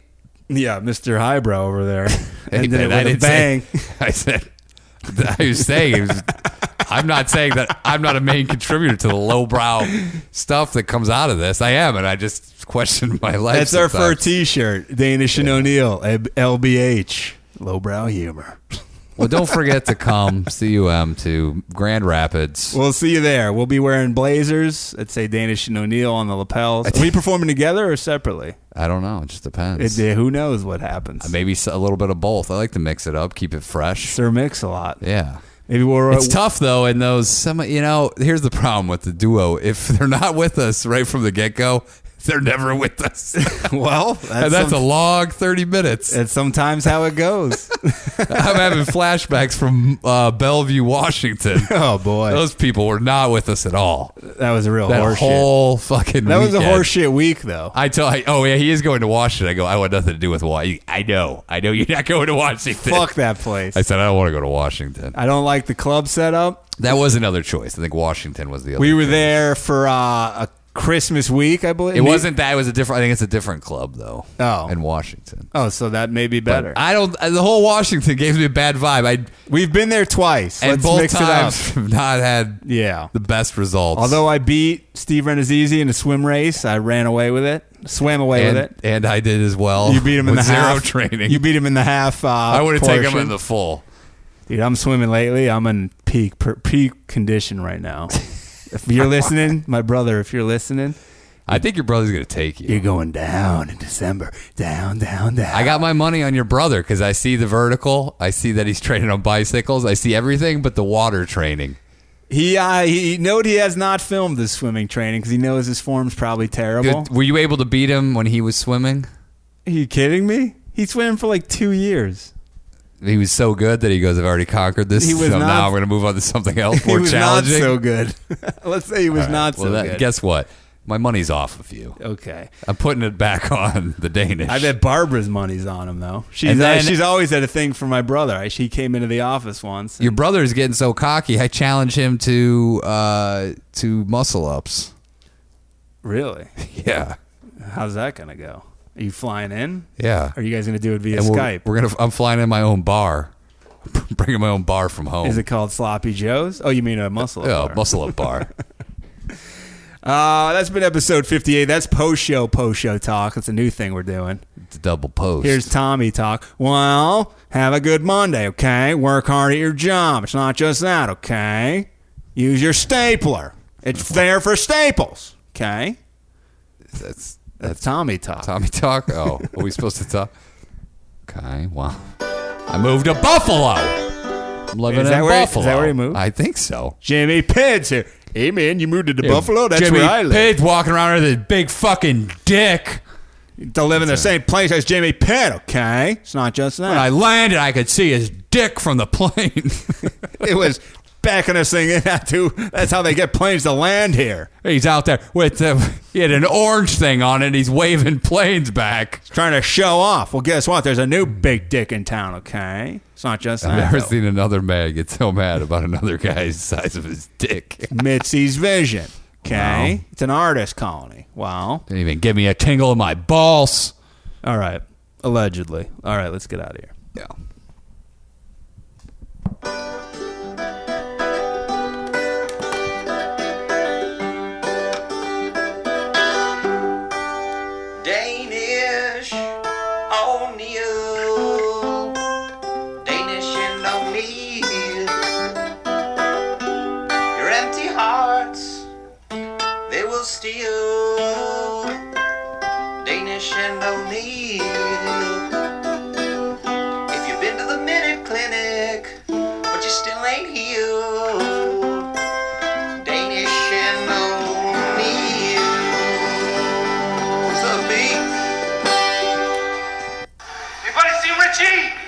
[SPEAKER 4] yeah, Mr. Highbrow over there.
[SPEAKER 5] Hey,
[SPEAKER 4] and then
[SPEAKER 5] man,
[SPEAKER 4] it with a bang.
[SPEAKER 5] Say, I said, I was saying, it was, I'm not saying that I'm not a main contributor to the lowbrow stuff that comes out of this. I am, and I just question my life.
[SPEAKER 4] That's our
[SPEAKER 5] sometimes.
[SPEAKER 4] fur t shirt. Danish and O'Neill, LBH. Lowbrow humor.
[SPEAKER 5] Well, don't forget to come, CUM, to Grand Rapids.
[SPEAKER 4] We'll see you there. We'll be wearing blazers. I'd say Danish and O'Neill on the lapels. Are we performing together or separately?
[SPEAKER 5] I don't know. It just
[SPEAKER 4] It,
[SPEAKER 5] depends.
[SPEAKER 4] uh, who knows what happens?
[SPEAKER 5] Maybe s- a little bit of both. I like to mix it up, keep it fresh.
[SPEAKER 4] Sir Mix a lot.
[SPEAKER 5] Yeah.
[SPEAKER 4] Maybe we're
[SPEAKER 5] It's tough though in those some you know, here's the problem with the duo. If they're not with us right from the get go, they're never with us.
[SPEAKER 4] well.
[SPEAKER 5] and that's a long 30 minutes.
[SPEAKER 4] That's sometimes how it goes.
[SPEAKER 5] I'm having flashbacks from uh, Bellevue, Washington.
[SPEAKER 4] oh boy,
[SPEAKER 5] Those people were not with us at all.
[SPEAKER 4] that was a real
[SPEAKER 5] That
[SPEAKER 4] horseshit.
[SPEAKER 5] whole fucking
[SPEAKER 4] that was a
[SPEAKER 5] weekend.
[SPEAKER 4] horseshit week, though.
[SPEAKER 5] I tell, I, oh yeah, he is going to Washington. I go, I want nothing to do with Washington. I know, I know you're not going to Washington.
[SPEAKER 4] Fuck that place.
[SPEAKER 5] I said I don't want to go to Washington.
[SPEAKER 4] I don't like the club setup.
[SPEAKER 5] That was another choice. I think Washington was the other.
[SPEAKER 4] We were
[SPEAKER 5] choice.
[SPEAKER 4] there for uh, a Christmas week, I believe.
[SPEAKER 5] It wasn't that. It was a different. I think it's a different club though.
[SPEAKER 4] Oh.
[SPEAKER 5] in Washington.
[SPEAKER 4] Oh, so that may be better.
[SPEAKER 5] I don't. uh, The whole Washington gave me a bad vibe. I
[SPEAKER 4] We've been there twice.
[SPEAKER 5] and
[SPEAKER 4] Let's
[SPEAKER 5] both
[SPEAKER 4] mix it
[SPEAKER 5] times
[SPEAKER 4] up.
[SPEAKER 5] have not had
[SPEAKER 4] Yeah.
[SPEAKER 5] the best results.
[SPEAKER 4] Although I beat Steve Renazizi in a swim race, I ran away with it. Swam away
[SPEAKER 5] and,
[SPEAKER 4] with it.
[SPEAKER 5] and I did as well.
[SPEAKER 4] You beat him in
[SPEAKER 5] with
[SPEAKER 4] the
[SPEAKER 5] zero
[SPEAKER 4] half.
[SPEAKER 5] training.
[SPEAKER 4] You beat him in the half. Uh,
[SPEAKER 5] I would have taken him
[SPEAKER 4] portion.
[SPEAKER 5] in the full.
[SPEAKER 4] Dude, I'm swimming lately. I'm in peak per, peak condition right now. if you're listening, my brother, if you're listening,
[SPEAKER 5] I think your brother's gonna take you.
[SPEAKER 4] you're going down in December. Down, down, down.
[SPEAKER 5] I got my money on your brother because I see the vertical. I see that he's training on bicycles. I see everything but the water training.
[SPEAKER 4] He uh, he noted he has not filmed his swimming training because he knows his form's probably terrible.
[SPEAKER 5] Did- were you able to beat him when he was swimming?
[SPEAKER 4] Are you kidding me? He swam for like two years.
[SPEAKER 5] He was so good that he goes, "I've already conquered this.
[SPEAKER 4] He was
[SPEAKER 5] so
[SPEAKER 4] not-
[SPEAKER 5] now I'm going to move on to something else
[SPEAKER 4] he
[SPEAKER 5] more
[SPEAKER 4] was not
[SPEAKER 5] challenging."
[SPEAKER 4] so good. Let's say he was
[SPEAKER 5] All right,
[SPEAKER 4] not
[SPEAKER 5] well,
[SPEAKER 4] so
[SPEAKER 5] that-
[SPEAKER 4] good.
[SPEAKER 5] Guess what? My money's off of you.
[SPEAKER 4] okay.
[SPEAKER 5] I'm putting it back on the Danish.
[SPEAKER 4] I bet Barbara's money's on him though. She's
[SPEAKER 5] And
[SPEAKER 4] uh,
[SPEAKER 5] then-
[SPEAKER 4] she's always had a thing for my brother. I- She came into the office once.
[SPEAKER 5] your brother is getting so cocky. I challenge him to uh, to muscle ups.
[SPEAKER 4] Really?
[SPEAKER 5] Yeah,
[SPEAKER 4] How's that gonna go? Are you flying in?
[SPEAKER 5] yeah.
[SPEAKER 4] Are you guys gonna do it via
[SPEAKER 5] And we're,
[SPEAKER 4] Skype?
[SPEAKER 5] We're gonna. I'm flying in my own bar. Bringing my own bar from home.
[SPEAKER 4] Is it called Sloppy Joe's? Oh, you mean a muscle?
[SPEAKER 5] Yeah,
[SPEAKER 4] bar.
[SPEAKER 5] muscle up bar.
[SPEAKER 4] Uh, that's been episode 58. That's post show, post show talk. That's a new thing we're doing.
[SPEAKER 5] It's a double post.
[SPEAKER 4] Here's Tommy talk. Well, have a good Monday, okay? Work hard at your job. It's not just that, okay? Use your stapler. It's there for staples, okay?
[SPEAKER 5] that's
[SPEAKER 4] That's Tommy talk.
[SPEAKER 5] Tommy talk. Oh, are we supposed to talk? Okay, wow. I moved to Buffalo. I'm living
[SPEAKER 4] Is
[SPEAKER 5] in
[SPEAKER 4] that where- is
[SPEAKER 5] Buffalo.
[SPEAKER 4] that where you moved?
[SPEAKER 5] I think so.
[SPEAKER 4] Jimmy Pids here. Hey, man, you moved to the Buffalo? That's
[SPEAKER 5] Jimmy
[SPEAKER 4] where I live.
[SPEAKER 5] Page walking around with a big fucking dick.
[SPEAKER 4] To live in the same place as Jimmy Pitt, okay? It's not just that.
[SPEAKER 5] When I landed, I could see his dick from the plane.
[SPEAKER 4] it was backing us thing in that, too. That's how they get planes to land here.
[SPEAKER 5] he's out there with uh, he had an orange thing on it. He's waving planes back.
[SPEAKER 4] trying to show off. Well, guess what? There's a new big dick in town. Okay, it's not just
[SPEAKER 5] I've
[SPEAKER 4] that.
[SPEAKER 5] never
[SPEAKER 4] though.
[SPEAKER 5] seen another man get so mad about another guy's size of his dick. Didn't
[SPEAKER 4] Mitzi's vision. Okay, it's an artist colony. Wow.
[SPEAKER 5] even give me a tingle in my balls.
[SPEAKER 4] All right. Allegedly. All right. Let's get out of here.
[SPEAKER 5] Yeah.
[SPEAKER 7] Danish O'Neill. Danish and O'Neill. Your empty hearts, they will steal. Danish and O'Neill. If you've been to the Minute Clinic, but you still ain't healed. Danish and O'Neill. What's up, B?
[SPEAKER 2] Anybody see Richie?